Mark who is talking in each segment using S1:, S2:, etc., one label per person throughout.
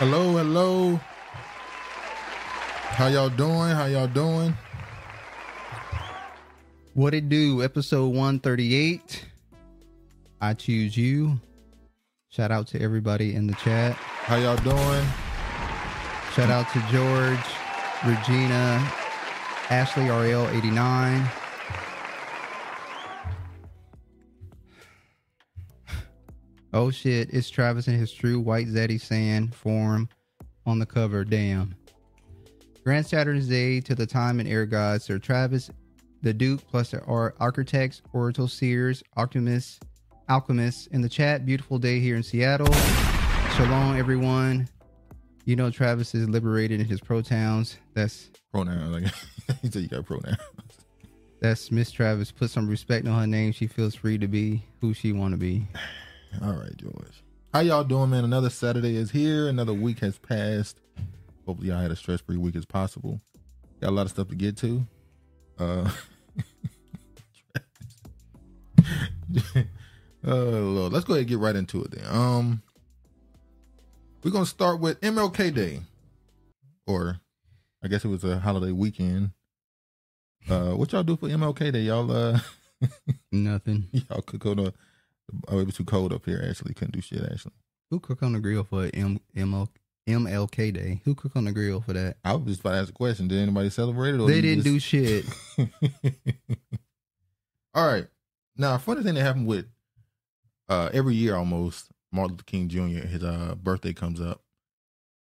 S1: Hello, hello. How y'all doing? How y'all doing?
S2: What it do? Episode 138. I choose you. Shout out to everybody in the chat.
S1: How y'all doing?
S2: Shout out to George, Regina, Ashley RL89. Oh shit, it's Travis in his true white Zeddy sand form on the cover. Damn. Grand Saturn's Day to the Time and Air Gods, Sir Travis, the Duke, plus there are architects, Oracle Seers, Optimus, Alchemists in the chat. Beautiful day here in Seattle. Shalom, everyone. You know Travis is liberated in his pro towns. That's
S1: Pronoun. Like he said, you got pronoun.
S2: that's Miss Travis. Put some respect on her name. She feels free to be who she wanna be.
S1: All right, George. How y'all doing, man? Another Saturday is here. Another week has passed. Hopefully, y'all had a stress-free week as possible. Got a lot of stuff to get to. Uh, oh Lord, let's go ahead and get right into it. Then, um, we're gonna start with MLK Day, or I guess it was a holiday weekend. Uh, what y'all do for MLK Day? Y'all uh.
S2: Nothing.
S1: Y'all could go to. Oh, it was too cold up here. Actually, couldn't do shit. Actually,
S2: Who cook on the grill for M- ML- MLK Day? Who cook on the grill for that?
S1: I was just about to ask a question. Did anybody celebrate it? Or
S2: They
S1: you
S2: didn't do
S1: just-
S2: shit.
S1: All right. Now, a funny thing that happened with uh, every year almost Martin Luther King Jr. His uh, birthday comes up.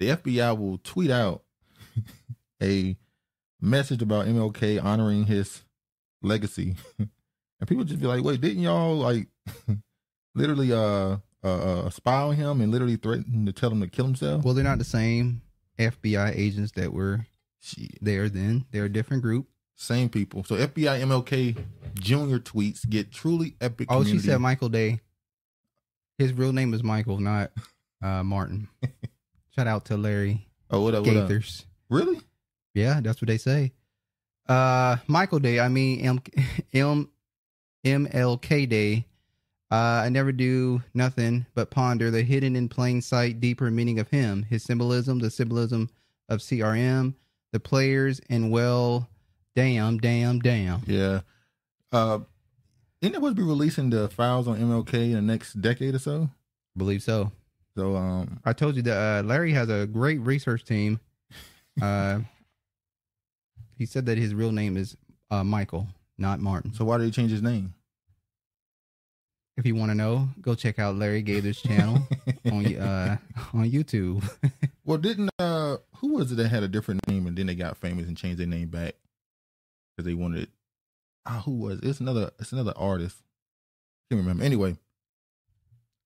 S1: The FBI will tweet out a message about MLK honoring his legacy, and people just be like, "Wait, didn't y'all like literally uh, uh, uh spy on him and literally threaten to tell him to kill himself?"
S2: Well, they're not the same FBI agents that were
S1: Shit.
S2: there then. They're a different group.
S1: Same people. So FBI MLK Jr. tweets get truly epic.
S2: Oh, she
S1: community-
S2: said Michael Day. His real name is Michael, not uh, Martin. Shout out to Larry
S1: "Oh, what up? What up?
S2: Gaithers.
S1: Really?
S2: Yeah, that's what they say. Uh, Michael Day, I mean M- M- MLK Day. Uh, I never do nothing but ponder the hidden in plain sight deeper meaning of him, his symbolism, the symbolism of CRM, the players, and well, damn, damn, damn.
S1: Yeah. Uh, isn't it supposed to be releasing the files on MLK in the next decade or so?
S2: Believe so.
S1: So, um,
S2: I told you that uh, Larry has a great research team. Uh, he said that his real name is uh, Michael, not Martin.
S1: so why did he change his name?
S2: If you want to know, go check out Larry Gaither's channel on uh, on YouTube.
S1: well, didn't uh, who was it that had a different name and then they got famous and changed their name back because they wanted? Ah, who was it? it's another it's another artist. Can't remember. Anyway,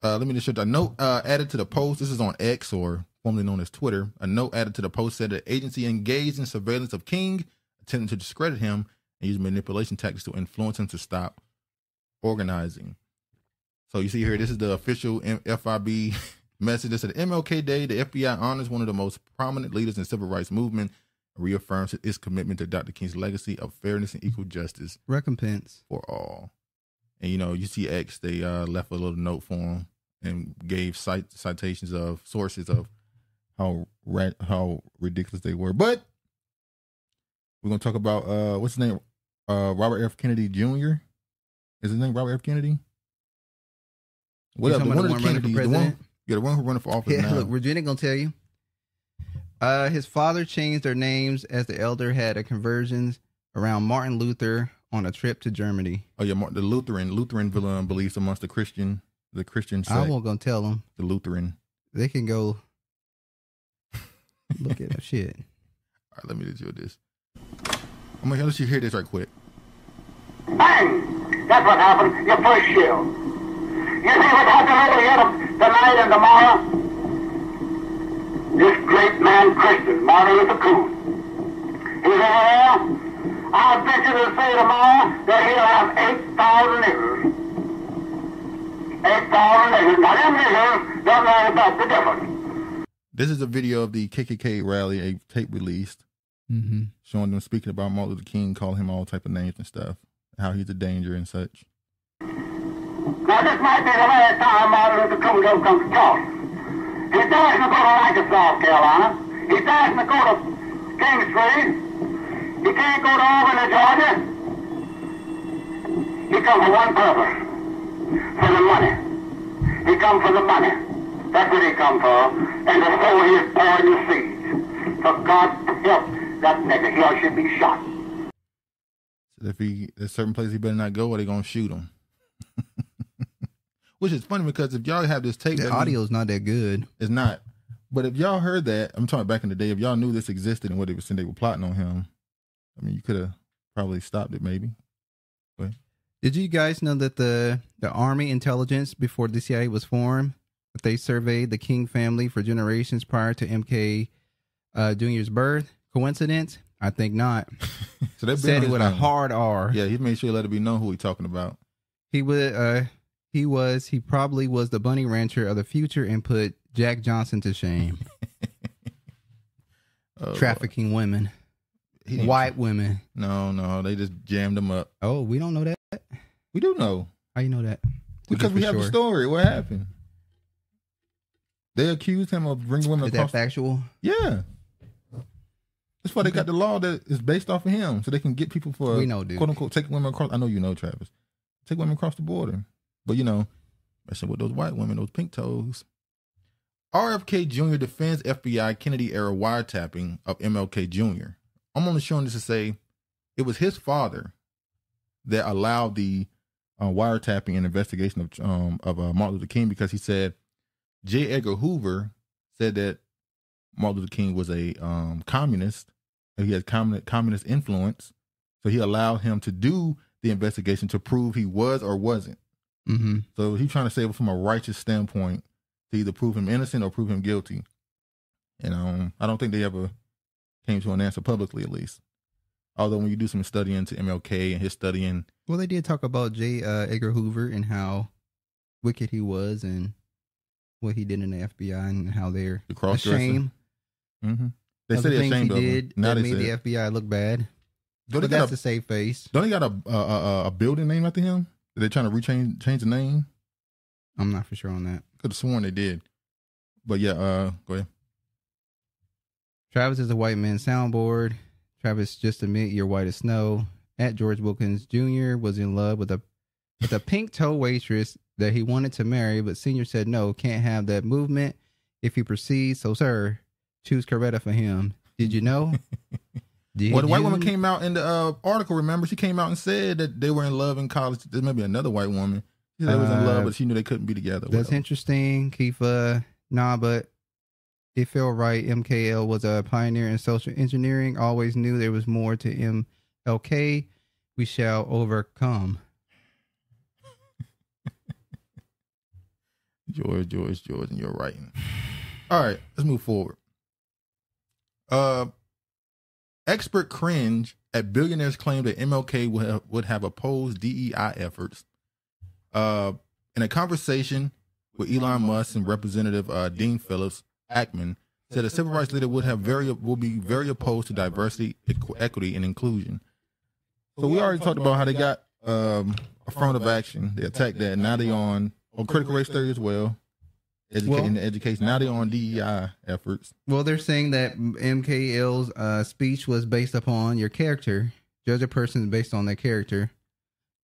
S1: uh, let me just show you a note uh, added to the post. This is on X or formerly known as Twitter. A note added to the post said the agency engaged in surveillance of King, attempting to discredit him and use manipulation tactics to influence him to stop organizing. So you see here, this is the official M- FIB message that said MLK Day, the FBI honors one of the most prominent leaders in civil rights movement and reaffirms its commitment to Dr. King's legacy of fairness and equal justice
S2: Recompense.
S1: for all. And you know, you see X, they uh, left a little note for him and gave cite- citations of sources of how ra- how ridiculous they were. But we're gonna talk about uh, what's his name? Uh, Robert F. Kennedy Jr. Is his name Robert F. Kennedy? What
S2: You
S1: up? The
S2: talking
S1: one
S2: about
S1: of the
S2: the one running for
S1: Kennedys, the one,
S2: president?
S1: yeah, the one who running for office
S2: Yeah,
S1: now.
S2: look, Regina gonna tell you. Uh, his father changed their names as the elder had a conversion around Martin Luther on a trip to Germany.
S1: oh yeah, Martin, the Lutheran Lutheran villain beliefs amongst the Christian, the Christian
S2: I
S1: sect,
S2: won't gonna tell them.
S1: the Lutheran.
S2: They can go look at shit.
S1: All right, let me just do this. I'm gonna let you hear this right quick.
S3: Bang! That's what happened. Your first shell. You see what happened over here tonight and tomorrow? This great man Christian, Martin Luther King. He's over there. I venture to say tomorrow that he'll have 8,000 niggers. 8,000 niggers. Now, them niggers don't know about the difference.
S1: This is a video of the KKK rally, a tape released
S2: Mm-hmm.
S1: showing them speaking about Martin Luther King, calling him all type of names and stuff, how he's a danger and such.
S3: Now, this might be the last time Martin Luther King ever comes to Charleston. He died in Dakota, Lancaster, South Carolina. He died in Dakota, Kingsbury. He can't go to Auburn or Georgia. He come for one purpose, for the money. He come for the money. That's what he come for. And to sow his born the seeds. For God help that nigga, he should be shot.
S1: Said if he there's certain places he better not go or they gonna shoot him. Which is funny because if y'all have this tape,
S2: The
S1: that means-
S2: audio's not that good.
S1: It's not. But if y'all heard that, I'm talking back in the day, if y'all knew this existed and what they were saying they were plotting on him, I mean, you could have probably stopped it maybe.
S2: Did you guys know that the the Army intelligence before the CIA was formed, that they surveyed the King family for generations prior to MK uh, Jr.'s birth? Coincidence? I think not.
S1: So that
S2: Said it with a hard R.
S1: Yeah, he made sure he let it be known who he talking about.
S2: He would. Uh, he was. He probably was the bunny rancher of the future and put Jack Johnson to shame,
S1: Uh,
S2: trafficking women,
S1: he didn't-
S2: white women.
S1: No, no, they just jammed him up.
S2: Oh, we don't know that.
S1: We do know
S2: How you know that?
S1: because we have
S2: a
S1: the story. What happened? They accused him of bringing women
S2: Is that
S1: across.
S2: factual?
S1: yeah, that's why they got the law that is based off of him, so they can get people for
S2: we know, dude.
S1: quote unquote take women across. I know you know Travis. Take women across the border, but you know, messing with those white women, those pink toes. RFK Jr. defends FBI Kennedy era wiretapping of MLK Jr. I'm only showing this to say it was his father that allowed the uh, wiretapping and investigation of um, of uh, Martin Luther King because he said J. Edgar Hoover said that Martin Luther King was a um, communist. that He had communist communist influence, so he allowed him to do the investigation to prove he was or wasn't.
S2: Mm-hmm.
S1: So he's trying to say it from a righteous standpoint to either prove him innocent or prove him guilty. And um, I don't think they ever came to an answer publicly, at least. Although when you do some studying to MLK and his studying,
S2: Well, they did talk about J. Uh, Edgar Hoover and how wicked he was and what he did in the FBI and how they're
S1: the cross
S2: ashamed
S1: hmm they
S2: of
S1: said
S2: the
S1: they're
S2: things he
S1: ashamed of him.
S2: did
S1: Now
S2: that
S1: they
S2: made
S1: said,
S2: the FBI look bad.
S1: don't they
S2: but
S1: got
S2: that's
S1: a,
S2: to save face.
S1: don't they got a, a, a, a building name after him? They're trying to rechange change the name.
S2: I'm not for sure on that.
S1: Could have sworn they did, but yeah. Uh, go ahead.
S2: Travis is a white man soundboard. Travis, just admit you're white as snow. At George Wilkins Jr. was in love with a with a pink toe waitress that he wanted to marry, but Senior said no, can't have that movement if he proceeds. So, sir, choose Coretta for him. Did you know? Did
S1: well, the white
S2: you
S1: woman
S2: kn-
S1: came out in the uh, article. Remember, she came out and said that they were in love in college. There may be another white woman. She said they was in
S2: Uh,
S1: love, but she knew they couldn't be together.
S2: That's
S1: Whatever.
S2: interesting, Kifa. Nah, but it felt right. MKL was a pioneer in social engineering. Always knew there was more to MLK. We shall overcome.
S1: George, George, George, and you're writing. All right, let's move forward. Uh, expert cringe at billionaires claim that MLK would have, would have opposed DEI efforts. Uh, in a conversation with Elon Musk and Representative uh, Dean Phillips, Ackman said a civil rights leader would have very will be very opposed to diversity, equ- equity, and inclusion. So we already talked about how they got um, affirmative action. They attacked that. Now they on on critical race theory as well. Educating the education. Now they on DEI efforts.
S2: Well, they're saying that MKL's uh, speech was based upon your character. Judge a person based on their character,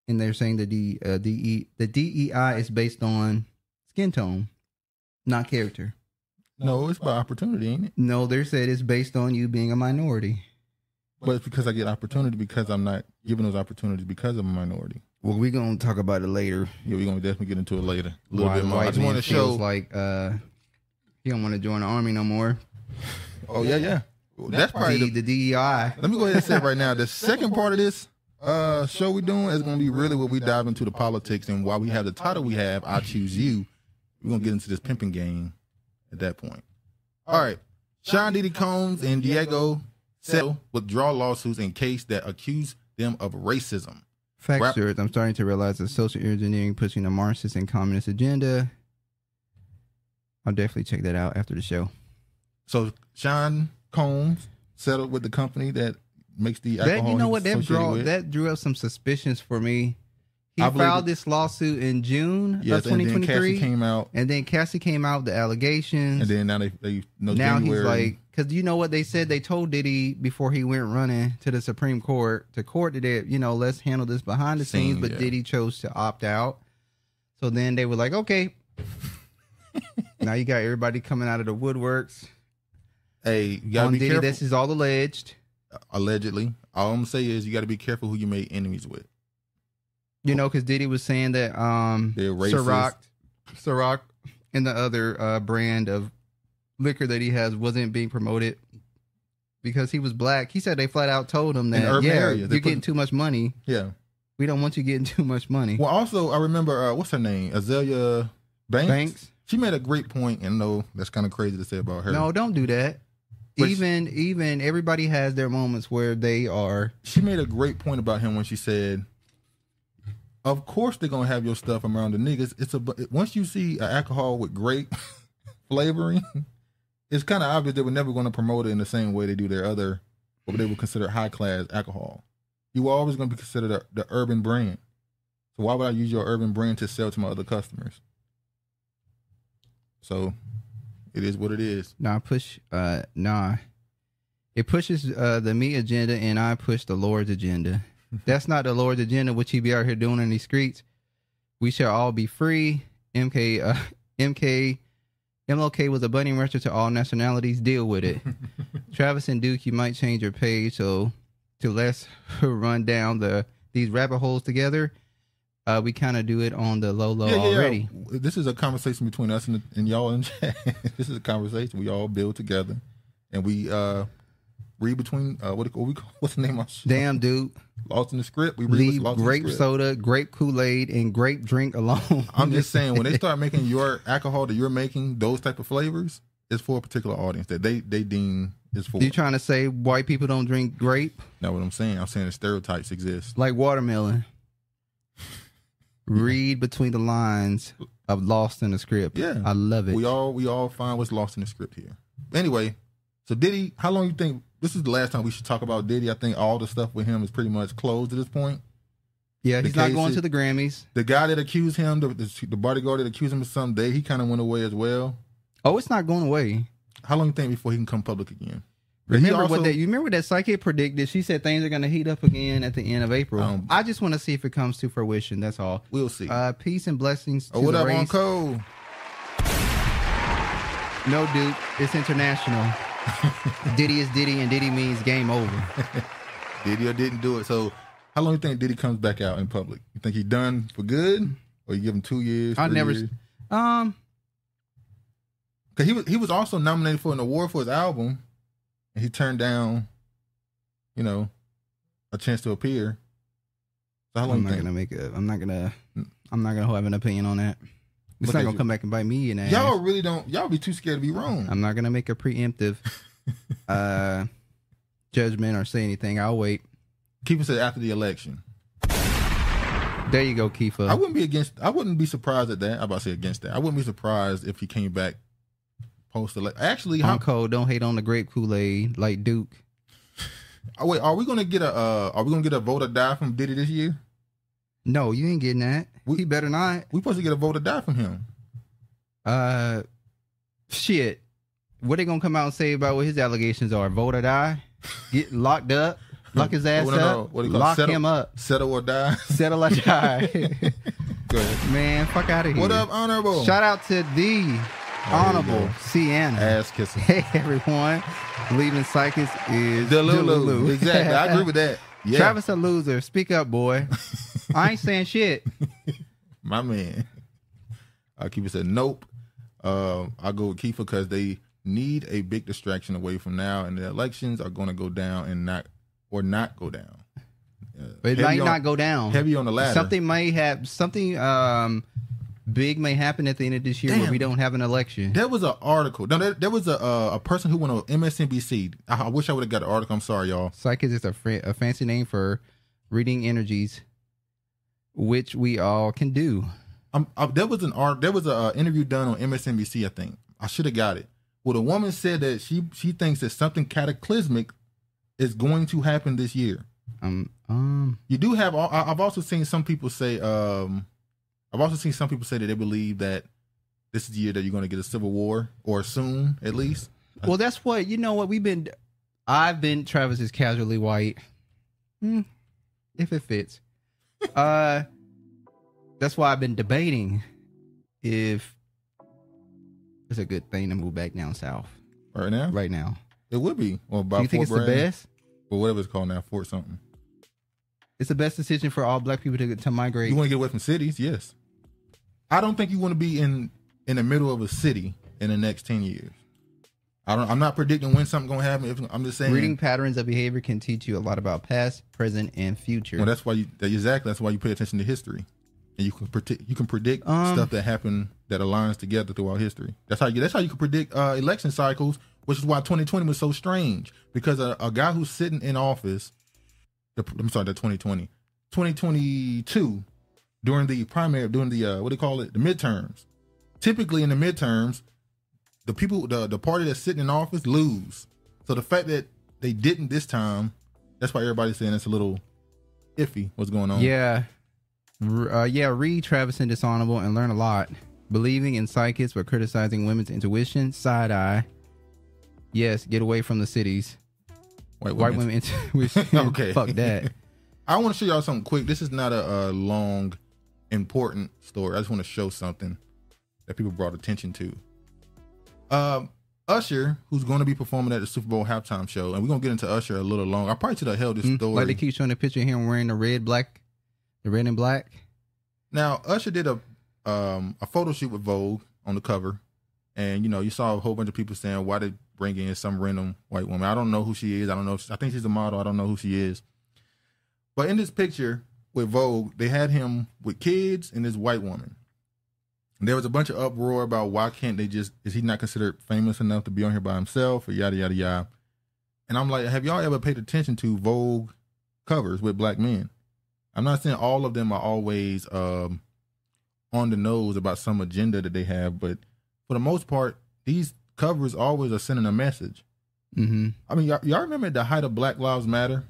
S2: and they're saying the D, uh, DE, the DEI E is based on skin tone, not character.
S1: No, it's by opportunity, ain't it?
S2: No, they said it's based on you being a minority.
S1: But it's because I get opportunity because I'm not given those opportunities because I'm a minority.
S2: Well, we're gonna talk about it later.
S1: Yeah, we're gonna definitely get into it later. A little
S2: Why
S1: bit
S2: the
S1: more. I
S2: white
S1: just
S2: man
S1: want to show.
S2: feels like uh, he don't want to join the army no more.
S1: oh yeah, yeah. Well, that's probably
S2: The,
S1: the,
S2: the E DEI.
S1: Let me go ahead and say it right now. The second part of this uh, show we doing is going to be really where we dive into the politics and why we have the title we have, I Choose You. We're going to get into this pimping game at that point. All right. Sean Diddy Combs and Diego settle withdraw lawsuits in case that accuse them of racism.
S2: Fact
S1: Rap-
S2: shirts. I'm starting to realize that social engineering pushing a Marxist and communist agenda. I'll definitely check that out after the show.
S1: So Sean Combs settled with the company that makes the alcohol.
S2: That you know what that
S1: associated
S2: draw
S1: with.
S2: that drew up some suspicions for me. He
S1: I believe
S2: filed
S1: it-
S2: this lawsuit in June
S1: Yes,
S2: of
S1: and then Cassie
S2: 2023, and
S1: came
S2: then,
S1: out,
S2: Cassie came out with the
S1: and
S2: allegations.
S1: then now they they no
S2: now
S1: January.
S2: he's like, because you know what they said? They told Diddy before he went running to the Supreme Court to court that they, you know, let's handle this behind the
S1: Scene,
S2: scenes. But
S1: yeah.
S2: Diddy chose to opt out. So then they were like, okay. now you got everybody coming out of the woodworks.
S1: hey, you gotta
S2: on
S1: be
S2: Diddy,
S1: careful.
S2: this is all alleged.
S1: allegedly, all I'm gonna say is you gotta be careful who you make enemies with.
S2: You know, because Diddy was saying that um,
S1: They're racist.
S2: Ciroc, Ciroc, and the other uh, brand of liquor that he has wasn't being promoted because he was black. He said they flat out told him that,
S1: urban
S2: yeah,
S1: areas, they
S2: you're
S1: put-
S2: getting too much money.
S1: Yeah.
S2: We don't want you getting too much money.
S1: Well, also I remember uh, what's her name, Azalea Banks.
S2: Banks?
S1: She made a great point, and no, that's kind of crazy to say about her.
S2: No, don't do that.
S1: But-
S2: even even everybody has their moments where they are
S1: she made a great point about him when she said, "Of course they're gonna have your stuff around the niggas. It's a bu- once you see a alcohol with grape flavoring, it's kind of obvious they were never going to promote it in the same way they do their other, what they would consider high class alcohol. You were always going to be considered a, the urban brand. So why would I use your urban brand to sell to my other customers? So, it is what it is.
S2: nah push uh nah. It pushes uh the me agenda and I push the Lord's agenda. That's not the Lord's agenda which he be out here doing in these streets. We shall all be free. MK uh, MK MLK was a bunny rancher to all nationalities. Deal with it. Travis and Duke, you might change your page so to let's run down the these rabbit holes together. Uh, we kind of do it on the low low already.
S1: This is a conversation between us and, and y'all and chat. this is a conversation we all build together, and we uh read between uh what, what we call, what's the name of our-
S2: Damn, dude,
S1: lost in the script. We read what's
S2: leave
S1: lost in the
S2: grape
S1: script.
S2: soda, grape Kool Aid, and grape drink alone.
S1: I'm just saying when they start making your alcohol that you're making those type of flavors, it's for a particular audience that they they deem is for.
S2: you trying to say white people don't drink grape
S1: Now what I'm saying, I'm saying the stereotypes exist.
S2: like watermelon. Read between the lines of Lost in the Script.
S1: Yeah.
S2: I love it.
S1: We all we all find what's lost in the script here. Anyway, so Diddy, how long you think this is the last time we should talk about Diddy? I think all the stuff with him is pretty much closed at this point.
S2: yeah,
S1: the
S2: he's not
S1: case
S2: going
S1: is-
S2: to the Grammys.
S1: The guy that accused him, the, the, the bodyguard that accused him of something, they- he kind of went away as well.
S2: Oh, it's not going away.
S1: How long you think before he can come public again? But he
S2: Remember
S1: also-
S2: what that? You remember that psychic predicted? She said things are going to heat up again at the end of April.
S1: Um,
S2: I just want to see if it comes to fruition. That's all.
S1: We'll see.
S2: Uh, peace and blessings to
S1: oh, what
S2: the
S1: up, on
S2: race.
S1: Cole?
S2: No, dude, it's international. Diddy is Diddy, and Diddy means game over.
S1: Diddy or didn't do it. So, how long you think Diddy comes back out in public? You think he done for good, or you give him two years?
S2: I never. Um,
S1: because he was he was also nominated for an award for his album, and he turned down, you know, a chance to appear. So how long
S2: I'm
S1: you
S2: not
S1: think?
S2: gonna make a. I'm not gonna. I'm not gonna have an opinion on that. It's
S1: Because
S2: not gonna
S1: you-
S2: come back and bite me in the ass.
S1: Y'all really don't. Y'all be too scared to be wrong.
S2: I'm not gonna make a preemptive uh judgment or say anything. I'll wait.
S1: Keeping said after the election.
S2: There you go, Kifa.
S1: I wouldn't be against. I wouldn't be surprised at that. I am about to say against that. I wouldn't be surprised if he came back post election. Actually, how,
S2: Uncle, don't hate on the grape Kool Aid like Duke.
S1: oh, wait, are we gonna get a? Uh, are we gonna get a vote or die from Diddy this year?
S2: No, you ain't getting that.
S1: We-
S2: he better not.
S1: We supposed to get a vote or die from him.
S2: Uh, shit. What they gonna come out and say about what his allegations are? Vote or die. Get locked up. Lock his ass
S1: Oh, no, no,
S2: up.
S1: what do you call it?
S2: Lock
S1: Settle-
S2: him up.
S1: Settle or die.
S2: Settle or die.
S1: Go ahead.
S2: Man, fuck out of here.
S1: What up, honorable?
S2: Shout out to the
S1: you
S2: Honorable
S1: go.
S2: Sienna.
S1: ass kissing.
S2: Hey everyone, believing psychics is
S1: Delulu.
S2: Delulu.
S1: Exactly. I agree with that. Yeah.
S2: Travis a loser. Speak up, boy. I ain't saying shit.
S1: my man. Uh, Keeper said, nope. Um, I'll go with Keeper because they need a big distraction away from now, and the elections are going to go down and not, or not go down. Uh,
S2: But it
S1: heavy
S2: might
S1: on-
S2: not go down.
S1: Heavy on the ladder.
S2: Something may have something um big may happen at the end of this year where
S1: Damn.
S2: we don't have an election.
S1: There was an article. No, there, there was a uh, a person who went on MSNBC. I, I wish I would have got the article. I'm sorry, y'all.
S2: Psychics is a, fr- a fancy name for reading energies, which we all can do.
S1: Um, uh, there was an art. There was a uh, interview done on MSNBC. I think I should have got it. Well, the woman said that she she thinks that something cataclysmic is going to happen this year.
S2: Um, um,
S1: You do have. al- I- I've also seen some people say. Um, I've also seen some people say that they believe that this is the year that you're going to get a civil war, or soon at least.
S2: well, that's what you know. What we've been, I've been Travis is casually white, Hmm, if it fits. uh, that's why I've been debating if it's a good thing to move back down south
S1: Right now,
S2: right now.
S1: it would be. Well, by
S2: Do you think it's
S1: Fort
S2: the
S1: Bragg,
S2: best?
S1: or whatever it's called now, Fort something.
S2: It's the best decision for all black people to to migrate.
S1: You want to get away from cities, yes. I don't think you want to be in in the middle of a city in the next ten years. I don't. I'm not predicting when something's gonna happen. If, I'm just saying.
S2: Reading patterns of behavior can teach you a lot about past, present, and future.
S1: well, that's why you that- exactly. That's why you pay attention to history, and you can predict. You can predict
S2: Um,
S1: stuff that happened that aligns together throughout history. That's how you. That's how you can predict uh, election cycles, which is why 2020 was so strange because a, a guy who's sitting in office. The, I'm sorry, the 2020, 2022 during the primary, during the uh, what do you call it, the midterms. Typically, in the midterms, the people, the the party that's sitting in office lose. So the fact that they didn't this time, that's why everybody's saying it's a little iffy. What's going on?
S2: Yeah. R- Uh, yeah, read Travis and Dishonorable and learn a lot. Believing in psychics but criticizing women's intuition, side eye. Yes, get away from the cities.
S1: white
S2: White
S1: women's-
S2: women intuition.
S1: Okay.
S2: Fuck that.
S1: I want to show y'all something quick. This is not a, a long, important story. I just want to show something that people brought attention to. Um, Usher, who's going to be performing at the Super Bowl halftime show, and we're gonna get into Usher a little long. I probably should have held this
S2: Mm,
S1: story.
S2: Like they keep showing the picture of him wearing the red, black, the red and black.
S1: Now Usher did a um a photo shoot with Vogue on the cover, and you know you saw a whole bunch of people saying why they bring in some random white woman. I don't know who she is. I don't know. If I think she's a model. I don't know who she is. But in this picture with Vogue, they had him with kids and this white woman. And there was a bunch of uproar about why can't they just is he not considered famous enough to be on here by himself or yada yada yada. And I'm like, have y'all ever paid attention to Vogue covers with black men? I'm not saying all of them are always um, on the nose about some agenda that they have, but for the most part, these covers always are sending a message.
S2: Mm-hmm.
S1: I mean, y'all, y'all remember at the height of Black Lives Matter?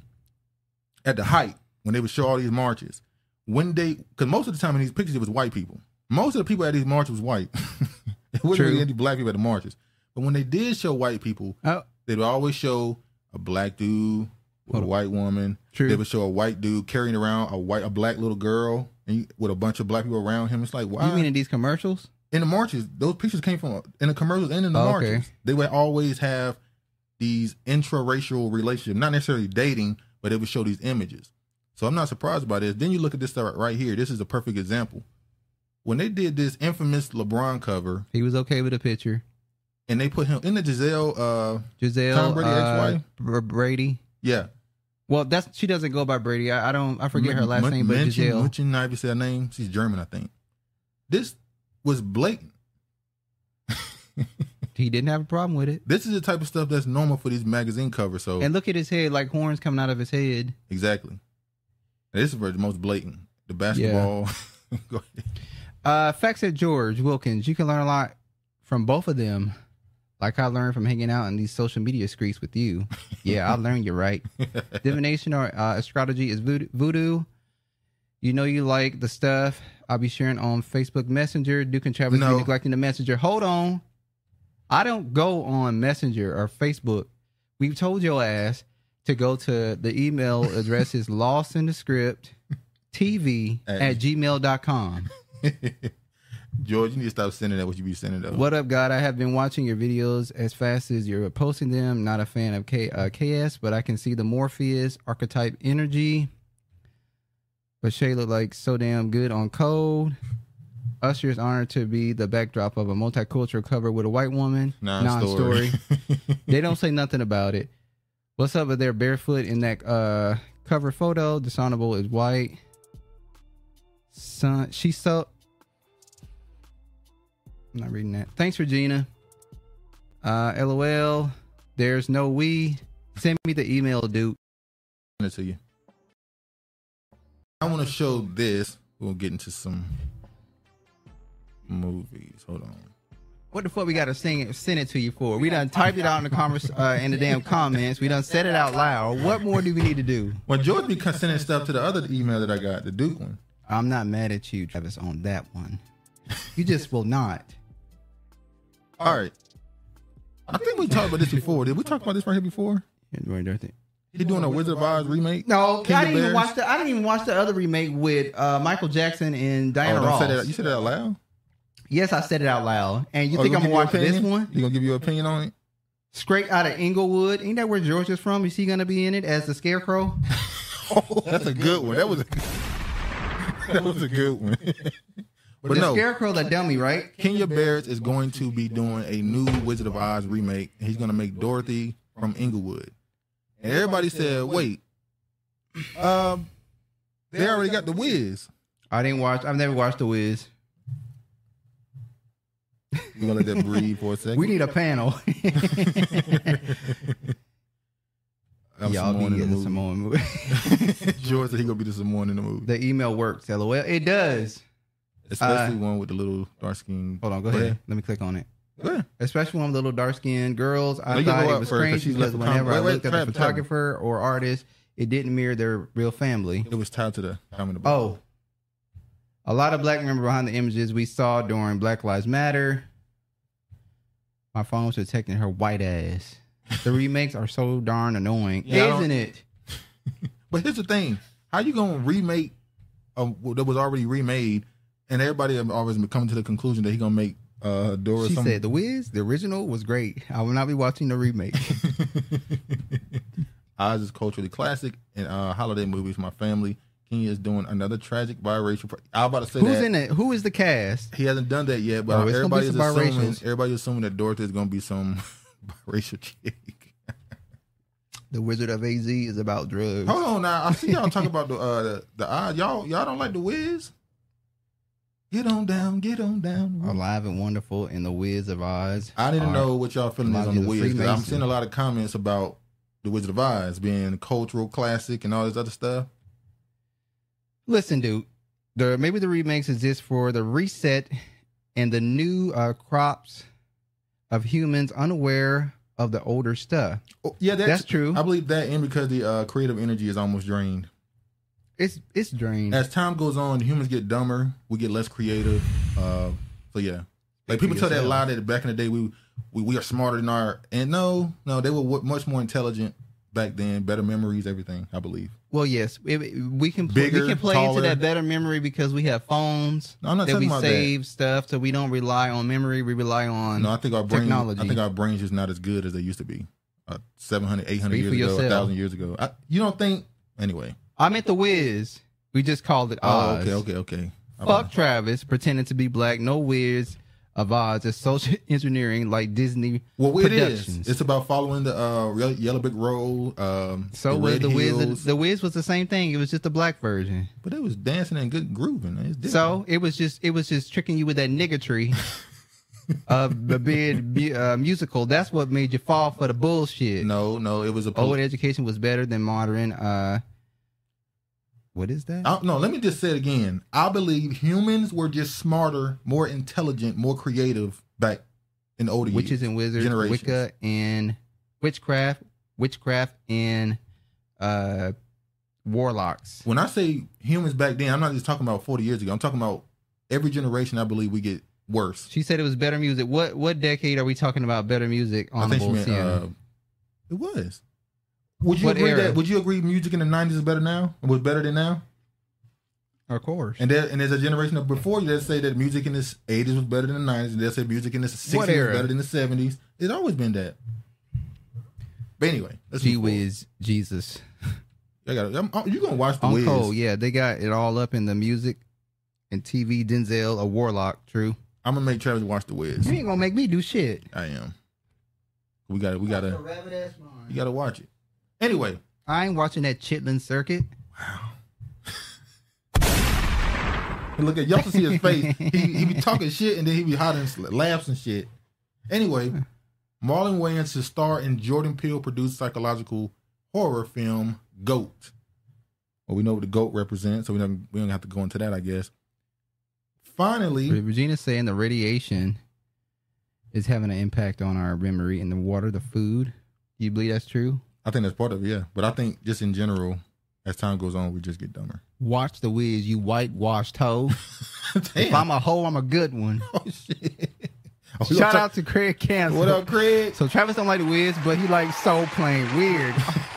S1: At the height, when they would show all these marches, when they, because most of the time in these pictures, it was white people. Most of the people at these marches was white. it wasn't
S2: True.
S1: really any black people at the marches. But when they did show white people,
S2: Oh,
S1: they would always show a black dude with a
S2: Hold on.
S1: white woman,
S2: true.
S1: they would show a white dude carrying around a white, a black little girl, and you, with a bunch of black people around him. It's like, why?
S2: you mean in these commercials?
S1: in the marches, those pictures came from in the commercials and in the
S2: Oh, okay.
S1: marches. They would always have these intra-racial relationships, not necessarily dating, but it would show these images. So I'm not surprised by this. Then you look at this stuff right here. This is a perfect example. When they did this infamous LeBron cover,
S2: He was okay with the picture.
S1: and they put him in the Giselle, uh,
S2: Giselle
S1: Tom Brady,
S2: uh,
S1: ex-wife?
S2: Br- Brady.
S1: yeah,
S2: Well, that's she doesn't go by Brady. I, I don't. I forget her last
S1: Mun-
S2: name, but
S1: Munchin-
S2: Giselle.
S1: Munchin, not even say her name. She's German, I think. This was blatant.
S2: He didn't have a problem with it.
S1: This is the type of stuff that's normal for these magazine covers. So
S2: And look at his head, like horns coming out of his head.
S1: exactly, this is where the most blatant. The basketball. Go ahead.
S2: Uh, facts at George Wilkins. You can learn a lot from both of them. Like I learned from hanging out in these social media streets with you. Yeah, I learned you right. Divination or uh, astrology is voodoo- voodoo. You know you like the stuff. I'll be sharing on Facebook Messenger. Duke and Travis
S1: No.
S2: be neglecting the messenger. Hold on. I don't go on Messenger or Facebook. We've told your ass to go to the email address is lost in the script TV
S1: At-
S2: at gmail.com.
S1: George, you need to stop sending that. What you be sending though?
S2: What up, God? I have been watching your videos as fast as you're posting them. Not a fan of K, uh, KS, but I can see the Morpheus archetype energy. But Shay looked like so damn good on Cold. Usher is honored to be the backdrop of a multicultural cover with a white woman.
S1: non-story?
S2: they don't say nothing about it. What's up with their barefoot in that uh, cover photo? Dishonorable is white. Son, she's so. I'm not reading that. Thanks, Regina. Uh, LOL. There's no we. Send me the email, dude.
S1: Send it to you. I want to show this. We'll get into some movies. Hold on.
S2: What the fuck we gotta sing it, send it to you for? We done typed it out in the converse, uh, in the damn comments. We done said it out loud. What more do we need to do?
S1: Well, George be con- sending stuff to the other email that I got, the Duke one.
S2: I'm not mad at you, Travis, on that one. You just will not.
S1: All right. I think we talked about this before. Did we talk about this right here before? He doing a Wizard of Oz remake?
S2: No,
S1: King
S2: I
S1: of
S2: didn't even
S1: Bears?
S2: watch the. I didn't even watch the other remake with uh, Michael Jackson and
S1: Oh,
S2: Diana
S1: don't say that.
S2: Ross.
S1: You said that out loud?
S2: yes, I said it out loud. And you
S1: Oh,
S2: think I'm
S1: gonna
S2: gonna watch
S1: give your
S2: this
S1: opinion?
S2: one?
S1: You gonna give your opinion on it?
S2: Straight out of Inglewood. Ain't that where George is from? Is he gonna be in it as the Scarecrow?
S1: Oh, that's a good one. That was a, that was a good one. But
S2: the
S1: no,
S2: Scarecrow, the dummy, right?
S1: Kenya Barris is going to be doing a new Wizard of Oz remake. and He's going to make Dorothy from Inglewood. And everybody said, wait, um, they already got the Wiz.
S2: I didn't watch. I've never watched The Wiz.
S1: We're going to let that breathe for a second.
S2: We need a panel.
S1: I'm
S2: Y'all
S1: Samoan
S2: be
S1: in
S2: the
S1: the movie.
S2: Samoan movie.
S1: George said he's going to be the Samoan in the movie.
S2: the email works. LOL. It does.
S1: Especially one with the little dark skin.
S2: Uh, Hold on. Go ahead. Let me click on it.
S1: Go ahead.
S2: especially when little dark skinned girls. I
S1: No, you
S2: thought
S1: go
S2: it
S1: up
S2: was
S1: first, 'cause
S2: crazy
S1: she's
S2: because
S1: got the com-
S2: whenever I
S1: wait, wait,
S2: looked at
S1: Travis,
S2: the
S1: Travis.
S2: photographer or artist, it didn't mirror their real family.
S1: It was uh, tied to the comment about
S2: Oh, a lot of black men were behind the images we saw during Black Lives Matter. My phone was detecting her white ass. The remakes are so darn annoying,
S1: Yeah, I don't-
S2: isn't it?
S1: But here's the thing: How you gonna remake a, that was already remade, and everybody have always been coming to the conclusion that he gonna make uh, Dora?
S2: She
S1: some-
S2: said, "The Wiz, the original was great. I will not be watching the remake."
S1: Oz is culturally classic, and uh, holiday movies. My family. Kenya is doing another tragic biracial. Pro- I was about to say
S2: Who's
S1: that
S2: in it? Who is the cast?
S1: he hasn't done that yet, but
S2: Oh, it's gonna be
S1: everybody's
S2: some
S1: assuming
S2: biracials.
S1: everybody's assuming that Dorothy is gonna be some biracial chick.
S2: The Wizard of AZ is about drugs.
S1: Hold on now, I see y'all talk about the uh, the, the Oz. Y'all y'all don't like the Wiz. Get on down, get on down.
S4: Mm-hmm.
S2: Alive and Wonderful and The Wiz of Oz.
S1: I didn't
S2: are-
S1: know what y'all feeling is
S2: Might
S1: on
S2: be
S1: the
S2: the
S1: Wiz. 'cause I'm
S2: Freemason.
S1: seeing a lot of comments about the Wizard of Oz being cultural classic and all this other stuff.
S2: Listen, dude. The maybe the remakes exist for the reset and the new uh, crops of humans unaware of the older stuff.
S1: Oh, yeah, that's,
S2: That's true.
S1: I believe that, and because the uh, creative energy is almost drained.
S2: It's it's drained.
S1: As time goes on, humans get dumber. We get less creative. Uh, so yeah, like people tell that lie that back in the day we we, we are smarter than our and no no they were w- much more intelligent back then. Better memories, everything. I believe.
S2: Well, yes, it- we can pl-
S1: Bigger,
S2: we can play
S1: taller.
S2: into that better memory because we have phones
S1: No, I'm not
S2: that
S1: talking
S2: we
S1: about
S2: save stuff, so we don't rely on memory. We rely
S1: that.
S2: on
S1: No, I think our brain. I
S2: technology.
S1: think our brains just not as good as they used to be. Uh, 700, 800
S2: Speak
S1: years
S2: for
S1: ago,
S2: yourself.
S1: 1,000 years ago. I, you don't think? Anyway.
S2: I meant the Wiz. We just called it
S1: Oh,
S2: Oz.
S1: okay, okay, okay. I
S2: Fuck Travis pretending to be black. No Wiz of Oz. It's social engineering like Disney.
S1: Well, it
S2: Productions.
S1: is. It's about following the uh, Re- Yellow Brick Road. Um,
S2: So
S1: the
S2: was
S1: Red
S2: Oh, the Wiz.
S1: Hills.
S2: The Wiz was the same thing. It was just a black version.
S1: but it was dancing and good grooving. It's different.
S2: So it was just it was just tricking you with that niggatry of the bid bu- uh, musical. That's what made you fall for the bullshit.
S1: no, no, it was a.
S2: Old
S1: Pol-
S2: education was better than modern. Uh, what is that?
S1: I, no, let me just say it again. I believe humans were just smarter, more intelligent, more creative back in the older
S2: Witches
S1: years.
S2: and wizards,
S1: Generations.
S2: Wicca and witchcraft, witchcraft and uh, warlocks.
S1: When I say humans back then, I'm not just talking about 40 years ago. I'm talking about every generation. I believe we get worse.
S2: She said it was better music. What what decade are we talking about? Better music
S1: I
S2: on the
S1: think she meant,
S2: Sienna?
S1: uh, it was. Would you
S2: What
S1: agree
S2: era?
S1: that? Would you agree music in the '90s is better now? Was better than now?
S2: of course.
S1: And there, and there's a generation of before you that say that music in the '80s was better than the '90s, and they'll say music in the '60s was
S2: What era?
S1: better than the '70s. It's always been that. But anyway, let's
S2: Gee
S1: move forward.
S2: whiz, Jesus.
S1: I gotta- I'm- I'm- you're gonna watch the
S2: On
S1: Wiz.
S2: Cole, yeah, they got it all up in the music and TV. Denzel, a warlock, true.
S1: I'm gonna make Travis watch the Wiz.
S2: You ain't gonna make me do shit.
S1: I am. We gotta, we gotta, you gotta watch it. Anyway,
S2: I ain't watching that Chitlin circuit.
S1: look at y'all can see his face. He, he be talking shit and then he be hiding sl- laughs and shit. Anyway, Marlon Wayans to star in Jordan Peele produced psychological horror film Goat. Well, we know what the goat represents, so we don't we don't have to go into that, I guess. Finally,
S2: Regina's saying the radiation is having an impact on our memory and the water, the food. Do you believe that's true?
S1: I think that's part of it, yeah. But I think just in general, as time goes on, we just get dumber.
S2: Watch the whiz, you whitewashed hoe. If I'm a hoe, I'm a good one.
S1: oh, shit. Oh, you
S2: Shout
S1: gonna
S2: out to Craig
S1: talk-
S2: Cancel.
S1: What up, Craig?
S2: So Travis don't like the Wiz, but he likes soul playing weird.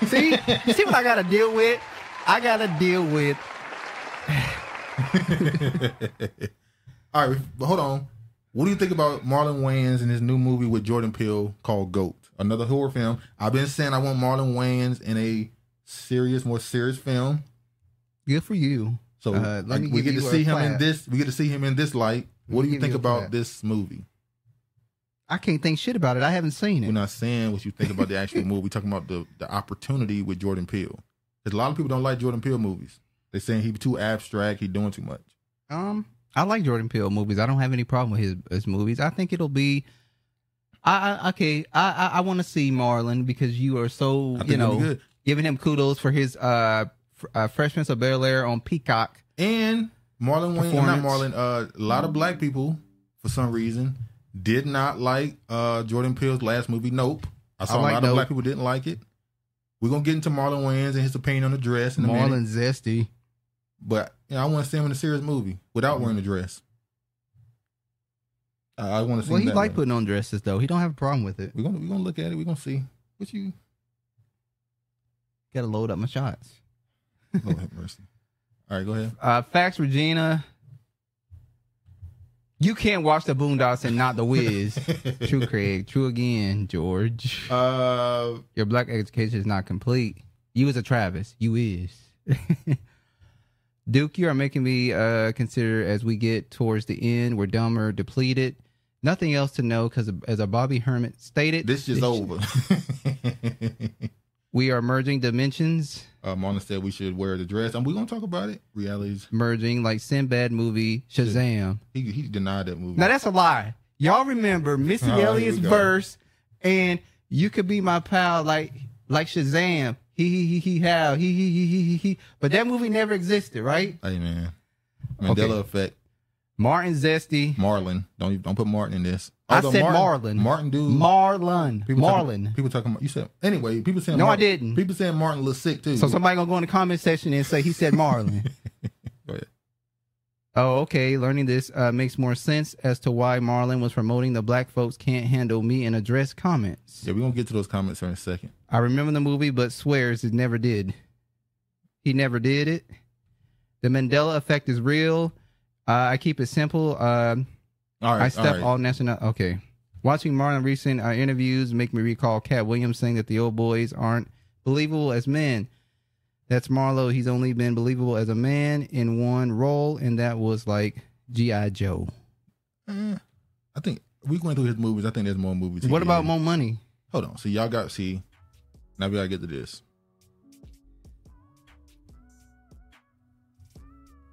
S2: see, you see what I gotta deal with? I gotta deal with.
S1: All right, but hold on. What do you think about Marlon Wayans and his new movie with Jordan Peele called Goat? Another horror film. I've been saying I want Marlon Wayans in a serious, more serious film.
S2: Good for you.
S1: So
S2: Uh, let
S1: like,
S2: me
S1: we
S2: give
S1: get to
S2: you a
S1: see him in
S2: clap.
S1: this. We get to see him in this light.
S2: Let
S1: What
S2: me
S1: do you
S2: give
S1: think
S2: you a
S1: about
S2: clap.
S1: this movie?
S2: I can't think shit about it. I haven't seen
S1: We're
S2: it.
S1: not saying what you think about the actual movie. We're talking about the, the opportunity with Jordan Peele. Because a lot of people don't like Jordan Peele movies. They're saying he's too abstract. He's doing too much.
S2: Um, I like Jordan Peele movies. I don't have any problem with his, his movies. I think it'll be. I, I okay. I I, I want to see Marlon because you are so
S1: I think
S2: you
S1: it'll be
S2: know
S1: good.
S2: giving him kudos for his uh, fr- uh Freshman of Bel Air on Peacock.
S1: And Marlon Wayne, not Marlon.
S2: Performance.
S1: Uh, a lot of black people, for some reason, did not like uh, Jordan Peele's last movie, Nope. I saw
S2: like
S1: a lot
S2: Nope.
S1: of black people didn't like it. We're gonna get into Marlon Wayans and his opinion on the dress in a minute.
S2: Marlon Zesty.
S1: But you know, I want to see him in a serious movie without wearing a dress. I, I want to see.
S2: Well,
S1: him
S2: he
S1: that
S2: like
S1: way.
S2: putting on dresses though. He don't have a problem with it.
S1: We're gonna we're gonna look at it. We're gonna see what you.
S2: Got to load up my shots.
S1: Lord have mercy. All right, go ahead.
S2: Uh, facts, Regina. You can't watch the Boondocks and not the Wiz. true, Craig. True again, George.
S1: Uh,
S2: Your black education is not complete. You is a Travis. You is. Duke, you are making me uh, consider as we get towards the end, we're dumber, depleted. Nothing else to know because, as a Bobby Hermit stated,
S1: this is over.
S2: We are merging dimensions,
S1: uh, Mona said we should wear the dress, and we're gonna talk about it. Realities.
S2: merging like Sinbad movie Shazam.
S1: He he denied that movie.
S2: Now that's a lie. Y'all remember Missy
S1: Oh, here we
S2: Elliott's
S1: go.
S2: verse and you could be my pal like like Shazam. He he he he how he he he he he he. But that movie never existed, right?
S1: hey man, Mandela effect.
S2: Martin Zesty,
S1: Marlon. Don't you- don't put Martin in this.
S2: I said
S1: Martin,
S2: Marlon.
S1: Martin dude.
S2: Marlon,
S1: people
S2: Marlon.
S1: Talking, people talking. about- You said anyway. People saying
S2: No, I
S1: Martin-
S2: didn't.
S1: People saying Martin looks sick too.
S2: so somebody gonna go in the comment section and say he said Marlon.
S1: Go ahead.
S2: oh, okay. Learning this uh, makes more sense as to why Marlon was promoting the black folks can't handle me and address comments.
S1: Yeah, we're gonna get to those comments here in a second.
S2: I remember the movie, but swears it never did. He never did it. The Mandela effect is real. Uh, I keep it simple. Um
S1: All right,
S2: I step
S1: all right.
S2: all national. Okay. Watching Marlon recent uh, interviews make me recall Cat Williams saying that the old boys aren't believable as men. That's Marlo. He's only been believable as a man in one role, and that was like G.I. Joe.
S1: Eh, I think we're going through his movies. I think there's more movies. he
S2: What
S1: did.
S2: about Mo Money?
S1: Hold on. So y'all got see. Now we gotta get to this.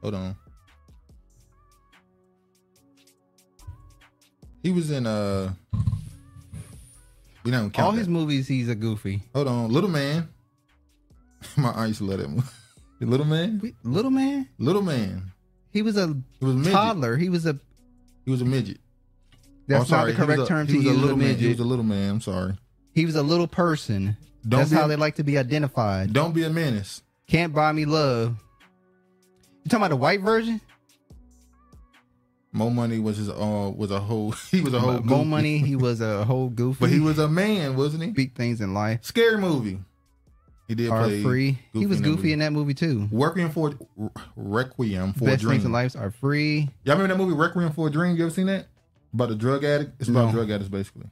S1: Hold on. He was in uh. We don't count.
S2: All
S1: that.
S2: his movies, he's a goofy.
S1: Hold on, little man. My aunt used to love that movie. little man,
S2: We- Little man,
S1: little man.
S2: he was a
S1: He was a midget.
S2: toddler. He was a
S1: He was a midget.
S2: That's
S1: I'm Oh, sorry. he
S2: not
S1: was
S2: the correct
S1: a-
S2: term
S1: he
S2: to
S1: was a
S2: use.
S1: little
S2: a
S1: man. He
S2: midget.
S1: was a little man. I'm sorry.
S2: He was a little person.
S1: Don't
S2: That's
S1: be
S2: how
S1: a-
S2: they like to be identified.
S1: Don't be a menace.
S2: Can't buy me love. You talking about the white version?
S1: Mo Money was his uh was a whole he was a whole
S2: Mo
S1: goofy.
S2: Money, he was a whole goofy.
S1: but he was a man, wasn't he?
S2: big things in life
S1: Scary movie. He did
S2: are
S1: play
S2: free.
S1: Goofy
S2: He was
S1: in that
S2: goofy
S1: movie.
S2: in that movie too.
S1: Working for Requiem for
S2: Best
S1: a Dream.
S2: things in life are free.
S1: Y'all remember that movie Requiem for a Dream? You ever seen that? About a drug addict. It's about
S2: No.
S1: drug addicts basically.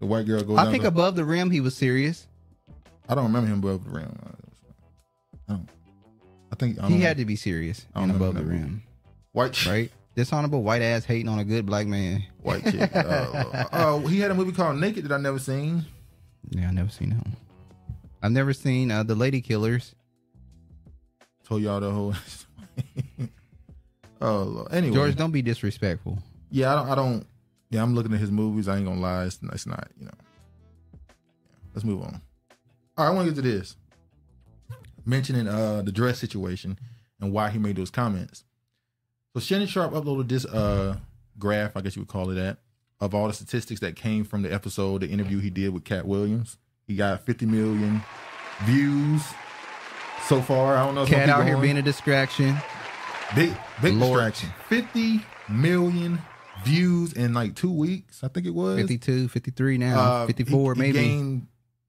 S1: The white girl goes.
S2: I
S1: down
S2: think
S1: to-
S2: above the rim he was serious.
S1: Oh, I don't remember him above the rim. I don't. I think I don't
S2: He
S1: know.
S2: had to be serious
S1: I
S2: and
S1: don't
S2: above the
S1: remember that
S2: rim,
S1: white chick,
S2: right? Dishonorable white ass hating on a good black man.
S1: white chick. Uh, uh, he had a movie called Naked that I never seen.
S2: Yeah, I never seen that one. I've never seen uh, the Lady Killers.
S1: Told y'all the whole. oh Lord. Anyway,
S2: George, don't be disrespectful.
S1: yeah, I don't. I don't. Yeah, I'm looking at his movies. I ain't gonna lie. It's, it's not. You know. Let's move on. All right, I want to get to this. Mentioning uh the dress situation and why he made those comments. So Shannon Sharp uploaded this uh graph, I guess you would call it that, of all the statistics that came from the episode, the interview he did with Cat Williams. He got 50 million views Oh, so far. I don't know. if
S2: Cat
S1: it'll
S2: out
S1: keep
S2: here
S1: going.
S2: being a distraction.
S1: big, big
S2: Lord.
S1: distraction. 50 million views in like two weeks. I think it was
S2: 52, 53 now,
S1: Uh,
S2: 54
S1: he- he
S2: maybe.
S1: gained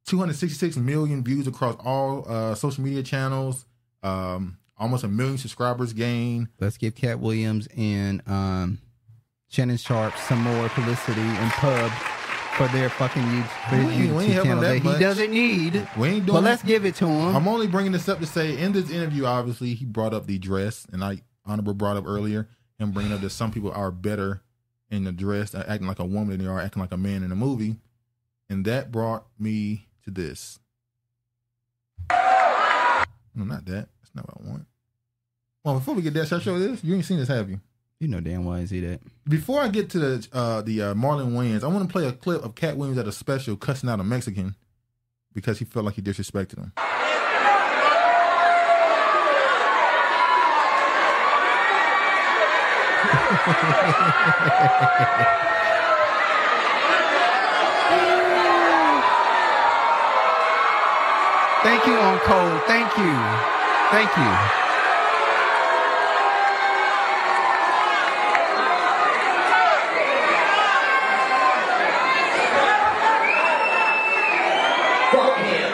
S1: 266 million views across all uh, social media channels. Um, almost a million subscribers gained.
S2: Let's give Cat Williams and um, Shannon Sharp some more publicity and pub for their fucking YouTube, for his
S1: We ain't- we ain't
S2: YouTube
S1: helping
S2: channel
S1: that
S2: that
S1: much.
S2: he doesn't need.
S1: We ain't doing.
S2: But let's give it to him.
S1: I'm only bringing this up to say in this interview, obviously, he brought up the dress, and I honorable brought up earlier him bringing up that some people are better in the dress, uh, acting like a woman, than they are acting like a man in a movie, and that brought me to this. No, not that. That's not what I want. Well, before we get that, should I show this? You ain't seen this, have you?
S2: you know damn well I see that.
S1: Before I get to the uh, the uh, Marlon Wayans, I want to play a clip of Cat Williams at a special cussing out a Mexican because he felt like he disrespected him.
S2: Thank you, on Cole. Thank you. Thank you.
S5: Fuck him.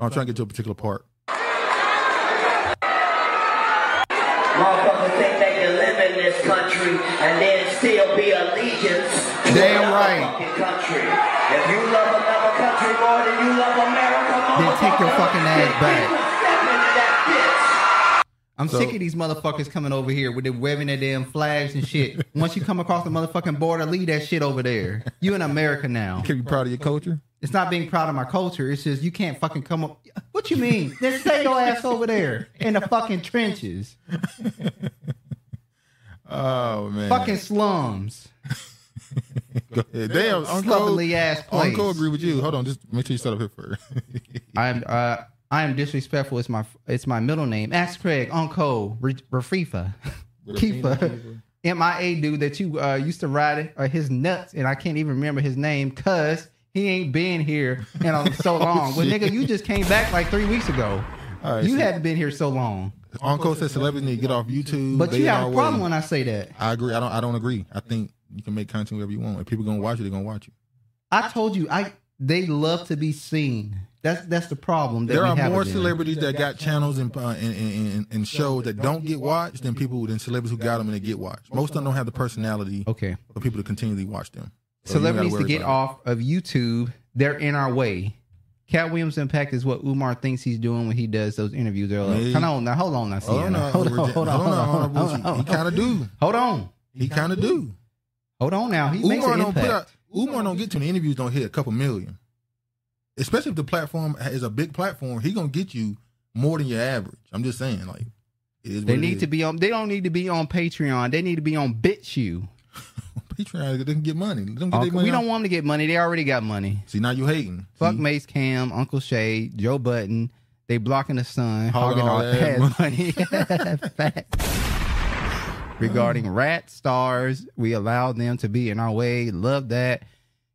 S1: I'm trying to get to a particular part.
S5: Motherfuckers think they can live in this country and then still be allegiance to
S2: Damn
S5: another
S2: right.
S5: fucking country. If you love another country more than you love America,
S2: Then take your
S5: motherfucker,
S2: fucking ass
S5: then
S2: back.
S5: people step into that bitch.
S2: I'm
S1: So-
S2: sick of these motherfuckers coming over here with the waving their damn flags and shit. Once you come across the motherfucking border, leave that shit over there. You in America now.
S1: Can you be proud of your culture?
S2: It's not being proud of my culture. It's just you can't fucking come up. What you mean? Just stay your ass over there in the fucking trenches,
S1: Oh man!
S2: fucking slums,
S1: Go ahead. damn, Uncle,
S2: slovenly ass place.
S1: Uncle agree with you. Hold on, just make sure you set up here first.
S2: I'm uh, I am disrespectful. It's my it's my middle name. Ask Craig, Uncle Re- Rafifa, Kifa, MIA dude that you uh, used to ride uh, his nuts, and I can't even remember his name because he ain't been here in um, so long.
S1: Oh,
S2: well,
S1: shit.
S2: nigga, you just came back like three weeks ago.
S1: All right, so-
S2: you hadn't been here so long,
S1: Uncle says celebrities need to get off YouTube.
S2: but
S1: They
S2: you
S1: in
S2: have
S1: our
S2: a problem
S1: way.
S2: when I say that.
S1: I agree. I don't. I don't agree. I think you can make content whatever you want. If people gonna watch you, they're gonna watch you.
S2: I told you, I they love to be seen. That's that's the problem. That
S1: There
S2: we
S1: are
S2: have
S1: more
S2: with them.
S1: celebrities that got channels and, uh, and, and, and, and shows that don't get watched than people than celebrities who got them and they get watched. Most of them don't have the personality
S2: Okay,
S1: for people to continually watch them. So you ain't gotta
S2: celebrities to
S1: worry
S2: get
S1: about
S2: off of YouTube, they're in our way. Cat Williams' impact is what Umar thinks he's doing when he does those interviews. They're like,
S1: Maybe.
S2: hold on now, hold on now,
S1: it. Hold on,
S2: Sienna. Hold on, hold on, hold on, hold on,
S1: He
S2: hold
S1: kind
S2: on,
S1: of do.
S2: hold on,
S1: He kind of do.
S2: hold on now. He makes
S1: Umar
S2: an
S1: don't put out.
S2: impact.
S1: Umar don't get to the interviews. Don't hit a couple million, especially if the platform is a big platform. He gonna get you more than your average. I'm just saying, like it is.
S2: They need to be on. They don't need to be on Patreon. They need to be on BitChu.
S1: Patreon. They can get money. They don't get
S2: We
S1: their money
S2: don't
S1: out.
S2: want them to get money. They already got money.
S1: See now you hating.
S2: Fuck
S1: See?
S2: Mace Cam, Uncle Shay, Joe Button. They blocking the sun,
S1: Hogging
S2: hogging all
S1: all that
S2: that money. Facts. Regarding rat stars, we allow them to be in our way. Love that.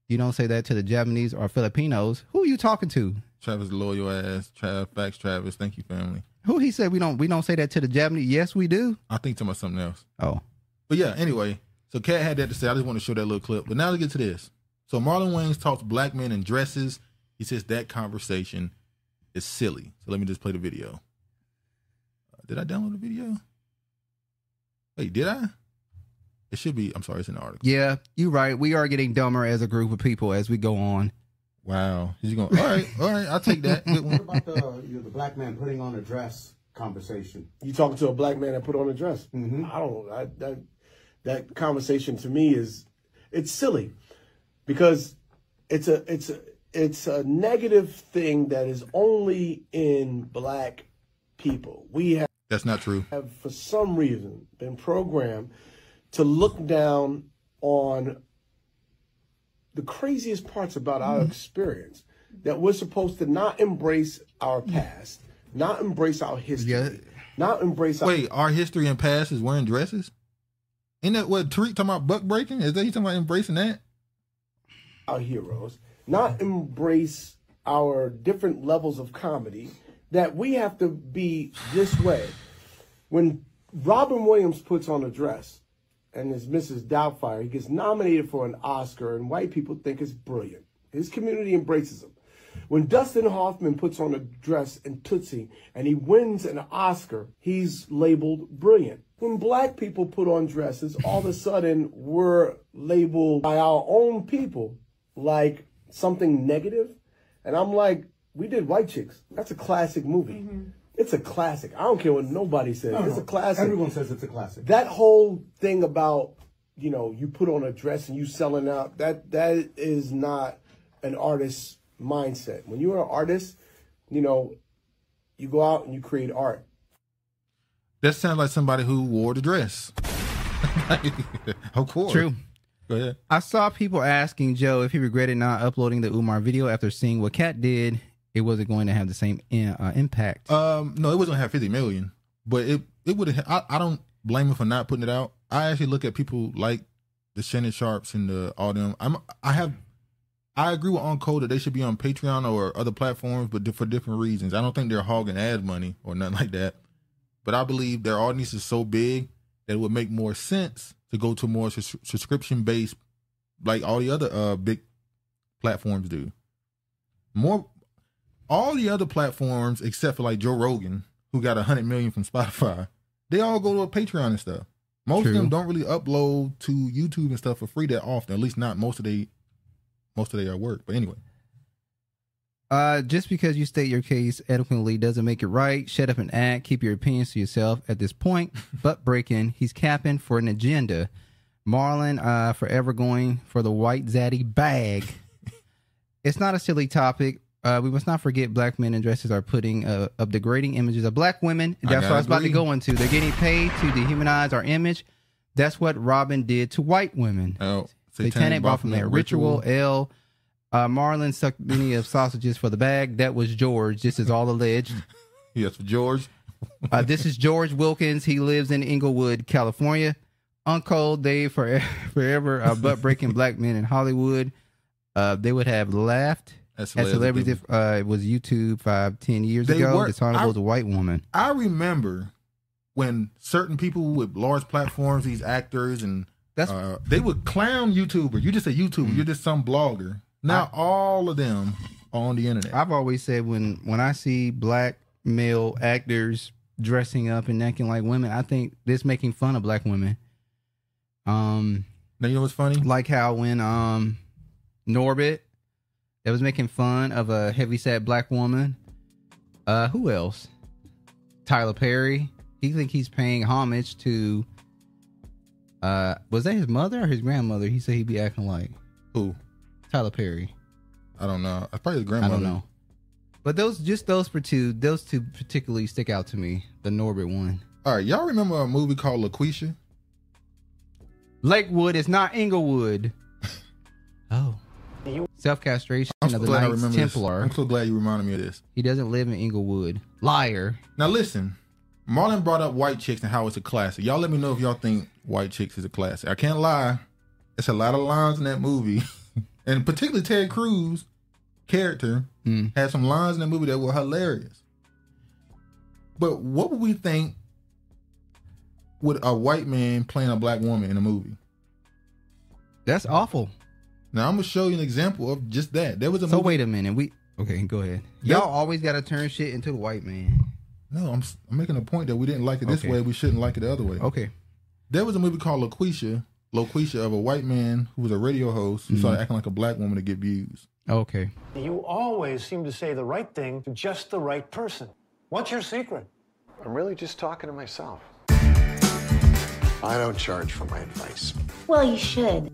S2: You don't say that to the Japanese or Filipinos. Who are you talking to?
S1: Travis loyal ass. Trav facts. Travis. Thank you, family.
S2: Who he said we don't we don't say that to the Japanese? Yes, we do.
S1: I think talking about something else.
S2: Oh,
S1: But yeah. Anyway, so Cat had that to say. I just want to show that little clip. But now let's get to this. So Marlon Wayans talks black men in dresses. He says that conversation is silly. So let me just play the video. Uh, did I download the video? Wait, did I? It should be. I'm sorry, it's in the article.
S2: yeah, you're right. We are getting dumber as a group of people as we go on.
S1: Wow. He's going. All right, all right. I'll take that. Good one.
S6: What about the, you know, the black man putting on a dress conversation? Mm-hmm.
S7: You talking to a black man that put on a dress? I don't. I, that that conversation to me is it's silly because it's a it's a it's a negative thing that is only in black people. We have
S1: That's not true.
S7: have, for some reason, been programmed to look down on the craziest parts about our experience that we're supposed to not embrace our past, not embrace our history,
S2: Yeah.
S7: Not embrace.
S1: Wait, our history and past is wearing dresses. Isn't that what Tariq talking about? Buck breaking? Is that he talking about embracing that?
S7: our heroes, not embrace our different levels of comedy, that we have to be this way. When Robin Williams puts on a dress and is Mrs. Doubtfire, he gets nominated for an Oscar, and white people think it's brilliant. His community embraces him. When Dustin Hoffman puts on a dress in Tootsie and he wins an Oscar, he's labeled brilliant. When black people put on dresses, all of a sudden we're labeled by our own people like something negative. And I'm like, we did White Chicks. That's a classic movie. It's a classic. I don't care what nobody says.
S6: Mm-hmm. No,
S7: It's a
S6: no.
S7: classic
S6: Everyone says it's a classic.
S7: that whole thing about you know you put on a dress and you selling out that that is not an artist's mindset when you're an artist you know you go out and you create art
S1: That sounds like somebody who wore the dress. of course.
S2: True.
S1: Go ahead.
S2: I saw people asking Joe if he regretted not uploading the Umar video after seeing what Cat did. It wasn't going to have the same in, uh, impact.
S1: Um, no, it wasn't gonna have fifty million, but it it would. have I, I don't blame him for not putting it out. I actually look at people like the Shannon Sharps and the all them. I'm I have I agree with Uncle that they should be on Patreon or other platforms, but di- for different reasons. I don't think they're hogging ad money or nothing like that. But I believe their audience is so big that it would make more sense to go to more sus- subscription based, like all the other uh big platforms do. More all the other platforms except for like Joe Rogan, who got a hundred million from Spotify, they all go to a Patreon and stuff. Most
S2: True.
S1: of them don't really upload to YouTube and stuff for free that often. At least not most of they, most of their work. But anyway,
S2: Uh, just because you state your case eloquently doesn't make it right. Shut up and act. Keep your opinions to yourself at this point. Butt breaking. He's capping for an agenda. Marlon, uh, forever going for the white zaddy bag. it's not a silly topic. Uh, we must not forget black men in dresses are putting uh, up degrading images of black women.
S1: I
S2: That's what I was about to
S1: agree.
S2: go into. They're getting paid to dehumanize our image. That's what Robin did to white women.
S1: oh,
S2: Satanic Baphomet Ritual L. Uh, Marlon sucked many of sausages for the bag. That was George. This is all alleged.
S1: Yes, for George.
S2: Uh, this is George Wilkins. He lives in Inglewood, California. Uncle, they forever, forever uh, butt breaking black men in Hollywood. Uh, they would have laughed
S1: As
S2: at
S1: celebrities.
S2: celebrities if uh, it was YouTube five, ten years
S1: They
S2: ago.
S1: were-
S2: Dishonorable
S1: I-
S2: to white woman.
S1: I remember when certain people with large platforms, these actors and
S2: That's-
S1: uh, they would clown YouTuber. You're just a YouTuber. You're just some blogger. Now all of them are on the internet.
S2: I've always said when when I see black male actors dressing up and acting like women, I think this making fun of black women. Um,
S1: now you know what's funny?
S2: like how when um Norbit, that was making fun of a heavyset black woman. Uh, who else? Tyler Perry. He think he's paying homage to. Uh, was that his mother or his grandmother? He said he'd be acting like
S1: Who?
S2: Tyler Perry.
S1: I don't know. It's probably his
S2: I
S1: grandmother.
S2: don't know. But those just those for two, those two particularly stick out to me. The Norbit one.
S1: All right, y'all remember a movie called LaQuisha?
S2: Lakewood is not Inglewood. oh. Self castration
S1: I'm
S2: of
S1: so
S2: the
S1: glad I
S2: Knights
S1: remember
S2: Templar.
S1: this. I'm so glad you reminded me of this.
S2: He doesn't live in Inglewood. Liar.
S1: Now listen, Marlon brought up White Chicks and how it's a classic. Y'all let me know if y'all think White Chicks is a classic. I can't lie, it's a lot of lines in that movie, and particularly Ted Cruz character
S2: Mm.
S1: had some lines in the movie that were hilarious. But what would we think with a white man playing a black woman in a movie?
S2: That's awful.
S1: Now I'm gonna show you an example of just that. There was a
S2: So
S1: movie.
S2: wait a minute. We okay. Go ahead.
S1: Yep.
S2: Y'all always gotta turn shit into the white man.
S1: No, I'm, s- I'm making a point that we didn't like it this
S2: Okay.
S1: way. We shouldn't like it the other way.
S2: Okay.
S1: There was a movie called LaQuisha, LaQuisha of a white man who was a radio host who started acting like a black woman to get views.
S2: Mm-hmm. Okay.
S8: You always seem to say the right thing to just the right person. What's your secret?
S9: I'm really just talking to myself. I don't charge for my advice.
S10: Well, you should,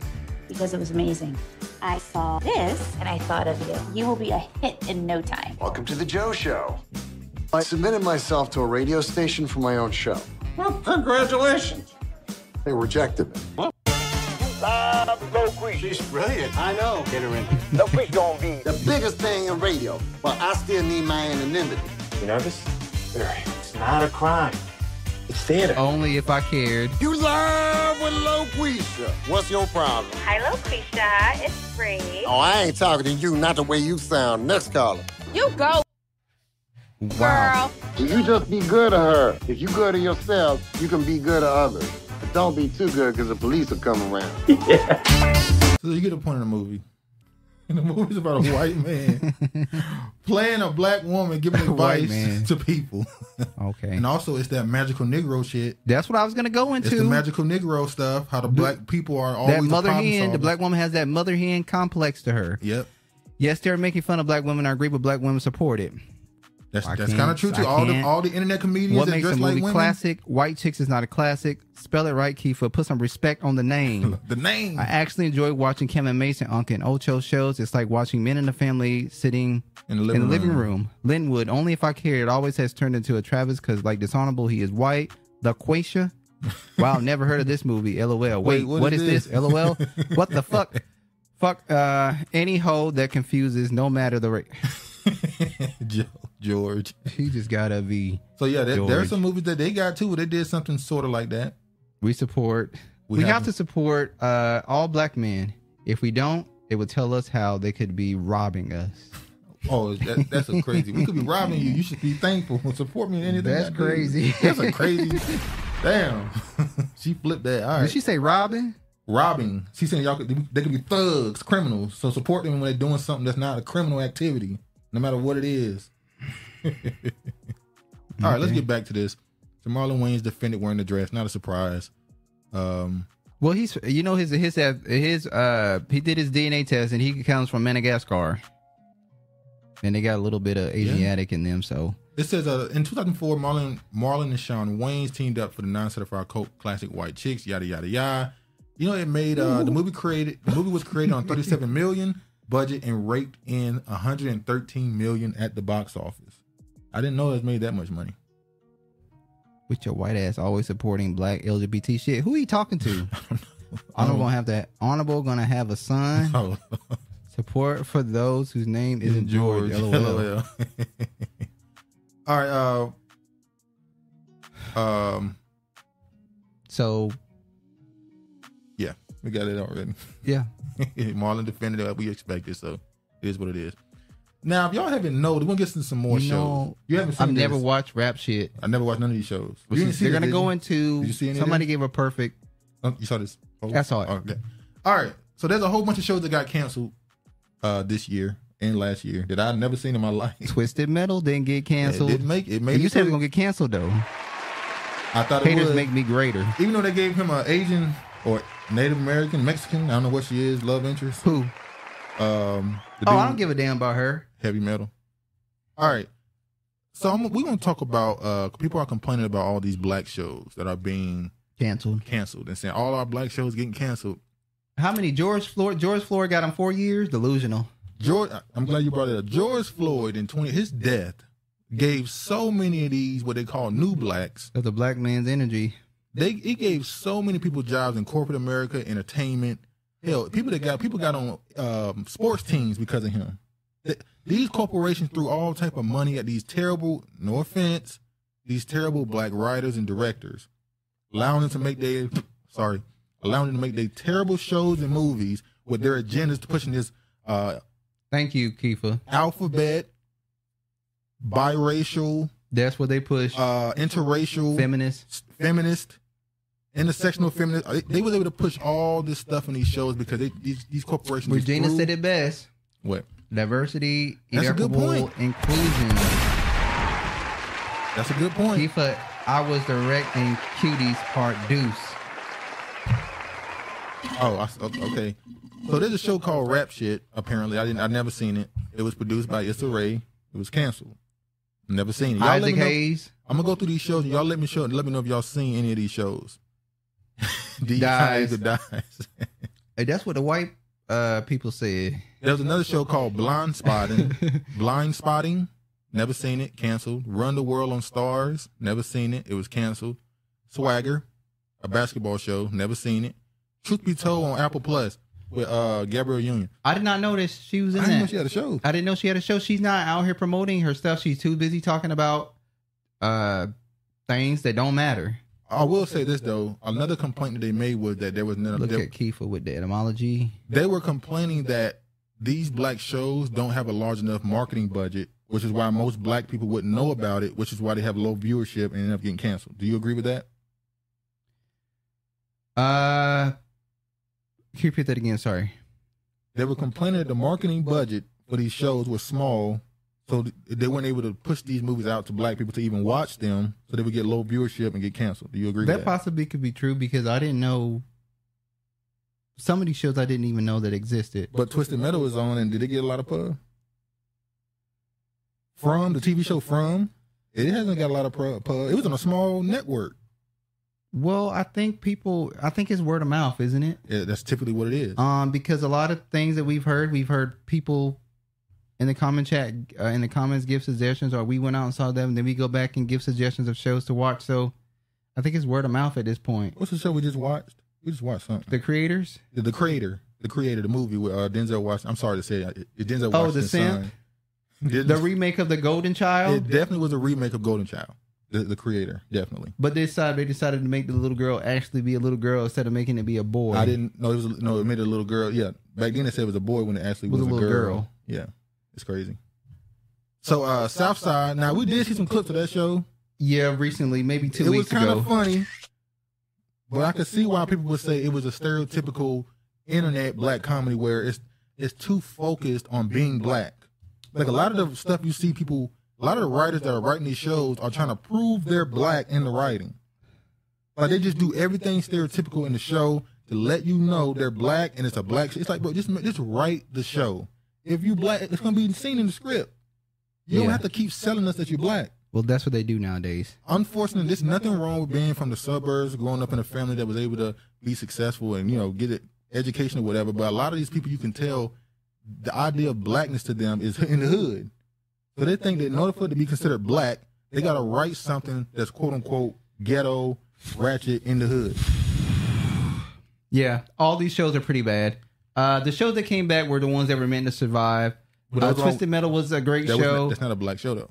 S10: because it was amazing. I saw this and I thought of you. You will be a hit in no time.
S9: Welcome to the Joe Show. I submitted myself to a radio station for my own show.
S8: Well, congratulations.
S9: They rejected me.
S8: She's brilliant. I know. Get her in.
S9: The biggest thing in radio, but I still need my anonymity.
S8: You nervous? Very. It's not a crime.
S7: theater.
S2: Only if I cared.
S11: You live with Loquisha. What's your problem?
S12: Hi, Loquisha. It's free.
S11: Oh, I ain't talking to you, not the way you sound. Next caller.
S12: You go.
S2: Wow.
S11: Girl. You just be good to her. If you good to yourself, you can be good to others. But don't be too good because the police will come around.
S1: So you get a point in the movie. And the movie's about a white man playing a black woman, giving
S2: White
S1: advice
S2: man.
S1: to people.
S2: Okay.
S1: And also, it's that magical Negro shit.
S2: That's what I was gonna go into.
S1: It's the magical Negro stuff. How the black people are always
S2: that mother
S1: a problem
S2: hen, the
S1: solver.
S2: black woman has that mother hen complex to her.
S1: Yep.
S2: Yes, they're making fun of black women. I agree, but black women support it.
S1: That's
S2: I
S1: that's
S2: can't-
S1: kind of true too.
S2: I
S1: All the
S2: can't.
S1: all the internet comedians
S2: What
S1: that
S2: makes
S1: dress
S2: a
S1: like
S2: movie
S1: women.
S2: classic? White Chicks is not a classic. Spell it right, Kiefer. Put some respect on the name.
S1: the name.
S2: I actually enjoy watching Kevin Mason, Uncle, and Ocho shows. It's like watching men in the family sitting
S1: In the
S2: in
S1: living
S2: the living
S1: room.
S2: room. Linwood, only if I cared, it always has turned into a Travis because, like, dishonorable, he is white. LaQuasia. Wow, never heard of this movie. LOL. Wait,
S1: Wait, what
S2: what
S1: is
S2: is, this?
S1: this?
S2: LOL. what the fuck? Fuck uh, any hoe that confuses, no matter the race.
S1: Jo- George.
S2: He just gotta be.
S1: So yeah, there, there are
S2: George.
S1: some movies that they got too where they did something sort of like that.
S2: We support.
S1: We
S2: We,
S1: have
S2: have,
S1: to-
S2: to support uh, all black men. If we don't, it would tell us how they could be robbing us.
S1: Oh, that, that's a crazy. We could be robbing you. You should be thankful. Support me in anything.
S2: That's
S1: I do.
S2: crazy.
S1: That's a crazy. damn. she flipped that. All right.
S2: Did she say robbing?
S1: robbing. She saying y'all could they could be thugs, criminals. So support them when they're doing something that's not a criminal activity, no matter what it is. All right, let's
S2: Okay.
S1: get back to this. So Marlon Wayne's defended wearing the dress. Not a surprise. Um,
S2: Well, he's you know his his his uh he did his DNA test and he comes from Madagascar, and they got a little bit of Asiatic in them. So
S1: It says uh, in 2004, Marlon, Marlon and Sean Wayne's teamed up for the non-certified cult classic White Chicks. Yada yada yada. You know, it made uh, the movie created. The movie was created on 37 million budget and raked in 113 million at the box office. I didn't know it made that much money.
S2: with your white ass always supporting black LGBT shit, who he talking to? Honorable gonna have that. Honorable gonna have a son.
S1: Oh,
S2: Support for those whose name isn't George. LOL.
S1: LOL. All right. Uh, um.
S2: So
S1: Yeah, we got it already.
S2: yeah,
S1: Marlon defended it like we expected, so it is what it is. Now, if y'all haven't known, we're gonna get into some more shows.
S2: you know
S1: you haven't seen
S2: I've never
S1: this.
S2: watched rap shit.
S1: I never watched none of these shows. You
S2: Which
S1: didn't
S2: is-
S1: see
S2: they're
S1: this,
S2: gonna
S1: did
S2: go
S1: you?
S2: into
S1: Did you see any of
S2: somebody
S1: this?
S2: gave a perfect.
S1: Oh, you saw this? Oh,
S2: I saw it.
S1: Okay. All right. So there's a whole bunch of shows that got canceled uh this year and last year that I've never seen in my life.
S2: Twisted Metal didn't get canceled.
S1: It didn't make it. Made
S2: And
S1: it
S2: you said it
S1: through.
S2: was gonna get canceled though.
S1: I thought it
S2: Haters
S1: would.
S2: make me greater.
S1: Even though they gave him an Asian or Native American, Mexican, I don't know what she is, love interest.
S2: Who?
S1: Um, the
S2: Oh, I
S1: dude-
S2: don't give a damn about her.
S1: heavy metal. All right. So I'm, we're going to talk about uh, people are complaining about all these black shows that are being
S2: Canceled.
S1: canceled and saying all our black shows getting canceled.
S2: How many George Floyd? George Floyd got him four years. Delusional.
S1: George, I'm glad you brought it up. George Floyd in 20, his death gave so many of these what they call new blacks.
S2: Of the black man's energy.
S1: They it gave so many people jobs in corporate America, entertainment. Hell, people that got people got on um, sports teams because of him. Th- these corporations threw all type of money at these terrible, no offense, these terrible black writers and directors, allowing them to make their sorry, allowing them to make their terrible shows and movies with their agendas pushing this uh,
S2: Thank you, Kifa.
S1: alphabet, biracial,
S2: That's what they push.
S1: uh, interracial,
S2: Feminists.
S1: feminist, intersectional feminist. They, they was able to push all this stuff in these shows because they, these these corporations. just
S2: Regina
S1: threw-
S2: said it best.
S1: What?
S2: Diversity,
S1: That's a good
S2: equitable
S1: point.
S2: inclusion.
S1: That's a good point.
S2: Kifa, I was directing Cuties Part Deuce.
S1: Oh, I, o- okay. So there's a show called Rap Shit. Apparently, I didn't. I never seen it. It was produced by Issa Rae. It was canceled. Never seen it. Y'all let
S2: Isaac
S1: me know-
S2: Hayes
S1: I'm gonna go through these shows and y'all let me show. Let me know if y'all seen any of these shows. These
S2: Dies.
S1: guys that dies.
S2: Hey, that's what the white uh, people said.
S1: There's another show called Blind Spotting. Blind Spotting. Never seen it. Canceled. Run the World on Stars. Never seen it. It was canceled. Swagger, a basketball show. Never seen it. Truth Be Told on Apple Plus with uh Gabrielle Union.
S2: I did not notice she was
S1: I
S2: in
S1: didn't know
S2: that.
S1: she had a show.
S2: I didn't know she had a show. She's not out here promoting her stuff. She's too busy talking about uh things that don't matter.
S1: I will say this though. Another complaint that they made was that there was none of
S2: Look
S1: there,
S2: at Kiefer with the etymology.
S1: they were complaining that these black shows don't have a large enough marketing budget, which is why most black people wouldn't know about it, which is why they have low viewership and end up getting canceled. Do you agree with that?
S2: Uh, can you repeat that again? Sorry.
S1: They were complaining that the marketing budget for these shows was small, so th- they weren't able to push these movies out to black people to even watch them, so they would get low viewership and get canceled. Do you agree
S2: That
S1: with that?
S2: possibly could be true because I didn't know some of these shows I didn't even know that existed.
S1: But Twisted Metal is on, and did it get a lot of pub? From the TV show From, it hasn't got a lot of pub. pub. It was on a small network.
S2: Well, I think people, I think it's word of mouth, isn't it?
S1: Yeah, that's typically what it is.
S2: Um, because a lot of things that we've heard, we've heard people in the comment chat, uh, in the comments, give suggestions, or we went out and saw them, and then we go back and give suggestions of shows to watch. So I think it's word of mouth at this point.
S1: What's the show we just watched? We just watched something.
S2: The creators?
S1: The, the creator, the creator of the movie with uh, Denzel Washington. I'm sorry to say, uh, it, it- Denzel
S2: Oh, The
S1: Washington's
S2: Simp?
S1: son.
S2: The remake of The Golden Child?
S1: It definitely was a remake of Golden Child. The, the creator, definitely.
S2: But this time they decided to make the little girl actually be a little girl instead of making it be a boy.
S1: I didn't know it was a- no. It made it a little girl. Yeah, back then they said it was a boy when it actually was,
S2: Was a little girl.
S1: Yeah, it's crazy. So uh Southside. Now we did see some clips of that show.
S2: Yeah, recently, maybe two
S1: it was
S2: weeks
S1: kind
S2: ago.
S1: of funny, but I could see why people would say it was a stereotypical internet black comedy where it's it's too focused on being black. Like a lot of the stuff you see people, a lot of the writers that are writing these shows are trying to prove they're black in the writing. Like Uh, they just do everything stereotypical in the show to let you know they're black and it's a black. sh- It's like, bro, just ma- just write the show. If you black, it's gonna be seen in the script. You don't
S2: Yeah.
S1: have to keep selling us that you're black.
S2: Well, that's what they do nowadays.
S1: Unfortunately, there's nothing wrong with being from the suburbs, growing up in a family that was able to be successful and you know get it education or whatever. But a lot of these people, you can tell the idea of blackness to them is in the hood. So they think that in order for it to be considered black, they got to write something that's quote unquote ghetto, ratchet in the hood.
S2: Yeah, all these shows are pretty bad. Uh, the shows that came back were the ones that were meant to survive.
S1: But
S2: Uh,
S1: those
S2: Twisted Metal was a great
S1: That was
S2: show.
S1: not, that's not a black show though.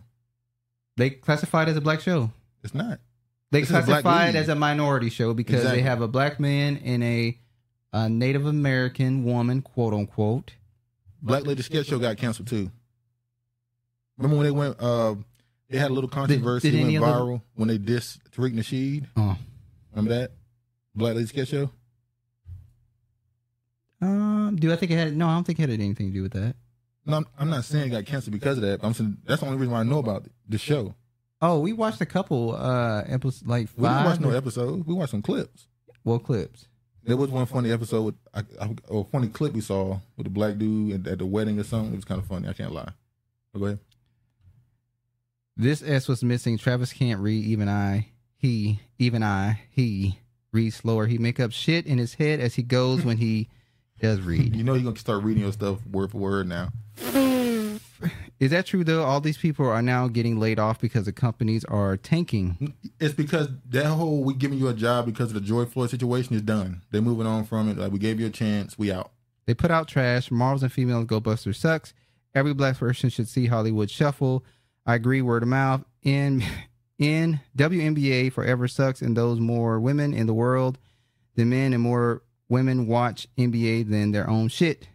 S2: they classified it as a black show.
S1: It's not.
S2: They
S1: This is a black
S2: classified
S1: lead.
S2: as a minority show because
S1: Exactly.
S2: they have a black man and a, a Native American woman, quote unquote.
S1: Black Lady Sketch Show got canceled too. Remember when they went? Uh, they had a little controversy.
S2: did
S1: it went
S2: any of the-
S1: viral when they dissed Tariq Nasheed.
S2: Oh.
S1: Remember that? Black Lady Sketch Show.
S2: Um, do I think it had? No, I don't think it had anything to do with that.
S1: No, I'm, I'm not saying it got canceled because of that. but I'm saying that's the only reason why I know about it, the show.
S2: Oh, we watched a couple uh episodes, like
S1: We didn't
S2: five.
S1: watch no episodes. We watched some clips.
S2: well, clips.
S1: There was one funny episode with I, I, or a funny clip we saw with the black dude at, at the wedding or something. It was kind of funny. I can't lie. But go ahead.
S2: This S was missing. Travis can't read. Even I, he, even I, he reads slower. He make up shit in his head as he goes when he does read.
S1: You know you're gonna start reading your stuff word for word now.
S2: Is that true though? All these people are now getting laid off because the companies are tanking.
S1: It's because that whole we giving you a job because of the Joy Floyd situation is done. They're moving on from it. Like we gave you a chance, we out.
S2: They put out trash. Marvels and females go buster sucks. Every black person should see Hollywood shuffle. I agree. Word of mouth. In in WNBA forever sucks, and those more women in the world than men, and more women watch NBA than their own shit.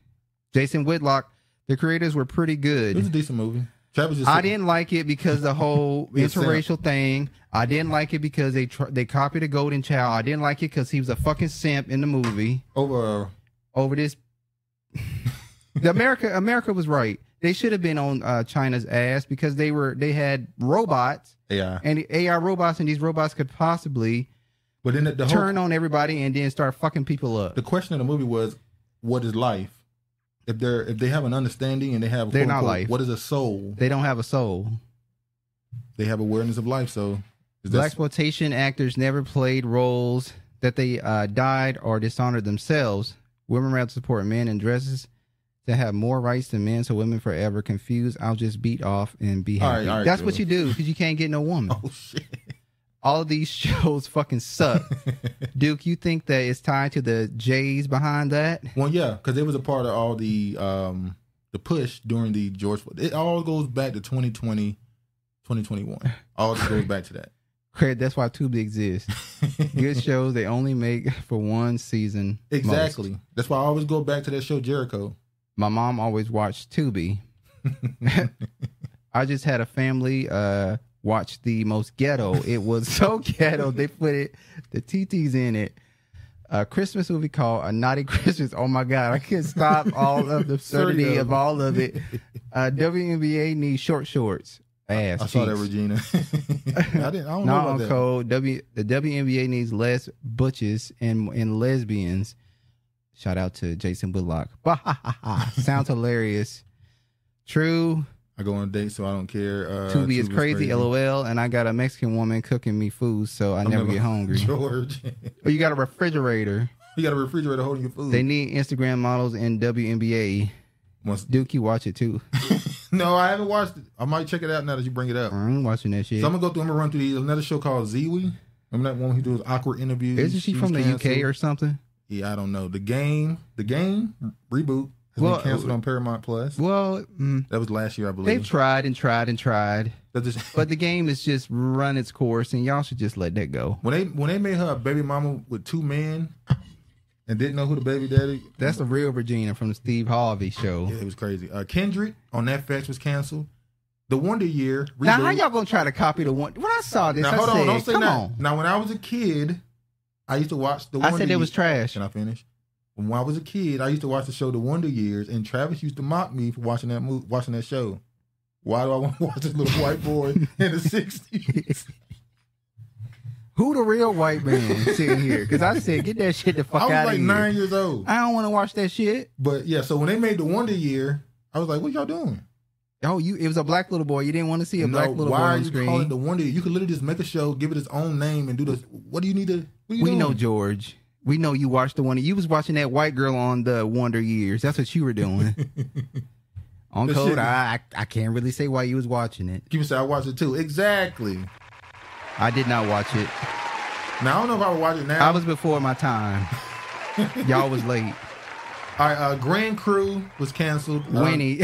S2: Jason Whitlock. The creators were pretty
S1: It was a
S2: good.
S1: decent movie. Travis just
S2: I
S1: said-
S2: didn't like it because the whole
S1: It's Sam.
S2: interracial thing. I didn't like it because they tr- they copied a Golden Child. I didn't like it because he was a fucking simp in the movie
S1: over.
S2: over this. the America America was right. They should have been on uh, China's ass because they were they had robots
S9: uh,
S1: Yeah,
S2: and the AI robots, and these robots could possibly
S1: but then the, the whole
S2: turn on everybody and then start fucking people up.
S1: the question of the movie was, what is life? If they're if they have an understanding and they have
S2: They're
S1: quote,
S2: not
S1: unquote,
S2: life.
S1: What is a soul?
S2: They don't have a soul.
S1: They have awareness of life. So is
S2: Black
S1: that,
S2: exploitation actors never played roles that they uh, died or dishonored themselves. Women rather support men in dresses that have more rights than men, so women forever confused. I'll just beat off and be
S1: All right,
S2: happy.
S1: all right,
S2: That's
S1: Drew.
S2: what you do because you can't get no woman.
S1: oh shit.
S2: all of these shows fucking suck. Duke, you think that it's tied to the J's behind that?
S1: Well, yeah, because it was a part of all the um the push during the George. It all goes back to 2020, 2021. All goes back to that.
S2: Craig, that's why Tubi exists. Good shows they only make for one season. most.
S1: Exactly. That's why I always go back to that show Jericho.
S2: My mom always watched Tubi. I just had a family uh watch the most ghetto. It was so ghetto they put it the TT's in it. A Christmas movie called A Naughty Christmas. Oh my God, I can't stop all of the absurdity
S1: Absurdum.
S2: of all of it. Uh, WNBA needs short shorts. Ass.
S1: I saw that,
S2: cheeks.
S1: Regina. I didn't. I don't know
S2: Not
S1: about
S2: on
S1: that.
S2: code. W the WNBA needs less butches and and lesbians. Shout out to Jason Woodlock. Sounds hilarious. True.
S1: I go on dates, so I don't care. Uh,
S2: Tubi is crazy,
S1: crazy.
S2: lol. And I got a Mexican woman cooking me food, so I
S1: I'm
S2: never
S1: never-
S2: get hungry.
S1: George,
S2: Or you got a refrigerator.
S1: you got a refrigerator holding your food.
S2: They need Instagram models in WNBA. Dookie watch it too.
S1: no, I haven't watched it. I might check it out now that you bring it up.
S2: I ain't watching that shit.
S1: So I'm gonna go through. I'm gonna run through these. Another show called Zee. Remember that one who does awkward interviews?
S2: Isn't she,
S1: was
S2: from the UK
S1: canceled.
S2: or something?
S1: Yeah, I don't know. The game, the game reboot has
S2: Well,
S1: been canceled on Paramount Plus.
S2: Well, mm,
S1: That was last year, I believe.
S2: they've tried and tried and tried.
S1: That just-
S2: but the game has just run its course, and y'all should just let that go.
S1: when they when they made her a baby mama with two men and didn't know who the baby daddy.
S2: That's the real Regina from the Steve Harvey show.
S1: Yeah, it was crazy. Uh, Kendrick on Netflix was canceled. The Wonder Year.
S2: Now, how
S1: reboot-
S2: y'all gonna try to copy the one? When I saw this,
S1: Now
S2: I
S1: hold
S2: said,
S1: on, don't say
S2: "Come
S1: that.
S2: on."
S1: Now when I was a kid, I used to watch the.
S2: I
S1: Wonder
S2: said it was
S1: Years-
S2: trash.
S1: Can I finish? When I was a kid, I used to watch the show The Wonder Years, and Travis used to mock me for watching that movie, watching that show. Why do I want to watch this little white boy in the '60s?
S2: Who the real white man sitting here? Because I said, "Get that shit the fuck
S1: I was
S2: out
S1: like
S2: of here."
S1: nine years old,
S2: I don't want to watch that shit.
S1: but yeah. So when they made The Wonder Year, I was like, "What y'all doing?"
S2: Oh, you! It was a black little boy. You didn't want to see a
S1: No,
S2: black little
S1: why
S2: boy
S1: are
S2: on
S1: you
S2: screen.
S1: calling it The Wonder Year? You could literally just make a show, give it its own name, and do this. What do you need to? What are you
S2: we
S1: doing?
S2: know George. We know you watched the one. You was watching that white girl on the Wonder Years. That's what you were doing. on
S1: That
S2: code,
S1: shit-
S2: I, I I can't really say why you was watching it.
S1: People say I watched it too. Exactly.
S2: I did not watch it.
S1: Now I don't know if I would watch it now.
S2: I was before my time. Y'all was late.
S1: All right, uh, Grand Crew was canceled. Uh,
S2: Winnie.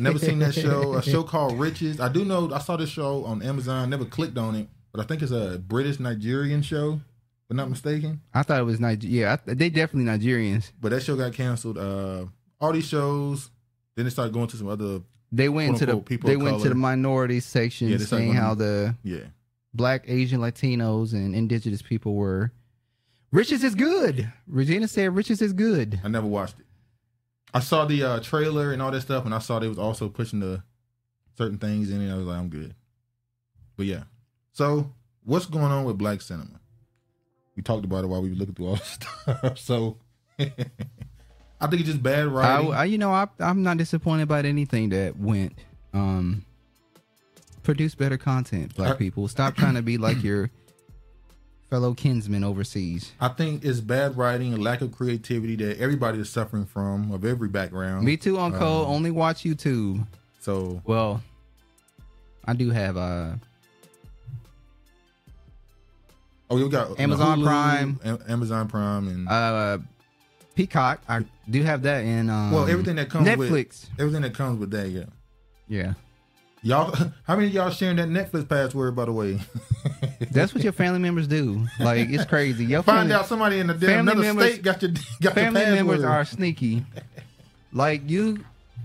S1: never seen that show. A show called Riches. I do know. I saw this show on Amazon. Never clicked on it, but I think it's a British Nigerian show, if I'm not mistaken.
S2: I thought it was Niger. Yeah, I, they definitely Nigerians.
S1: But that show got canceled. Uh, all these shows. Then they started going to some other.
S2: They went
S1: Quote,
S2: to the
S1: unquote, people
S2: they
S1: of
S2: went to
S1: color.
S2: the minority section,
S1: Yeah, they started
S2: saying
S1: going-
S2: how the
S1: Yeah.
S2: black, Asian, Latinos, and indigenous people were. Riches is good. Regina said riches is good.
S1: I never watched it. I saw the uh, trailer and all that stuff, and I saw they was also pushing the certain things in it. I was like, I'm good. But yeah. So what's going on with black cinema? We talked about it while we were looking through all this stuff. So I think it's just bad
S2: I,
S1: writing.
S2: I- you know, I, I'm not disappointed about anything that went. Um, produce better content, black
S1: I-
S2: people. Stop trying to be like your fellow kinsmen overseas.
S1: I think it's bad writing and lack of creativity that everybody is suffering from of every background.
S2: Me too, on code.
S1: Um,
S2: Only watch YouTube.
S1: so
S2: Well, I do have uh
S1: oh, we got
S2: Amazon Prime.
S1: Am- Amazon Prime, and
S2: uh Peacock. I do have that in um,
S1: well, everything that comes
S2: Netflix.
S1: with everything that comes with that. Yeah.
S2: Yeah,
S1: Y'all, how many of y'all sharing that Netflix password? By the way,
S2: that's what your family members do. Like it's crazy. Your
S1: find
S2: family,
S1: out somebody in the damn
S2: family
S1: another
S2: members-
S1: state got your got
S2: family
S1: your password.
S2: members are sneaky. Like you,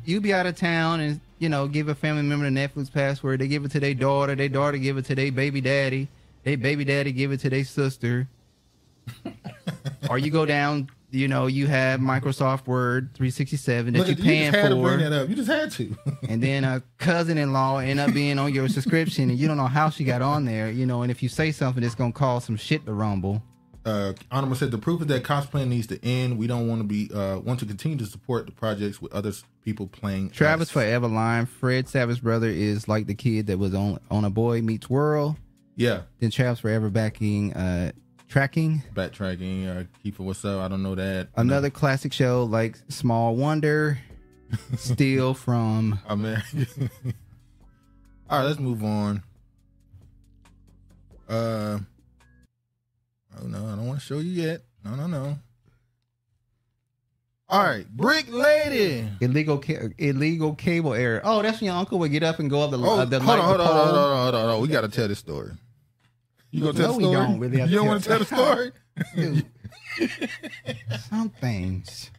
S2: you be out of town and you know give a family member the Netflix password. They give it to their daughter. Their daughter give it to their baby daddy. They baby daddy give it to their sister. or you go down. You know you have Microsoft Word 367 that
S1: Look
S2: you're
S1: at you, you
S2: paying
S1: just had
S2: for.
S1: to bring that up. You just had to.
S2: and then a cousin-in-law end up being on your subscription and you don't know how she got on there you know and if you say something it's gonna cause some shit to rumble
S1: Uh, Honorable said the proof is that cosplaying needs to end. We don't want to be uh, want to continue to support the projects with other s- people playing.
S2: travis
S1: us.
S2: forever lying fred savage brother is like the kid that was on on a boy meets world
S1: yeah,
S2: then travis forever backing uh tracking
S1: backtracking. Uh, Keeper, what's up? I don't know that.
S2: another classic show like small wonder steal from
S1: I mean, all right, let's move on. Uh, oh no, I don't want to show you yet. No, no, no. All right, Brick Lady.
S2: illegal ca- illegal cable error oh that's when your uncle would get up and go up the,
S1: Oh,
S2: uh, the
S1: hold, on,
S2: light-
S1: hold,
S2: the
S1: on, hold on,
S2: pole.
S1: hold on, hold on, hold on. We got to tell this story. You gonna tell
S2: No,
S1: the
S2: we
S1: story?
S2: don't really have
S1: you don't want to tell the story?
S2: Dude, Some things.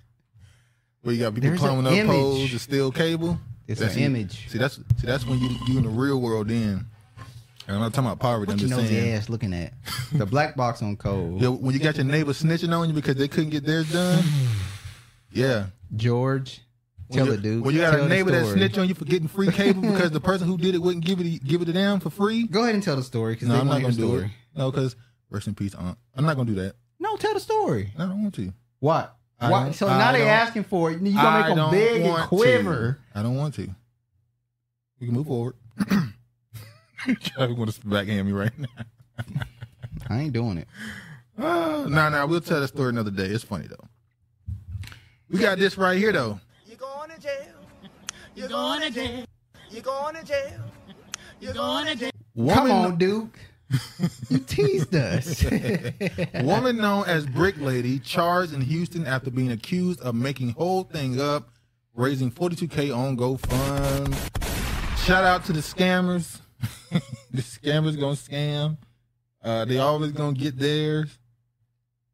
S1: Where you got people
S2: There's a
S1: climbing up
S2: image.
S1: poles to steal cable.
S2: It's
S1: That's
S2: an
S1: it.
S2: image.
S1: See, that's see, that's when you you in the real world. Then, and I'm not talking about poverty.
S2: What
S1: I'm
S2: you
S1: just
S2: nosy
S1: saying.
S2: ass looking at? The black box on cold.
S1: Yeah, when you got your neighbor snitching on you because they couldn't get theirs done. Yeah,
S2: George,
S1: When
S2: tell
S1: you-
S2: the dude.
S1: When you got
S2: tell
S1: a
S2: the
S1: neighbor that
S2: story.
S1: snitch on you for getting free cable because the person who did it wouldn't give it give it to them for free.
S2: Go ahead and tell the story because
S1: No,
S2: they
S1: I'm
S2: want
S1: not
S2: to hear
S1: gonna
S2: the
S1: do it.
S2: story.
S1: No, because rest in peace, aunt. I'm not gonna do that.
S2: No, tell the story.
S1: I don't want to.
S2: What?
S1: I
S2: Why?
S1: don't-
S2: So
S1: I
S2: now they
S1: don't-
S2: asking for it. You gonna
S1: I
S2: make them
S1: don't
S2: big and
S1: want to.
S2: quiver?
S1: I don't want to. We can move forward. you want to backhand me right now?
S2: I ain't doing it.
S1: No, no, we'll tell that story another day. It's funny though. We got this right here though.
S13: You're going to jail. You're going to jail. You're going to jail.
S2: Come on, Duke. you teased us.
S1: Woman known as Brick Lady charged in Houston after being accused of making whole thing up, raising 42k on GoFund. Shout out to the scammers. the scammers gonna scam. Uh, they always gonna get theirs.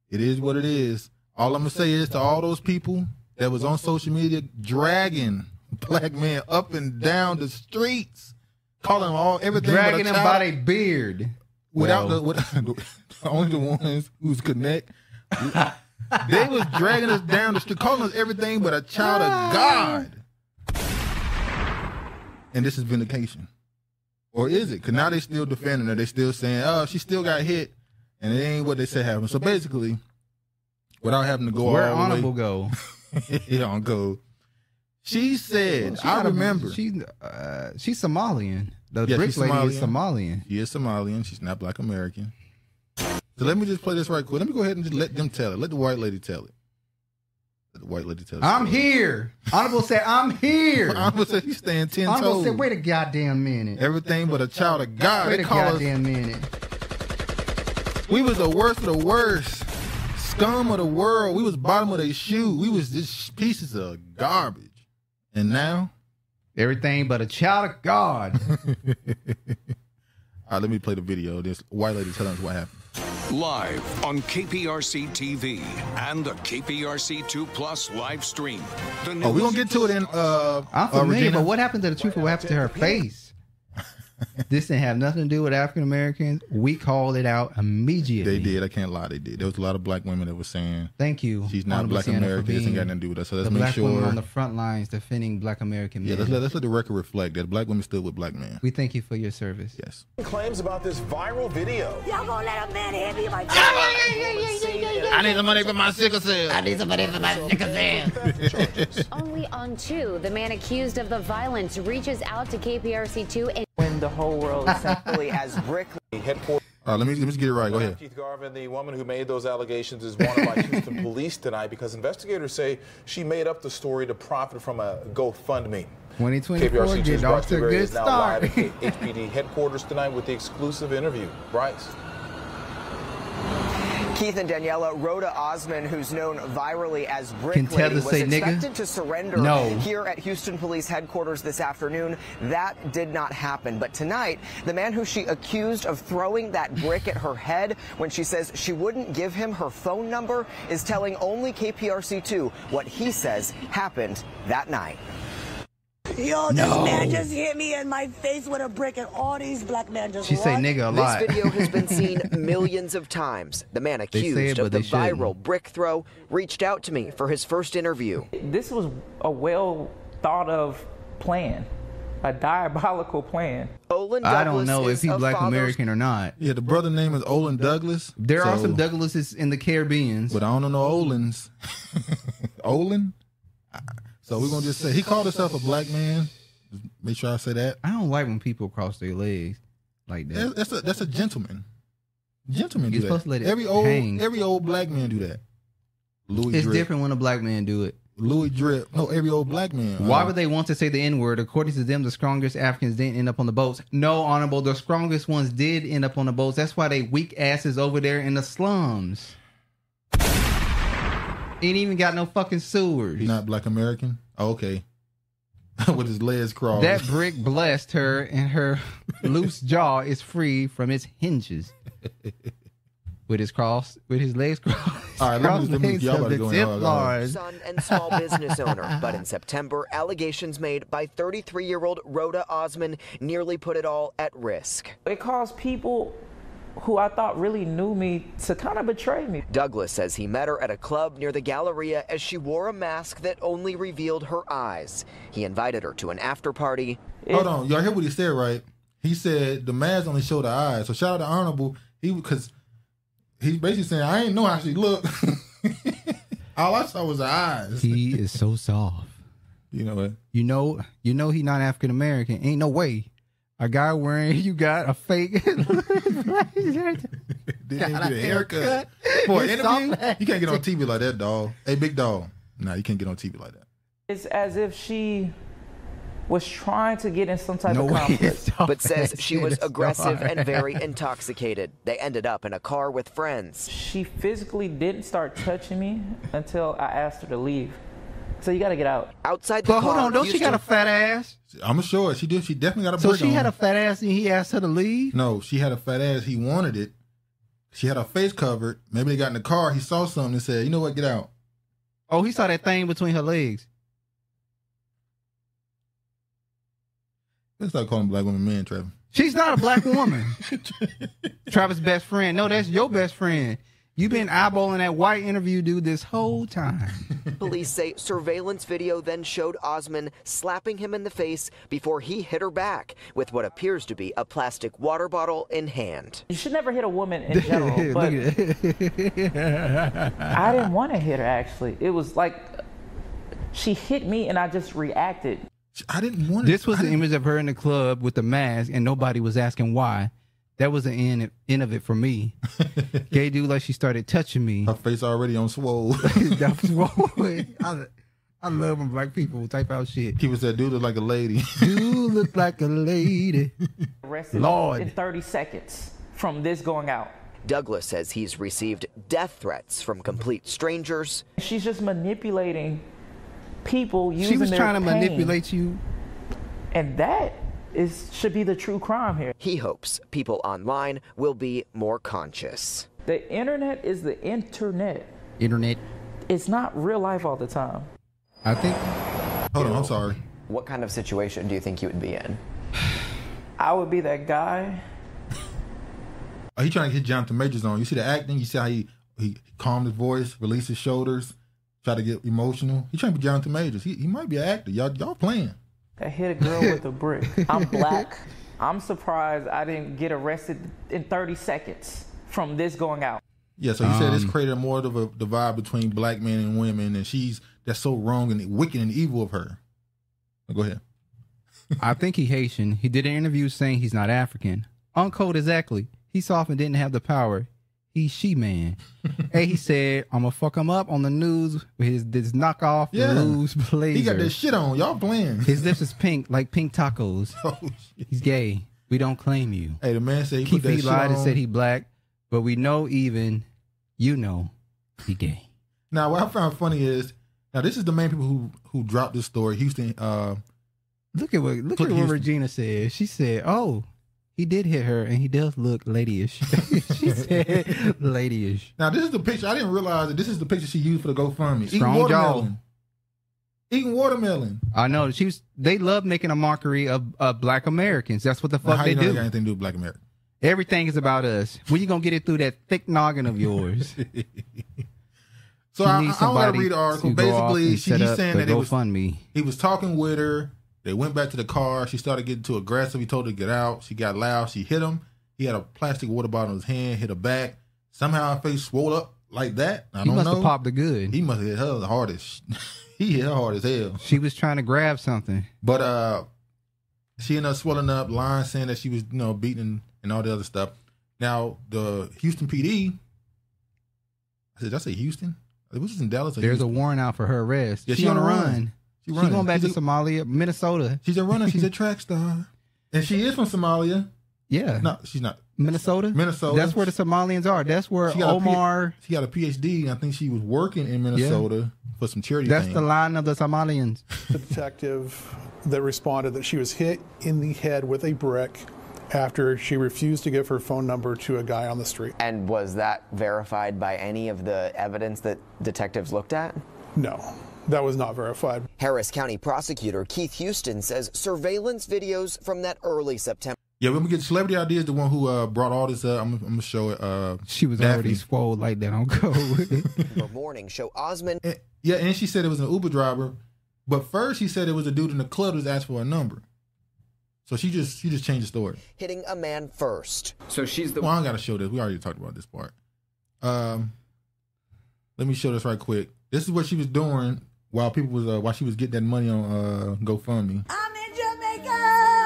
S1: It is what it is. All I'm gonna say is to all those people that was on social media dragging black men up and down the streets, calling them all everything but a
S2: Dragging them
S1: child-
S2: by their beard.
S1: without
S2: Well,
S1: the, with, only the ones who's connect. they was dragging us down the street, calling us everything but a child of
S2: Ah.
S1: God. And this is vindication, or is it? Because now they still defending her. They still saying, "Oh, she still got hit," and it ain't what they said happened. So basically, without having to go
S2: where
S1: all the
S2: honorable
S1: way,
S2: go?
S1: yeah, on go. She said,
S2: She
S1: "I
S2: gotta-
S1: remember."
S2: She uh, she's Somalian. The
S1: Yeah,
S2: brick
S1: she's
S2: lady is Somalian.
S1: She is Somalian. She's not Black American. So let me just play this right quick. Let me go ahead and just let them tell it. Let the white lady tell it. Let the white lady tell it.
S2: I'm here. Honorable said, I'm here.
S1: Honorable said, you stand ten
S2: Honorable
S1: toes.
S2: said, wait a goddamn minute.
S1: Everything but a child of God.
S2: wait
S1: they
S2: a
S1: call us-
S2: goddamn minute.
S1: we was the worst of the worst. Scum of the world. We was bottom of their shoe. We was just pieces of garbage. And now?
S2: Everything but a child of God.
S1: All right, let me play the video. This white lady telling us what happened.
S14: Live on KPRC TV and the KPRC 2 Plus live stream. The
S1: Oh, we
S14: news-
S1: gonna get to it in uh
S2: I'm
S1: uh,
S2: familiar,
S1: Regina.
S2: but what happened to the truth? What happened to her face? this didn't have nothing to do with African Americans. We called it out immediately.
S1: They did. I can't lie. They did. There was a lot of black women that were saying
S2: Thank you.
S1: she's not a
S2: Honorable
S1: black
S2: Sienna, for
S1: American. This ain't got
S2: being
S1: nothing to do with us. So let's
S2: the
S1: make
S2: black woman
S1: sure.
S2: on the front lines defending Black American
S1: yeah,
S2: men.
S1: let's let, let's let the record reflect that black women stood with black men.
S2: we thank you for your service.
S1: Yes.
S15: Claims about this viral video.
S13: Y'all gonna let a man hit me like
S1: I need some money for my sickle cell. I
S13: need some money for my sickle cell.
S16: Only on two, the man accused of the violence reaches out to KPRC2 and
S15: When the whole world essentially has brick. Headquarters.
S1: All right, let me let me get it right. Go ahead.
S15: Keith Garvin, the woman who made those allegations, is wanted by Houston police tonight because investigators say she made up the story to profit from a GoFundMe.
S2: 2024
S15: KPRC
S2: get off to a good
S15: is now live
S2: start.
S15: at HPD headquarters tonight with the exclusive interview. Bryce.
S17: Keith and Daniela, Rhoda Osman, who's known virally as Brick
S2: Can
S17: Lady,
S2: Tevez
S17: was
S2: say nigga?
S17: expected to surrender
S2: No.
S17: here at Houston Police Headquarters this afternoon. That did not happen. But tonight, the man who she accused of throwing that brick at her head when she says she wouldn't give him her phone number is telling only KPRC2 what he says happened that night.
S13: Yo,
S17: No.
S13: this man just hit me in my face with a brick, and all these black men just.
S2: She say
S13: run.
S2: nigga a lot.
S17: This video has been seen millions of times. The man
S2: say
S17: accused
S2: it, but
S17: of the
S2: they shouldn't.
S17: viral brick throw reached out to me for his first interview.
S18: This was a well thought of plan, a diabolical plan.
S17: Olin
S2: I don't know if he's black American or not.
S1: Yeah, the brother name is Olin Douglas.
S2: There are
S1: So-
S2: some Douglases in the Caribbeans.
S1: But I don't know Olin's. Olin. So we're gonna just say he called himself a black man. Make sure I say that.
S2: I don't like when people cross their legs like
S1: That's,
S2: that.
S1: that's a that's a gentleman. Gentlemen
S2: You're
S1: do
S2: supposed
S1: that.
S2: to let it
S1: every old
S2: hang.
S1: every old black man do that. Louis
S2: it's
S1: Drip.
S2: different when a black man do it.
S1: Louis Drip. No, every old black man.
S2: Why
S1: Uh,
S2: would they want to say the N word? According to them, the strongest Africans didn't end up on the boats. No, honorable, the strongest ones did end up on the boats. That's why they weak asses over there in the slums. Ain't even got no fucking sewers.
S1: He's not black American. Oh, okay. With his legs crossed.
S2: That brick blessed her and her loose jaw is free from its hinges. With his cross, with his legs crossed.
S1: All right, let me- let me-
S2: crossed
S1: y'all
S2: of
S1: about to
S2: the
S1: go in
S2: zip
S1: all out.
S2: line.
S17: Son and small business owner. But in September, allegations made by 33 year old Rhoda Osman nearly put it all at risk.
S18: It caused people who I thought really knew me to kind of betray me.
S17: Douglas says he met her at a club near the Galleria as she wore a mask that only revealed her eyes. He invited her to an after party.
S1: Hold on, y'all hear what he said, right? He said the mask only showed the eyes. So shout out to Honorable. He because he's basically saying I ain't know how she looked. All I saw was the eyes.
S2: He is so soft.
S1: You know what?
S2: You know, you know he not African American. Ain't no way. A guy wearing you got a fake
S1: Didn't even
S2: Got
S1: get
S2: a
S1: a haircut.
S2: haircut.
S1: For an
S2: It's
S1: interview,
S2: soft.
S1: you can't get on TV like that, dog. Hey, big dog. Nah, you can't get on TV like that.
S18: It's as if she was trying to get in some type
S1: No
S18: of
S1: way.
S18: conflict.
S17: but says she was aggressive and very
S18: intense.
S17: intoxicated. They ended up in a car with friends.
S18: She physically didn't start touching me until I asked her to leave. So you gotta get out.
S17: Outside
S2: But hold on, don't she got a fat ass?
S1: I'm sure she did. She definitely got a.
S2: So
S1: brick
S2: she
S1: on.
S2: had a fat ass and he asked her to leave?
S1: No, she had a fat ass. He wanted it. She had her face covered. Maybe they got in the car. He saw something and said, "You know what? Get out."
S2: Oh, he saw that thing between her legs.
S1: Let's not calling black women men, Trevor.
S2: She's not a black woman. Travis' best friend. No, that's your best friend. You've been eyeballing that white interview dude this whole time.
S17: Police say surveillance video then showed Osman slapping him in the face before he hit her back with what appears to be a plastic water bottle in hand.
S18: You should never hit a woman in general,
S17: Look
S18: but I
S2: I
S18: didn't want to hit her actually. It was like she hit me and I just reacted.
S1: I didn't want
S2: This was the image of her in the club with the mask, and nobody was asking why. That was the end, end of it for me. Gay dude, like she started touching me.
S1: Her face already on swole.
S2: that was I, I love when black people type out shit.
S1: He was that dude look like a lady.
S2: dude look like a lady.
S18: Arrested
S2: Lord.
S18: in 30 seconds from this going out.
S17: Douglas says he's received death threats from complete strangers.
S18: She's just manipulating people using
S2: She was
S18: their
S2: trying to
S18: pain.
S2: manipulate you.
S18: And that is should be the true crime here.
S17: He hopes people online will be more conscious.
S18: The internet is the internet.
S2: Internet.
S18: It's not real life all the time.
S2: I think.
S1: Hold on, I'm sorry.
S17: What kind of situation do you think you would be in?
S18: I would be that guy.
S1: Oh, he trying to get Jonathan Majors on. You see the acting. You see how he he calmed his voice, released his shoulders, try to get emotional. He trying to be Jonathan Majors. He, he might be an actor. Y'all y'all playing.
S18: that hit a girl with a brick. I'm black. I'm surprised I didn't get arrested in 30 seconds from this going out.
S1: Yeah. So he said it's
S2: Um,
S1: created more of a divide between black men and women, and she's that's so wrong and wicked and evil of her. Go ahead.
S2: I think he Haitian. He did an interview saying he's not African. Uncode exactly. He soft and didn't have the power. He she man. hey, he said, I'm gonna fuck him up on the news with his this knockoff
S1: Yeah.
S2: loose blazer.
S1: He got that shit on. Y'all playing. Oh,
S2: His lips is pink, like pink tacos. He's gay. We don't claim you.
S1: Hey, the man said he put
S2: Keith
S1: that
S2: he
S1: shit
S2: lied and
S1: on.
S2: said he black, but we know even you know he gay.
S1: Now, what I found funny is now this is the main people who who dropped this story. Houston. Uh,
S2: Look at what look
S1: Clint
S2: at what
S1: Houston.
S2: Regina said. She said, "Oh, he did hit her, and he does look ladyish." she said, "Ladyish."
S1: Now this is the picture. I didn't realize that this is the picture she used for the GoFundMe.
S2: Strong
S1: Eating
S2: jaw.
S1: watermelon. Eating watermelon.
S2: I know she was. They love making a mockery of, of Black Americans. That's what the fuck
S1: how
S2: they
S1: you know
S2: do.
S1: that got anything to do with Black America?
S2: Everything is about us. When you gonna get it through that thick noggin of yours?
S1: So
S2: You
S1: I, I,
S2: need
S1: I want
S2: somebody
S1: to read the article.
S2: to go off
S1: Basically,
S2: and
S1: she,
S2: set
S1: he's
S2: up
S1: saying
S2: the
S1: that it was
S2: GoFundMe.
S1: He was talking with her. They went back to the car. She started getting too aggressive. He told her to get out. She got loud. She hit him. He had a plastic water bottle in his hand. Hit her back. Somehow her face swole up like that. I
S2: He
S1: don't
S2: must
S1: know.
S2: have popped the good.
S1: He must have hit her the hardest. he hit her hard as hell.
S2: She was trying to grab something.
S1: But uh, she ended up swelling up, lying, saying that she was, you know, beaten and all the other stuff. Now the Houston PD, I said, did I say Houston? This is in Dallas. or
S2: There's a
S1: Houston?
S2: warrant out for her arrest.
S1: Yeah,
S2: she,
S1: she
S2: on a
S1: on the
S2: run.
S1: run. She
S2: She,
S1: running.
S2: going back
S1: She's
S2: to
S1: a-
S2: Somalia, Minnesota.
S1: She's a runner. She's a track star, and she is from Somalia.
S2: Yeah.
S1: No, she's not.
S2: Minnesota.
S1: Minnesota.
S2: That's where the Somalians are. That's where
S1: got a P-
S2: Omar.
S1: she got a PhD. And I think she was working in Minnesota for some charity.
S2: That's
S1: thing.
S2: the line of the Somalians.
S19: the detective that responded that she was hit in the head with a brick after she refused to give her phone number to a guy on the street.
S17: And was that verified by any of the evidence that detectives looked at?
S19: No, that was not verified.
S17: Harris County prosecutor Keith Houston says surveillance videos from that early September.
S1: Yeah, when we get celebrity ideas, the one who uh, brought all this up, I'm, I'm gonna show it. Uh,
S2: she was
S1: Daphne.
S2: already swole like that on code.
S17: morning show Osmond
S1: Yeah, and she said it was an Uber driver, but first she said it was a dude in the club who's asked for a number. So she just she just changed the story.
S17: hitting a man first.
S1: So she's the. Well, I don't gotta show this. We already talked about this part. Um, let me show this right quick. This is what she was doing while people was uh, while she was getting that money on uh, GoFundMe.
S20: I'm in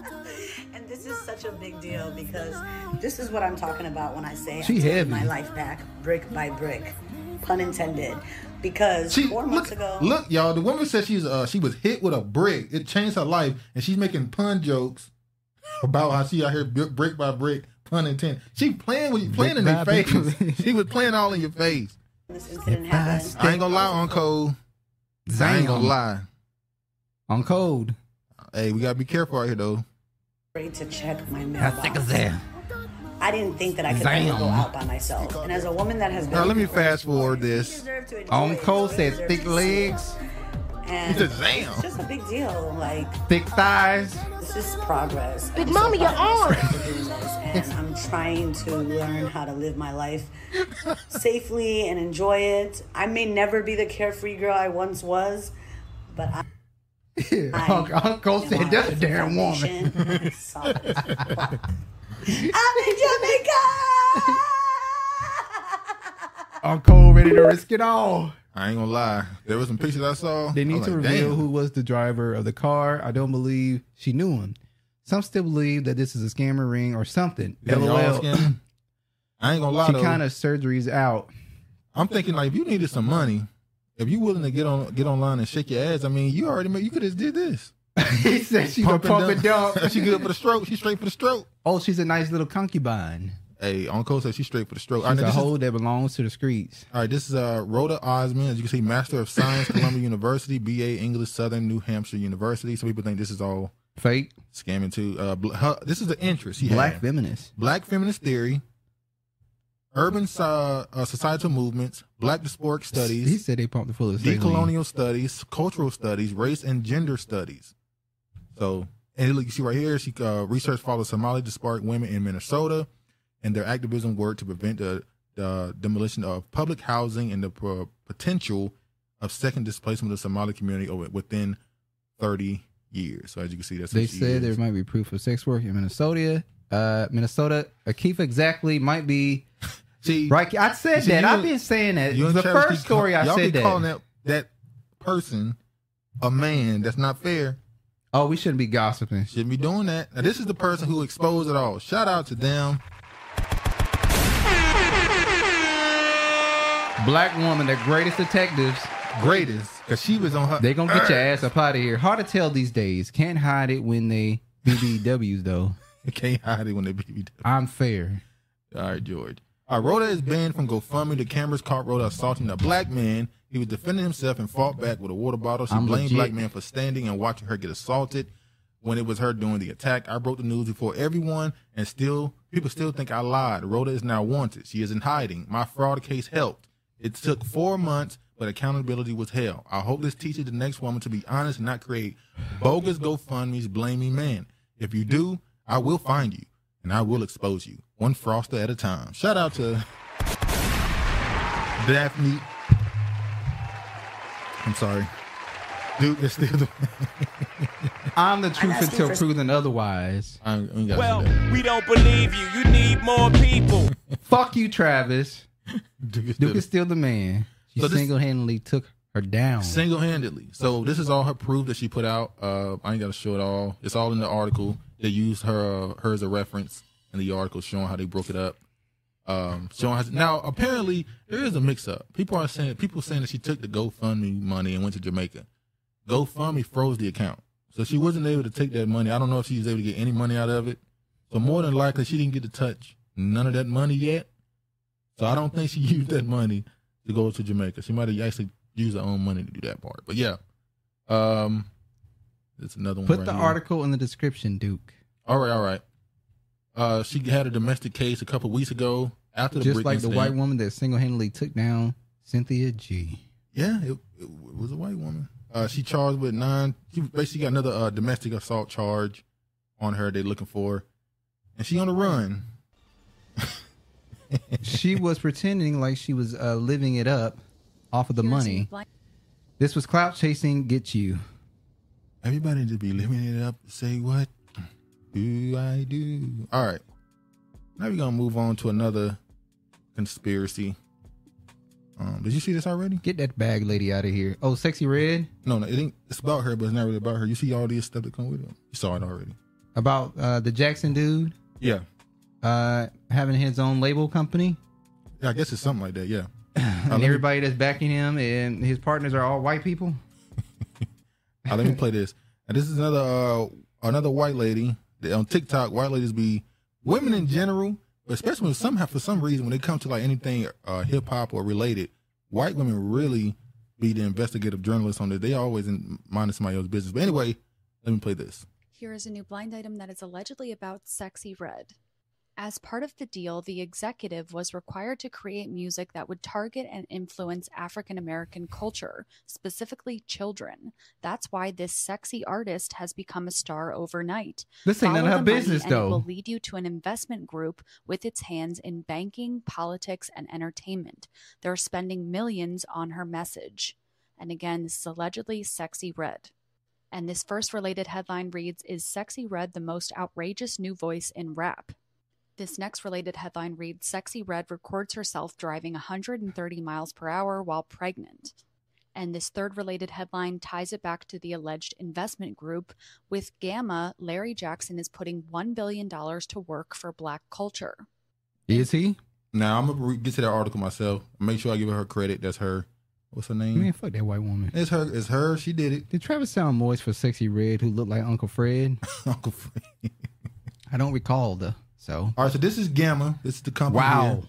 S20: Jamaica. and this is such a big deal because this is what I'm talking about when I say
S2: She
S20: I'm taking
S2: heavy.
S20: my life back brick by brick, pun intended. Because four months ago,
S1: Look, y'all, the woman said she's uh she was hit with a brick. It changed her life, and she's making pun jokes about how she out here bi- brick by brick, pun intended. She playing with you, playing in your
S2: by
S1: face. she was playing all in your face.
S20: this incident
S1: I
S20: happened.
S1: ain't gonna lie, on code. I ain't gonna lie.
S2: On code.
S1: Hey, we gotta be careful out here though.
S20: afraid to check my mailbox. I didn't think that I could
S1: Zam.
S20: ever go out by myself. And as a woman that has been
S1: Now let me fast forward this.
S2: On code says thick legs,
S20: and
S2: He said, "Zam."
S20: it's just a big deal. Like
S2: thick thighs.
S20: this is progress.
S2: Big
S20: I'm
S2: mama,
S20: so
S2: your
S20: proud of myself for doing this, And I'm trying to learn how to live my life safely and enjoy it. I may never be the carefree girl I once was, but I
S2: Uncle Uncle said that's a damn woman. Uncle ready to risk it all.
S1: I ain't gonna lie. There was some pictures I saw.
S2: They
S1: I
S2: need
S1: was
S2: to
S1: like,
S2: reveal
S1: damn.
S2: who was the driver of the car. I don't believe she knew him. Some still believe that this is a scammer ring or something.
S1: Yeah, they all
S2: LOL.
S1: scamming. I ain't gonna lie.
S2: She
S1: though.
S2: kind of surgeries out.
S1: I'm thinking like if you needed some money, if you willing to get on get online and shake your ass, I mean you already made, you could have did this.
S2: he said she's a pump and dump.
S1: she good for the stroke. She straight for the stroke.
S2: Oh, she's a nice little concubine.
S1: Hey, Uncle said she's straight for the stroke.
S2: She's
S1: All right, now
S2: a
S1: this is-
S2: hoe that belongs to the streets.
S1: All right, this is uh, Rhoda Osman. As you can see, Master of Science, Columbia University, BA English, Southern New Hampshire University. Some people think this is all
S2: fake
S1: scamming too. Uh, bl- her- this is the interest. He
S2: Black
S1: had.
S2: feminist.
S1: Black feminist theory, urban so- uh, societal movements, Black diasporic studies.
S2: He said they pumped the full of saline.
S1: decolonial studies, cultural studies, race and gender studies. So, and look, you see right here, she uh, research follows Somali disparate women in Minnesota and their activism work to prevent the, the demolition of public housing and the pro- potential of second displacement of the Somali community over, within 30 years. So, as you can see, that's
S2: They
S1: what she is.
S2: said there might be proof of sex work in Minnesota. Uh, Minnesota, Akifa exactly might be.
S1: See,
S2: right, I said
S1: See,
S2: that.
S1: you
S2: I've
S1: and-
S2: been saying that.
S1: you and
S2: The
S1: Travis
S2: first
S1: keep call-
S2: story I
S1: y'all
S2: said
S1: keep
S2: that.
S1: calling that that person a man. That's not fair.
S2: Oh, we shouldn't be gossiping.
S1: Shouldn't be doing that. Now, this is the person who exposed it all. Shout out to them.
S2: Black woman, the greatest detectives.
S1: Greatest, because she was on her.
S2: They gonna get your ass up out of here. Hard to tell these days. Can't hide it when they BBWs though.
S1: Can't hide it when they BBW.
S2: I'm fair.
S1: All right, George. All right, Rhoda is banned from GoFundMe. The cameras caught Rhoda assaulting a black man. He was defending himself and fought back with a water bottle. She
S2: I'm
S1: blamed
S2: legit.
S1: black man for standing and watching her get assaulted when it was her doing the attack. I broke the news before everyone, and still people still think I lied. Rhoda is now wanted. She is in hiding. My fraud case helped. It took four months, but accountability was hell. I hope this teaches the next woman to be honest and not create bogus GoFundMe's blaming man. If you do, I will find you and I will expose you one froster at a time. Shout out to Daphne. I'm sorry. Duke is still the
S2: I'm the truth
S1: asking
S2: until
S1: for-
S2: proven otherwise.
S1: Well,
S21: we don't believe you. You need more people.
S2: Fuck you, Travis.
S1: Duke is
S2: Duke is still the man. She
S1: So this-
S2: single handedly took her down.
S1: Single handedly. So this is all her proof that she put out. Uh, I ain't got to show it all. It's all in the article. They used her uh, her as a reference in the article, showing how they broke it up. Um, showing how, now apparently there is a mix up. People are saying people saying that she took the GoFundMe money and went to Jamaica. GoFundMe froze the account, so she wasn't able to take that money. I don't know if she was able to get any money out of it. So more than likely she didn't get to touch none of that money yet. So I don't think she used that money to go to Jamaica. She might have actually used her own money to do that part. But yeah, um, It's another one.
S2: Put
S1: right
S2: the
S1: here.
S2: article in the description, Duke.
S1: All right, all right. Uh, she had a domestic case a couple weeks ago after the
S2: Just
S1: brick
S2: like
S1: incident.
S2: the white woman that single handedly took down Cynthia G.
S1: Yeah, it, it was a white woman. Uh, she charged with nine. She basically got another uh, domestic assault charge on her. They're looking for, and she on the run.
S2: she was pretending like she was uh, living it up off of the money. This was clout chasing. Get you.
S1: Everybody just be living it up. Say what do I do? All right. Now we're gonna move on to another conspiracy. Um, did you see this already?
S2: Get that bag lady out of here. Oh, sexy red.
S1: No, no, it ain't. It's about her, but it's not really about her. You see all this stuff that come with it. You saw it already.
S2: About uh, the Jackson dude
S1: Yeah,
S2: uh, having his own label company.
S1: yeah I guess it's something like that. Yeah. Uh, let
S2: and
S1: me-
S2: everybody that's backing him and his partners are all white people.
S1: Uh, let me play this. And this is another uh, another white lady that on TikTok. White ladies be women in general, but especially when somehow for some reason when it comes to like anything uh, hip hop or related, white women really be the investigative journalists on this. They always in mind somebody else's business. But anyway, let me play this.
S22: Here is a new blind item that is allegedly about Sexy Red. As part of the deal, the executive was required to create music that would target and influence African American culture, specifically children. That's why this sexy artist has become a star overnight.
S2: This ain't none of
S22: Follow
S2: her
S22: the money
S2: business,
S22: and It will
S2: though.
S22: lead you to an investment group with its hands in banking, politics, and entertainment. They're spending millions on her message. And again, this is allegedly Sexy Red. And this first related headline reads Is Sexy Red the most outrageous new voice in rap? This next related headline reads Sexy Red records herself driving 130 miles per hour while pregnant. And this third related headline ties it back to the alleged investment group. With Gamma, Larry Jackson is putting $1 billion to work for black culture.
S2: Is he?
S1: Now I'm gonna re- get to that article myself. Make sure I give her credit. That's her. What's her name?
S2: Man, fuck that white woman.
S1: It's her. It's her. She did it.
S2: Did Travis sound moist for sexy red who looked like Uncle Fred?
S1: Uncle Fred.
S2: I don't recall the so.
S1: All right. So this is Gamma. This is the company.
S2: Wow.
S1: here.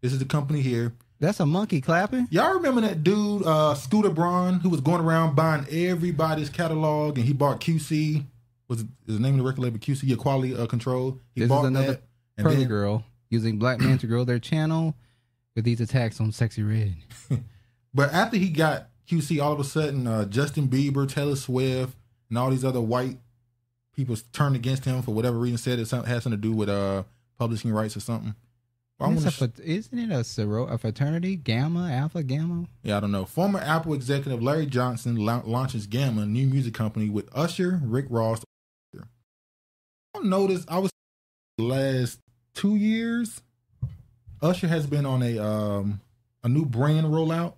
S1: This is the company here.
S2: That's a monkey clapping.
S1: Y'all remember that dude, uh, Scooter Braun, who was going around buying everybody's catalog, and he bought QC. Was is the name of the record label QC? Your quality uh, control. He
S2: This is
S1: bought
S2: another
S1: that, and
S2: Pearly
S1: then-
S2: girl using black men to grow their channel with these attacks on sexy red.
S1: But after he got QC, all of a sudden, uh, Justin Bieber, Taylor Swift, and all these other white people turned against him for whatever reason. Said it some- had something to do with uh, publishing rights or something. Well, I
S2: It's
S1: wanna
S2: a frat- isn't it a, soror- a fraternity? Gamma, Alpha, Gamma?
S1: Yeah, I don't know. Former Apple executive Larry Johnson la- launches Gamma, new music company, with Usher, Rick Ross. I don't notice. I was the last two years. Usher has been on a um a new brand rollout.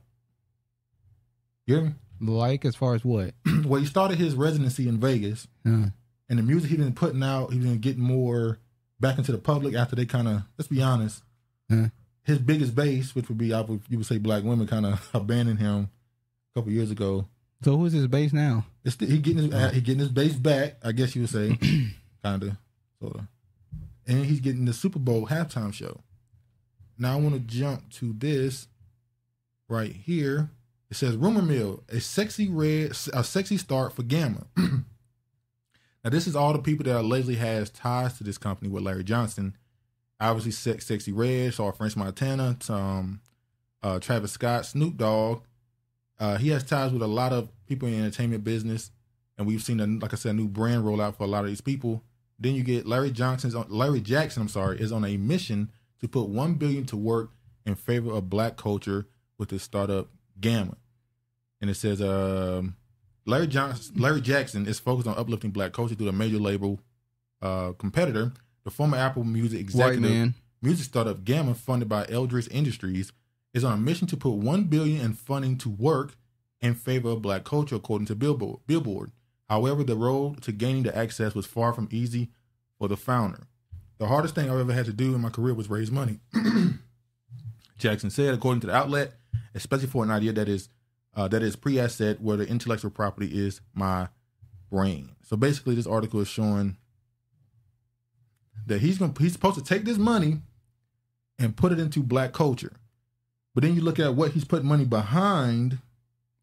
S1: You hear me?
S2: Like as far as what? Hmm.
S1: well, he started his residency in Vegas,
S2: Huh.
S1: and the music he's been putting out, he's been getting more back into the public after they kind of let's be honest,
S2: Huh.
S1: his biggest base, which would be I would, you would say black women, kind of abandoned him a couple years ago.
S2: So who's his base now? Oh.
S1: It's the, he getting his uh, he getting his base back, I guess you would say, kinda, sorta, and he's getting the Super Bowl halftime show. Now I want to jump to this right here. It says rumor mill, a sexy red, a sexy start for Gamma. now this is all the people that allegedly has ties to this company with Larry Johnson. Obviously, sex, sexy red, saw French Montana, um, uh, Travis Scott, Snoop Dogg. Uh, he has ties with a lot of people in the entertainment business, and we've seen, a, like I said, a new brand rollout for a lot of these people. Then you get Larry Johnson's on, Larry Jackson. I'm sorry, is on a mission to put one billion to work in favor of Black culture with his startup Gamma. And it says, um, Larry Johnson, Larry Jackson is focused on uplifting Black culture through a major label uh, competitor, the former Apple Music executive
S2: man.
S1: music startup Gamma, funded by Eldridge Industries, is on a mission to put one billion in funding to work in favor of Black culture, according to Billboard. Billboard. However, the road to gaining the access was far from easy for the founder. The hardest thing I've ever had to do in my career was raise money. Jackson said, according to the outlet, especially for an idea that is uh, that is pre-asset, where the intellectual property is my brain. So basically, this article is showing that he's going to he's supposed to take this money and put it into black culture. But then you look at what he's putting money behind.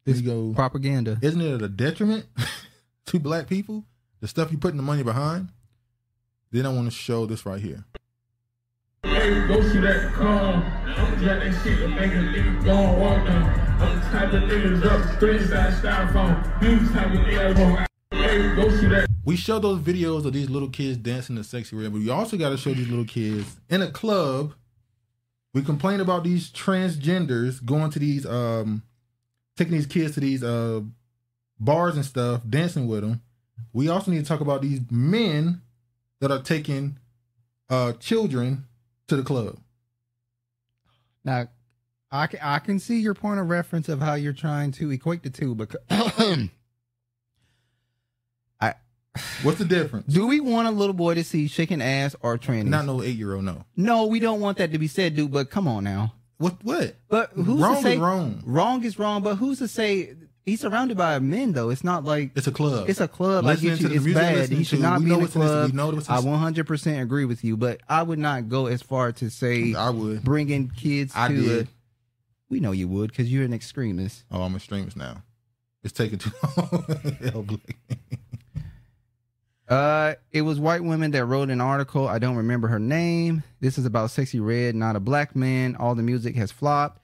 S1: This go
S2: propaganda.
S1: Isn't it at a detriment? to black people, the stuff you putting the money behind, then I want to show this right here.
S3: Niggas go through that calm. I'm glad that shit a nigga nigga gon' walk down. I'm the type of niggas up, three side styrofoam. You the type of nigga that gon' niggas go through that.
S1: We show those videos of these little kids dancing the sexy red, but we also got to show these little kids in a club. We complain about these transgenders going to these, um, taking these kids to these uh, bars and stuff, dancing with them. We also need to talk about these men that are taking uh, children to the club.
S2: Now, I can, I can see your point of reference of how you're trying to equate the two, because I.
S1: What's the difference?
S2: Do we want a little boy to see shaking ass or trannies?
S1: Not no eight year old, no.
S2: No, we don't want that to be said, dude. But come on now.
S1: What? What?
S2: But who's
S1: Wrong
S2: to
S1: is
S2: say
S1: wrong.
S2: Wrong is wrong. But who's to say he's surrounded by men though? It's not like
S1: It's a club.
S2: It's a club.
S1: Listening
S2: like,
S1: to
S2: you,
S1: the
S2: it's
S1: music,
S2: bad.
S1: listening
S2: He should
S1: to-
S2: not
S1: we
S2: be
S1: know
S2: in a
S1: what's in this-
S2: club.
S1: we know what's in
S2: I
S1: this-
S2: 100% agree with you, but I would not go as far to say
S1: I would
S2: bringing kids
S1: I
S2: to
S1: did.
S2: it. We know you would because you're an extremist.
S1: Oh, I'm a streamers now. It's taking too long. Hell, Blake.
S2: Uh, it was white women that wrote an article. I don't remember her name. This is about sexy red, not a black man. All the music has flopped.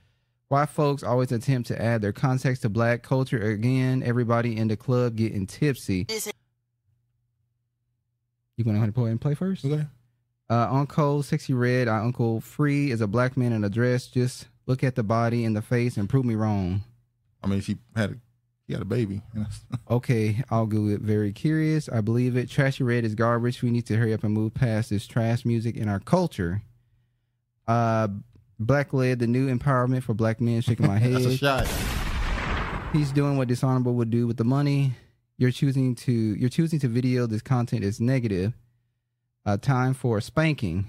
S2: Why folks always attempt to add their context to black culture again? Everybody in the club getting tipsy. You going to play and play first?
S1: Okay.
S2: Uh, Uncle Sexy Red, our Uncle Free is a black man in a dress. Just look at the body and the face and prove me wrong.
S1: I mean, she had a, she had a baby.
S2: okay, I'll go it. Very curious. I believe it. Trashy red is garbage. We need to hurry up and move past this trash music in our culture. Uh, black led the new empowerment for black men. Shaking my head.
S1: That's a shot.
S2: He's doing what dishonorable would do with the money. You're choosing to you're choosing to video this content is negative. Uh, time for a spanking.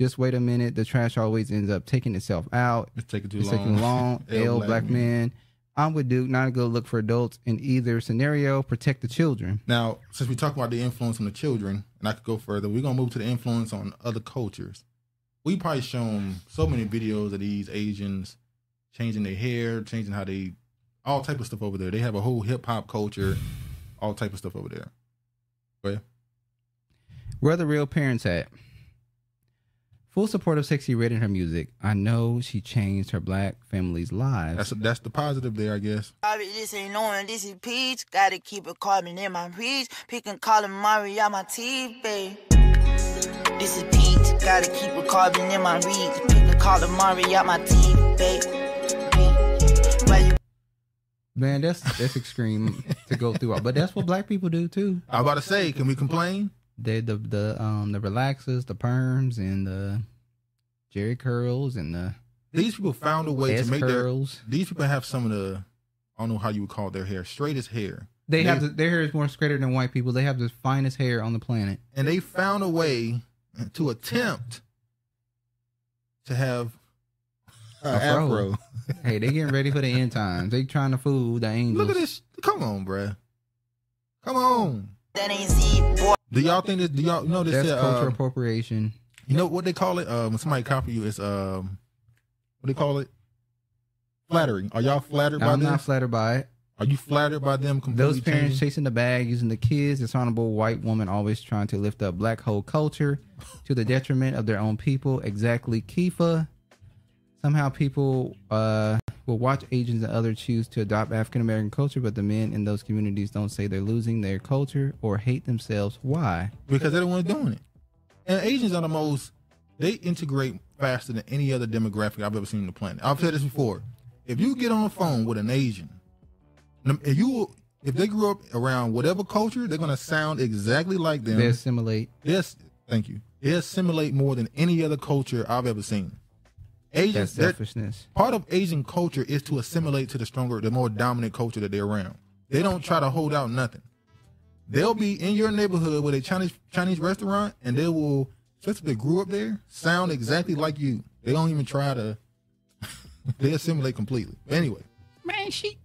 S2: Just wait a minute. The trash always ends up taking itself out.
S1: It's taking too
S2: It's
S1: long.
S2: taking long. L black, man. I'm with Duke. Not a good look for adults in either scenario. Protect the children.
S1: Now, since we talk about the influence on the children, and I could go further, we're gonna move to the influence on other cultures. We probably shown so many videos of these Asians changing their hair, changing how they, all type of stuff over there. They have a whole hip hop culture, all type of stuff over there.
S2: Where the real parents at? Full support of Sexy Red and her music. I know she changed her black family's lives.
S1: That's that's the positive there, I guess.
S23: Bobby, this ain't no one, this is peach. Gotta keep a carbon in my reach. Picking calling Maria my teeth, babe. This is peach. Gotta keep a carbon in my reach. Picking calling Maria my teeth, babe.
S2: Man, that's that's extreme to go through. But that's what black people do too.
S1: I was about to say, can we complain?
S2: They the the um the relaxers, the perms, and the jerry curls, and the
S1: These people found a way
S2: S
S1: to make
S2: curls.
S1: their. These people have some of the, I don't know how you would call their hair, straight as hair.
S2: they have the, their hair is more straighter than white people. They have the finest hair on the planet.
S1: and they found a way to attempt to have an Uh, afro.
S2: hey, they getting ready for the end times. They trying to fool the angels.
S1: Look at this. Come on, bruh. Come on.
S23: That ain't Z, boy.
S1: Do y'all think this? Do y'all know this?
S2: That's
S1: uh,
S2: cultural
S1: um,
S2: appropriation.
S1: you know what they call it? Um, when somebody copy you. It's um, what they call it? Flattering. Are y'all flattered by
S2: I'm
S1: this?
S2: not flattered by it.
S1: Are you flattered by them completely?
S2: Those parents
S1: changing?
S2: chasing the bag, using the kids, dishonorable white woman always trying to lift up black hole culture to the detriment of their own people. Exactly, Kifa. Somehow people uh, will watch Asians and others choose to adopt African American culture, but the men in those communities don't say they're losing their culture or hate themselves. Why?
S1: because they're the ones doing it. And Asians are the most they integrate faster than any other demographic I've ever seen on the planet. I've said this before. If you get on the phone with an Asian, and if you if they grew up around whatever culture, they're gonna sound exactly like them.
S2: They assimilate.
S1: Yes, thank you. They assimilate more than any other culture I've ever seen.
S2: That
S1: Asians, they're-
S2: selfishness.
S1: part of Asian culture is to assimilate to the stronger, the more dominant culture that they're around. They don't try to hold out nothing. They'll be in your neighborhood with a Chinese Chinese restaurant, and they will, especially if they grew up there, sound exactly like you. They don't even try to. they assimilate completely. But anyway,
S2: Man, she.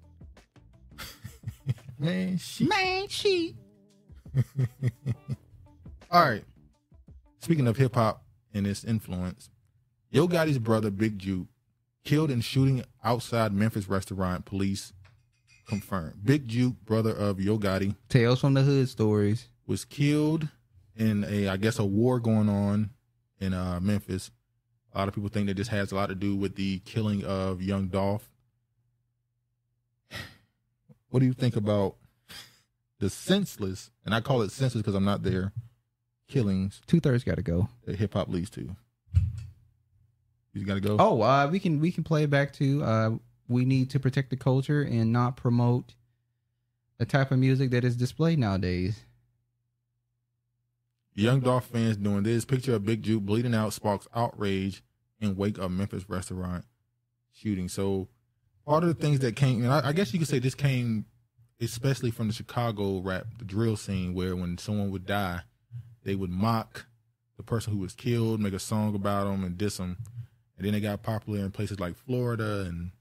S1: man, she.
S2: Man, she.
S1: All right. Speaking of hip hop and its influence, Yo Gotti's brother Big Juke killed in shooting outside Memphis restaurant. Police confirmed. Big Juke, brother of Yo Gotti,
S2: Tales from the Hood stories
S1: was killed in a, I guess, a war going on in uh, Memphis. A lot of people think that this has a lot to do with the killing of young Dolph. What do you think about the senseless, and I call it senseless because I'm not there, killings
S2: Two thirds got to go.
S1: that hip hop leads to? You got to go.
S2: Oh, uh, we can we can play it back to. Uh, we need to protect the culture and not promote the type of music that is displayed nowadays.
S1: Young Dolph fans doing this. Picture of Big Juke bleeding out sparks outrage in wake of Memphis restaurant shooting. So part of the things that came, and I, I guess you could say this came especially from the Chicago rap, the drill scene, where when someone would die, they would mock the person who was killed, make a song about them, and diss them. And then it got popular in places like Florida and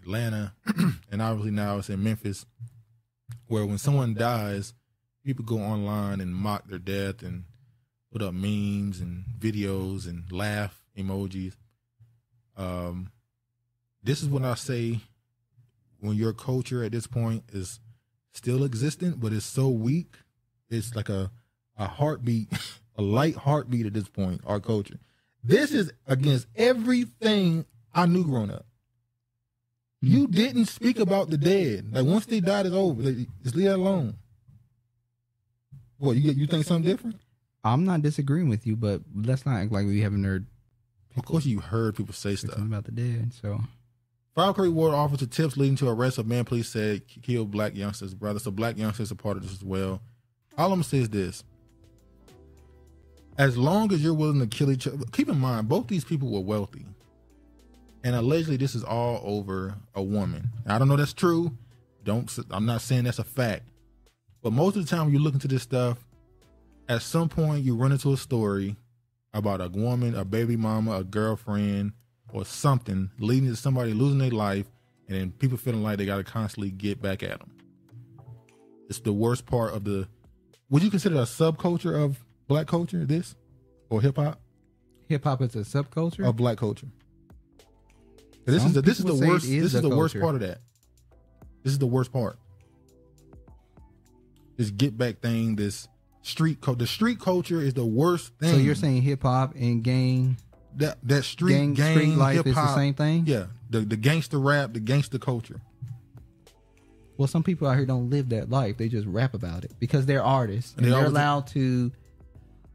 S1: Atlanta, and obviously now it's in Memphis, where when someone dies, people go online and mock their death and put up memes and videos and laugh emojis. Um, this is when I say when your culture at this point is still existent, but it's so weak, it's like a a heartbeat, a light heartbeat at this point. Our culture. This is against everything I knew growing up. You didn't speak about the dead. Like once they died, it's over. Like, just leave that alone. What you you think something different?
S2: I'm not disagreeing with you, but let's not act like we haven't heard.
S1: Of course, you heard people say
S2: stuff about the dead. So
S1: Fire Creek Ward officer tips leading to arrest of man police said k- killed black youngsters brother. So black youngsters are part of this as well. All I'm gonna say is this. As long as you're willing to kill each other, keep in mind both these people were wealthy. And allegedly this is all over a woman. Now, I don't know that's true. Don't s- I'm not saying that's a fact. But most of the time when you look into this stuff, at some point you run into a story about a woman, a baby mama, a girlfriend, or something leading to somebody losing their life, and then people feeling like they got to constantly get back at them. It's the worst part of the. Would you consider a subculture of black culture this, or hip hop,
S2: hip hop is a subculture.
S1: or black culture? This
S2: Some
S1: is the, this is the
S2: people say it
S1: worst.
S2: is
S1: this is
S2: a
S1: the worst
S2: culture.
S1: part of that. This is the worst part. This get back thing. This street code. The street culture is the worst thing.
S2: So you're saying hip hop and gang
S1: that that street
S2: Gang-
S1: gang,
S2: street life is the
S1: hip-hop,
S2: same thing?
S1: Yeah, the the gangster rap, the gangster culture.
S2: Well, some people out here don't live that life. They just rap about it because they're artists and
S1: They
S2: they are
S1: always-
S2: allowed to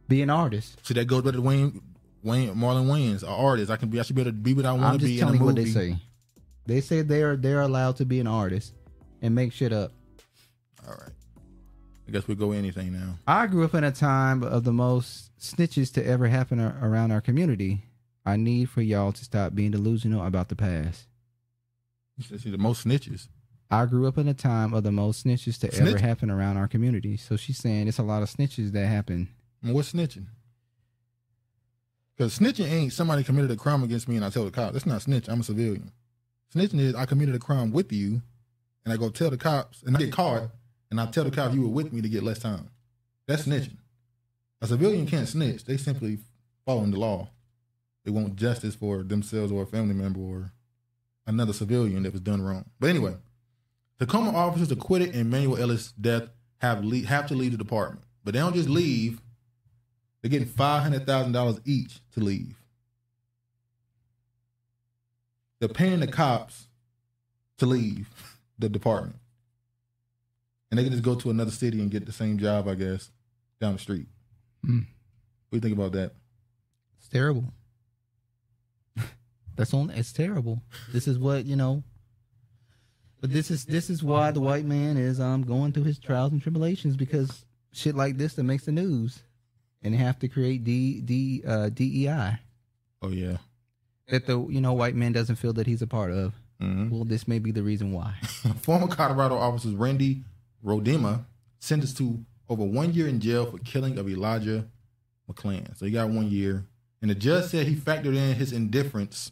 S2: be an artist.
S1: See, that goes back to Wayne, Wayne, Marlon Wayans, an artist. I can be, I should be able to be what I
S2: I'm
S1: want to
S2: just
S1: be in a
S2: telling
S1: movie.
S2: you what they say. They say they are they're allowed to be an artist and make shit up.
S1: All right, I guess we go anything now.
S2: I grew up in a time of the most snitches to ever happen ar- around our community. I need for y'all to stop being delusional about the past.
S1: See, the most snitches.
S2: I grew up in a time of the most snitches to ever
S1: Snitch-
S2: happen around our community. So she's saying it's a lot of snitches that happen.
S1: I mean, what's snitching? Because snitching ain't somebody committed a crime against me and I tell the cop. That's not snitch. I'm a civilian. Snitching is I committed a crime with you, and I go tell the cops, and I get caught, and I tell the cops you were with me to get less time. That's snitching. A civilian can't snitch. They simply following the law. They want justice for themselves or a family member or another civilian that was done wrong. But anyway, Tacoma officers acquitted in Manuel Ellis' death have le- have to leave the department, but they don't just leave. They're getting five hundred thousand dollars each to leave. They're paying the cops to leave the department, and they can just go to another city and get the same job, I guess, down the street.
S2: Mm.
S1: What do you think about that?
S2: It's terrible. That's on. It's terrible. This is what you know. But this is this is why the white man is um going through his trials and tribulations because shit like this that makes the news, and have to create D D uh, DEI
S1: Oh yeah,
S2: that the you know white man doesn't feel that he's a part of.
S1: Mhm.
S2: Well, this may be the reason why.
S1: Former Colorado officers Randy Rodema sentenced to over one year in jail for killing of Elijah McClan. So he got one year. And the judge said he factored in his indifference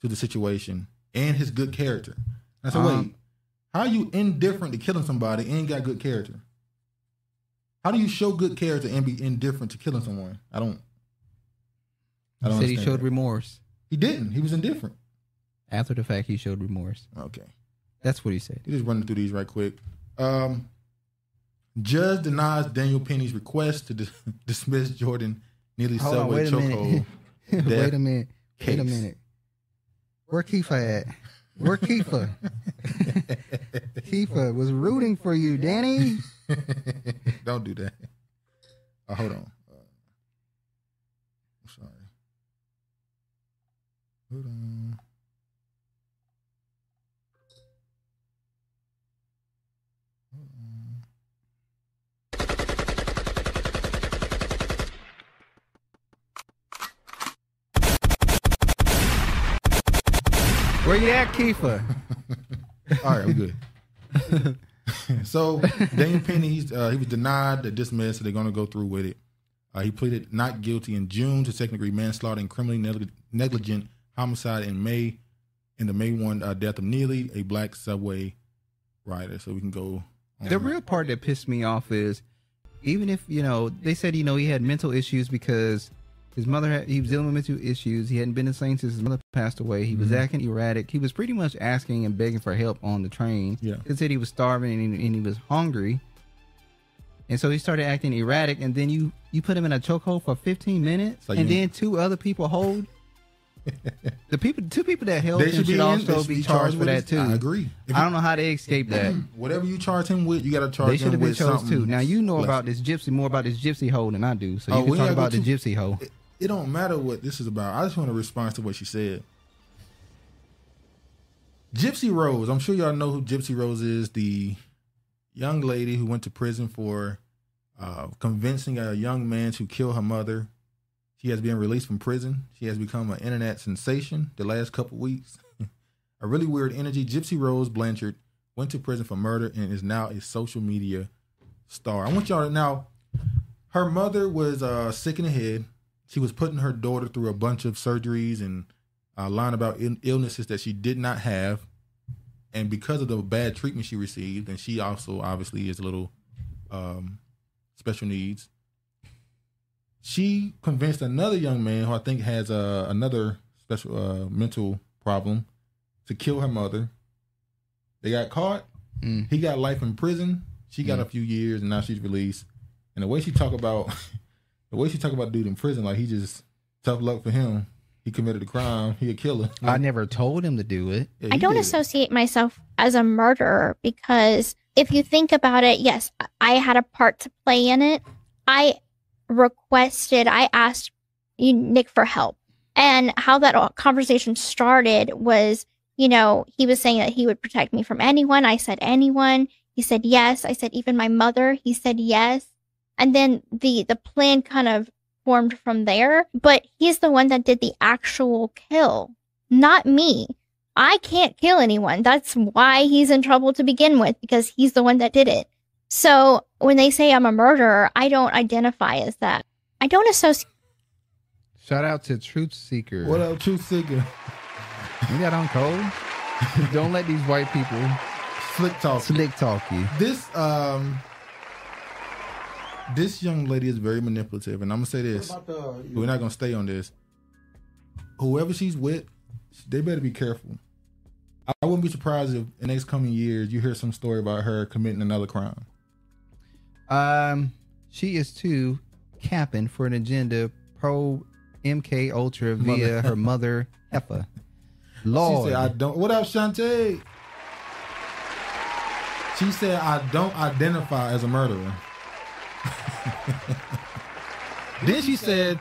S1: to the situation and his good character. And I said,
S2: Um,
S1: wait, how are you indifferent to killing somebody and got good character? How do you show good character and be indifferent to killing someone? I don't. I
S2: He
S1: don't
S2: said he
S1: understand
S2: showed
S1: that.
S2: remorse
S1: He didn't. He was indifferent.
S2: after the fact. He showed remorse.
S1: Okay.
S2: That's what he said.
S1: Just running through these right quick. Um, judge denies Daniel Penny's request to dis- dismiss Jordan Neely
S2: Hold on,
S1: Subway
S2: wait a minute.
S1: chokehold.
S2: wait
S1: Death
S2: a minute. Wait a
S1: case.
S2: minute. Where Kifa at? Where Kifa? Kifa was rooting for you, Danny.
S1: Don't do that. Uh, hold on. Uh, I'm sorry. Hold on.
S2: Where you at, Kifa?
S1: All right, we good. so Daniel Penny, he's, uh, he was denied the dismiss, so they're going to go through with it. Uh, he pleaded not guilty in June to second degree manslaughter and criminally neg- negligent homicide in May, in the May one uh, death of Neely, a black subway rider. So we can go. on.
S2: The real part that pissed me off is even if, you know, they said, you know, he had mental issues because his mother, had, he was dealing with mental issues. He hadn't been insane since his mother passed away. He was
S1: Mhm.
S2: acting erratic. He was pretty much asking and begging for help on the train.
S1: Yeah.
S2: They said he was starving and he, and he was hungry. And so he started acting erratic. And then you, you put him in a chokehold for 15 minutes.
S1: So
S2: and
S1: you-
S2: then two other people hold. the people, two people that held
S1: They
S2: him
S1: should
S2: should,
S1: be in- they
S2: also
S1: should
S2: be
S1: be
S2: charged
S1: charged
S2: for
S1: with
S2: that
S1: this.
S2: too.
S1: I agree. If
S2: I
S1: you-
S2: don't know how they escaped that
S1: Whatever you charge him with, you got to charge
S2: they should
S1: him
S2: have been
S1: with
S2: chose
S1: something.
S2: too. Now you know
S1: less.
S2: about this gypsy more about this gypsy hole than I do, so you
S1: Oh,
S2: can
S1: we
S2: talk
S1: ain't gotta
S2: about the
S1: go too-
S2: gypsy hole.
S1: It don't matter what this is about. I just want to respond to what she said. Gypsy Rose. I'm sure y'all know who Gypsy Rose is. The young lady who went to prison for uh, convincing a young man to kill her mother. She has been released from prison. She has become an internet sensation the last couple weeks. a really weird energy. Gypsy Rose Blanchard went to prison for murder and is now a social media star. I want y'all to now. Her mother was uh, sick in the head. She was putting her daughter through a bunch of surgeries and uh, lying about il- illnesses that she did not have. And because of the bad treatment she received, and she also obviously is a little um, special needs, she convinced another young man who I think has uh, another special uh, mental problem to kill her mother. They got caught.
S2: Mm.
S1: He got life in prison. She got a few years, and now she's released. And the way she talk about, the way she talk about dude in prison, like he just tough luck for him. He committed a crime. He a killer.
S2: I never told him to do it.
S1: Yeah,
S5: I
S1: he
S5: don't
S1: did it.
S5: associate myself as a murderer because if you think about it, yes, I had a part to play in it. I requested, I asked you, Nick for help. And how that all- conversation started was, you know, he was saying that he would protect me from anyone. I said, anyone. He said, yes. I said, even my mother. He said, yes. And then the, the plan kind of formed from there. But he's the one that did the actual kill, not me. I can't kill anyone. That's why he's in trouble to begin with, because he's the one that did it. So when they say I'm a murderer, I don't identify as that. I don't associate.
S2: Shout out to Truth Seeker.
S1: What up, Truth Seeker?
S2: You got on cold. don't let these white people
S1: slick talk.
S2: Slick talk you.
S1: This um, this young lady is very manipulative, and I'm gonna say this.
S7: What about the-
S1: We're not gonna stay on this. Whoever she's with, they better be careful. I I wouldn't be surprised if in the next coming years you hear some story about her committing another crime.
S2: Um, she is too capping for an agenda pro MK Ultra via
S1: Mother-
S2: her mother Heffa.
S1: She
S2: Lord,
S1: said, "I don't." What up, Shantae? She said, "I don't identify as a murderer." then she said,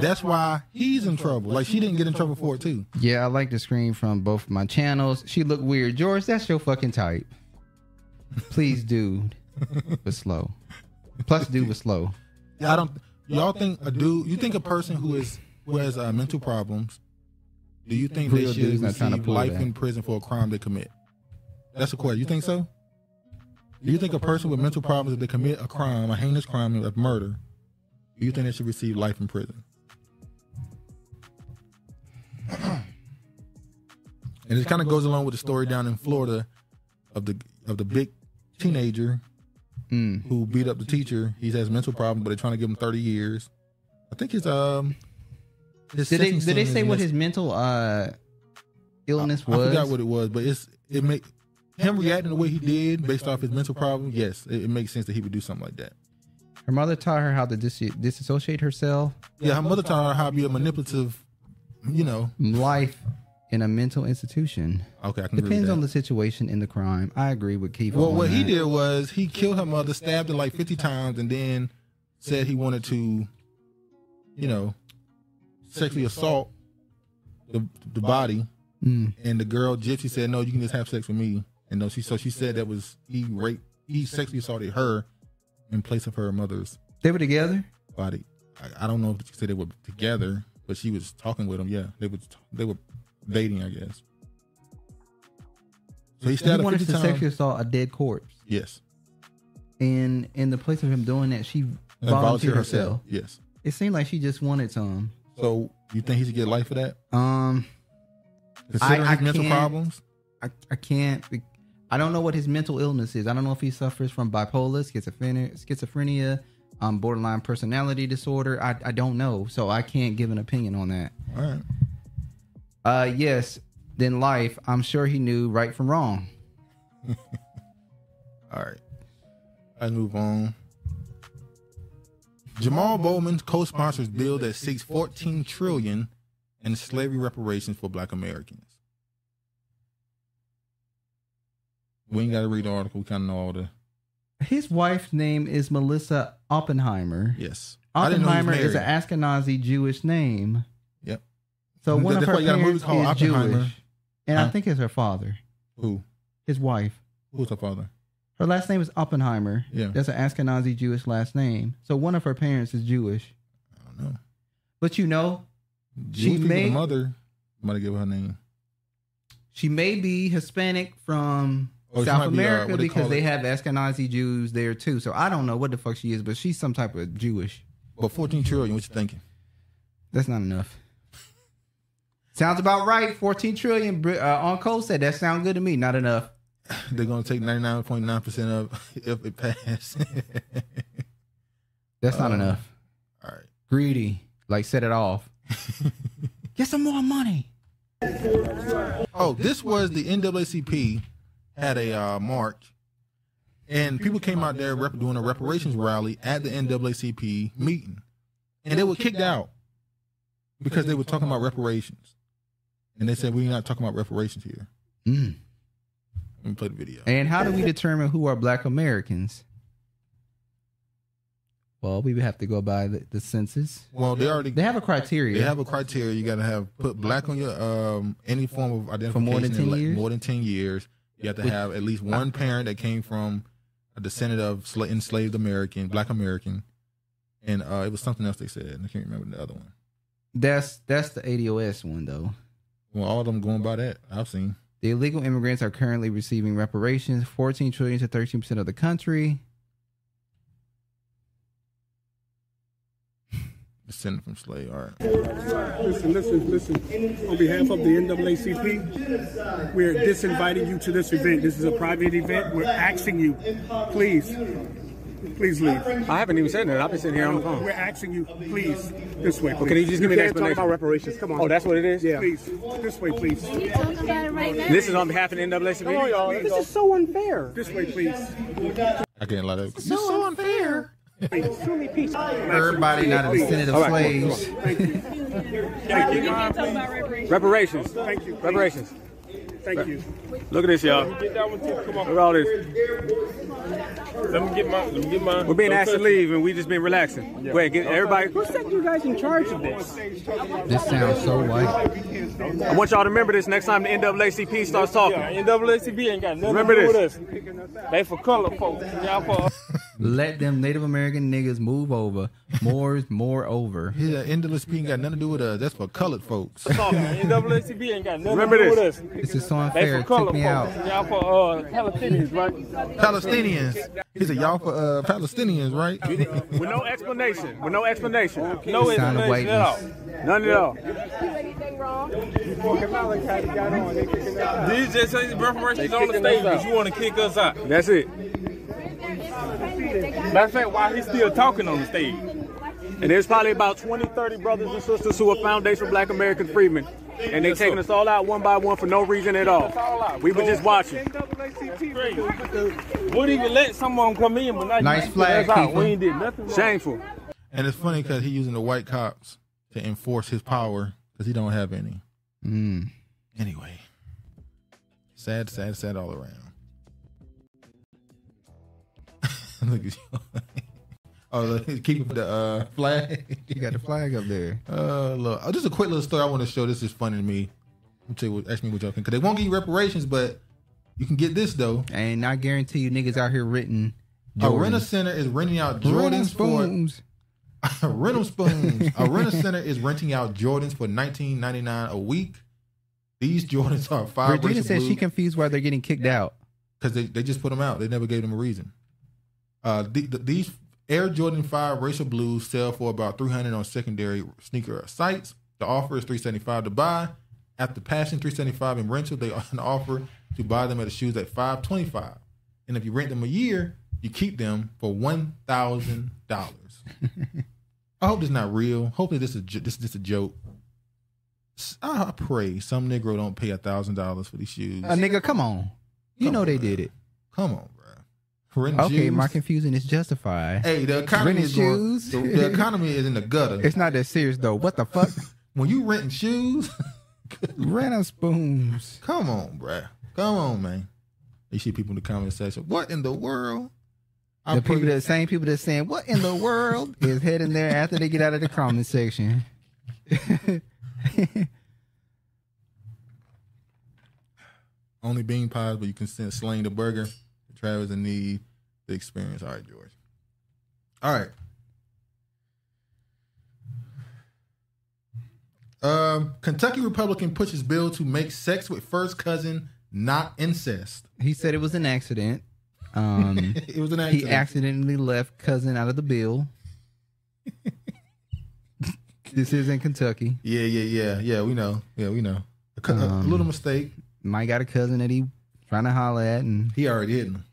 S1: "That's why he's in trouble." Like she didn't get in trouble for it too.
S2: yeah, I like the screen from both my channels. She looked weird, George. That's your fucking type. Please, dude, but slow. Plus, dude was slow.
S1: I don't. Y'all think a dude? You think a person who is who has uh, mental problems? Do you think they
S2: Real
S1: should
S2: dudes not trying to
S1: receive
S2: pull
S1: life
S2: that.
S1: in prison for a crime they commit? That's the question. You think so? Do you think a person with mental problems, if they commit a crime, a heinous crime of murder, do you think they should receive life in prison? And it kind of goes along with the story down in Florida of the of the big teenager
S2: Hmm.
S1: who beat up the teacher. He has mental problems, but they're trying to give him thirty years. I think his um. His
S2: Did they,
S1: sentencing
S2: did they
S1: is
S2: say what
S1: next-
S2: his mental uh illness
S1: I
S2: was?
S1: forgot what it was, but it's it make him reacting the way he did based off his mental problem, yes, it, it makes sense that he would do something like that.
S2: Her mother taught her how to dis- disassociate herself.
S1: Yeah, her mother taught her how to be a manipulative, you know.
S2: Life in a mental institution.
S1: Okay, I can agree with
S2: Depends
S1: that.
S2: on the situation and the crime. I agree with Keith.
S1: Well,
S2: on
S1: what he
S2: that.
S1: did was he killed her mother, stabbed her like 50 times, and then said he wanted to, you know, sexually assault the the body.
S2: Mm.
S1: And the girl, Gypsy, said, "No, you can just have sex with me." And no, she so she said that was he raped, he sexually assaulted her in place of her mother's
S2: They were together.
S1: body. I, I don't know if she said they were together, but she was talking with him. Yeah, they were they were dating, I guess. So he stabbed
S2: he
S1: her
S2: wanted
S1: 50
S2: to
S1: times.
S2: sexually assault a dead corpse,
S1: Yes,
S2: and in the place of him doing that, she volunteered,
S1: And volunteered
S2: herself.
S1: herself. Yes.
S2: It seemed like she just wanted some.
S1: So you think he should get life for that?
S2: Um,
S1: Considering his mental
S2: can't-
S1: problems?
S2: I, I can't. be- I don't know what his mental illness is. I don't know if he suffers from bipolar, schizophrenia, schizophrenia, um, borderline personality disorder. I, I don't know, so I can't give an opinion on that.
S1: All right.
S2: Uh, yes. Then life. I'm sure he knew right from wrong.
S1: All right. I move on. Jamal Bowman co-sponsors bill that seeks 14 trillion in slavery reparations for Black Americans. We ain't got to read the article. We kind of know all the.
S2: His wife's name is Melissa Oppenheimer.
S1: Yes. I didn't know he was
S2: Oppenheimer is an
S1: married.
S2: Ashkenazi Jewish name.
S1: Yep.
S2: So one
S1: That's
S2: of
S1: why
S2: her
S1: you got a movie
S2: parents
S1: called
S2: is
S1: Oppenheimer.
S2: Jewish, and I
S1: Huh?
S2: think it's her father,
S1: Who?
S2: his wife.
S1: Who's her father?
S2: Her last name is Oppenheimer.
S1: Yeah.
S2: That's an Ashkenazi Jewish last name. So one of her parents is Jewiwish. I
S1: don't know.
S2: But you know,
S1: Jewish
S2: she
S1: people,
S2: may
S1: the mother. I'm gonna give her name.
S2: she may be Hispanic from
S1: Oh, she
S2: South
S1: might be, uh,
S2: America
S1: what they
S2: because
S1: call
S2: they
S1: it?
S2: have Ashkenazi Jews there too. So I don't know what the fuck she is, but she's some type of Jewish.
S1: But 14 trillion. What you thinking?
S2: That's not enough. Sounds about right. 14 trillion. Bri- Uh, on Cole said that sound good to me. Not enough.
S1: They're gonna take 99.9 percent of if it passes.
S2: That's not
S1: Uh,
S2: enough.
S1: All right.
S2: Greedy. Like set it off. Get some more money.
S1: Oh, this was the NAACP had a uh, march, and people came out there rep- doing a reparations rally at the NAACP meeting, and they were kicked out because they were talking about reparations, and they said we're not talking about reparations here.
S2: Mm.
S1: Let me play the video.
S2: And how do we determine who are black Americans? Well, we would have to go by the, the census.
S1: Well, they already
S2: they have a criteria.
S1: They have a criteria. You got to have put black on your um any form of identification
S2: more than
S1: in
S2: 10
S1: like
S2: years?
S1: More than ten years. You have to
S2: Which-
S1: have at least one parent that came from a descendant of sla- enslaved American, black American, and uh, it was something else they said. and I can't remember the other one.
S2: That's that's the ADOS one though.
S1: Well, all of them going by that I've seen.
S2: The illegal immigrants are currently receiving reparations, 14 trillion to 13 percent of the country.
S1: Descendant from slave. All right.
S6: Listen, listen, listen. On behalf of the NAACP, we're disinviting you to this event. This is a private event. We're asking you, please, please leave.
S10: I haven't even said that. I've been sitting here on the phone.
S6: We're asking you, please, this way.
S10: Well,
S6: Please.
S10: can you just give me an
S6: can't talk
S10: explanation?
S6: about reparations. Come on.
S10: Oh, that's what it is?
S6: Yeah. Please, this way, please.
S10: This is on behalf of the NAACP.
S6: Come on, y'all. This is
S10: so unfair.
S6: This way, please.
S1: I can't lie. That.
S10: You're so
S6: unfair.
S2: Everybody not a descendant of
S10: All right,
S2: slaves.
S10: Reparations.
S6: Thank you.
S10: Reparations.
S6: Thank you.
S10: Look at this, y'all.
S6: Get that one too. Come
S10: Look at all this.
S6: Let me get my. Let me get my.
S10: We're being asked to leave and we just been relaxing.
S6: Uh, Yeah.
S10: Wait, get everybody.
S6: Who set you guys in charge of this?
S2: This sounds so white.
S10: I want y'all to remember this next time the NAACP starts talking.
S6: NAACP ain't got nothing
S10: Remember
S6: to do
S10: this.
S6: with us. They for color folks. Y'all for
S2: Let them Native American niggas move over. More is more over.
S1: Yeah, endless P ain't got nothing to do with us. That's for colored folks.
S6: NAACP ain't got nothing
S2: Remember
S6: to do
S2: this.
S6: with us.
S2: This is so
S6: They
S2: unfair.
S6: for
S2: It
S6: color
S2: took me
S6: folks.
S2: out.
S6: Y'all for uh, Palestinians, right?
S1: Palestinians. He said y'all for uh, Palestinians, right?
S10: With no explanation. With no explanation.
S6: No explanation at all.
S10: None at all.
S6: These just say the reparations
S10: They
S6: on
S10: kicking
S6: the
S10: us
S6: stage,
S10: out.
S6: but you want to kick us out.
S10: That's it.
S6: Matter of fact, why he's still talking on the stage?
S10: And there's probably about 20, 30 brothers and sisters who are Foundation Black American Freedmen
S6: and they taking us all out one by one for no reason at all. We were just watching.
S21: Wouldn't even let someone come in, but now you
S1: Nice
S21: kick
S1: flag,
S21: us out.
S1: Keefer.
S21: We ain't did nothing wrong.
S6: Shameful.
S1: And it's funny because he using the white cops to enforce his power because he don't have any. Hmm.
S2: Mm.
S1: Anyway, sad, sad, sad all around. Look at you. oh, look, keep the uh, flag.
S2: You got the flag up there.
S1: Uh, look, oh, just a quick little story I want to show. This is funny to me. I'm tell you, what- ask me what y'all think because they won't give you reparations, but you can get this though.
S2: And I guarantee you niggas out here written.
S1: A rent a center is renting out Jordans
S2: Jordan
S1: for
S2: spoons.
S1: rental spoons. A rental center is renting out Jordans for nineteen ninety nine a week. These Jordans are five.
S2: Regina says she confused why they're getting kicked out.
S1: because they, they just put them out. They never gave them a reason. Uh, the, the, these Air Jordan Five Racial Blues sell for about three hundred on secondary sneaker sites. The offer is three seventy five to buy. After passing three seventy five in rental, they are an offer to buy them at the shoes at five twenty five. And if you rent them a year, you keep them for one thousand dollars. I hope this not real. Hopefully this is ju- this this a joke. S- I pray some Negro don't pay a thousand dollars for these shoes.
S2: A nigga, come on. You know they did it.
S1: Come on, bro. Rent
S2: Okay,
S1: shoes.
S2: my confusion is justified.
S1: Hey, the economy
S2: Renting
S1: is going,
S2: shoes.
S1: The, the economy is in the gutter.
S2: it's not that serious though. What the fuck?
S1: when you renting shoes,
S2: Random spoons.
S1: come on, bruh. Come on, man. You see people in the comment section. What in the world? I
S2: the
S1: pray-
S2: people, the same people that's saying, "What in the world?" is heading there after they get out of the comment section.
S1: only bean pies, but you can send sling the burger. Travis and need the experience. All right, George. All right. Um, Kentucky Republican pushes bill to make sex with first cousin not incest.
S2: He said it was an accident. Um,
S1: It was an
S2: He
S1: accident.
S2: accidentally left cousin out of the bill. this is in Kentucky.
S1: Yeah, yeah, yeah, yeah. We know. Yeah, we know. A, cou- a
S2: Um,
S1: little mistake.
S2: Mike got a cousin that he trying to holler at, and
S1: He already hit him.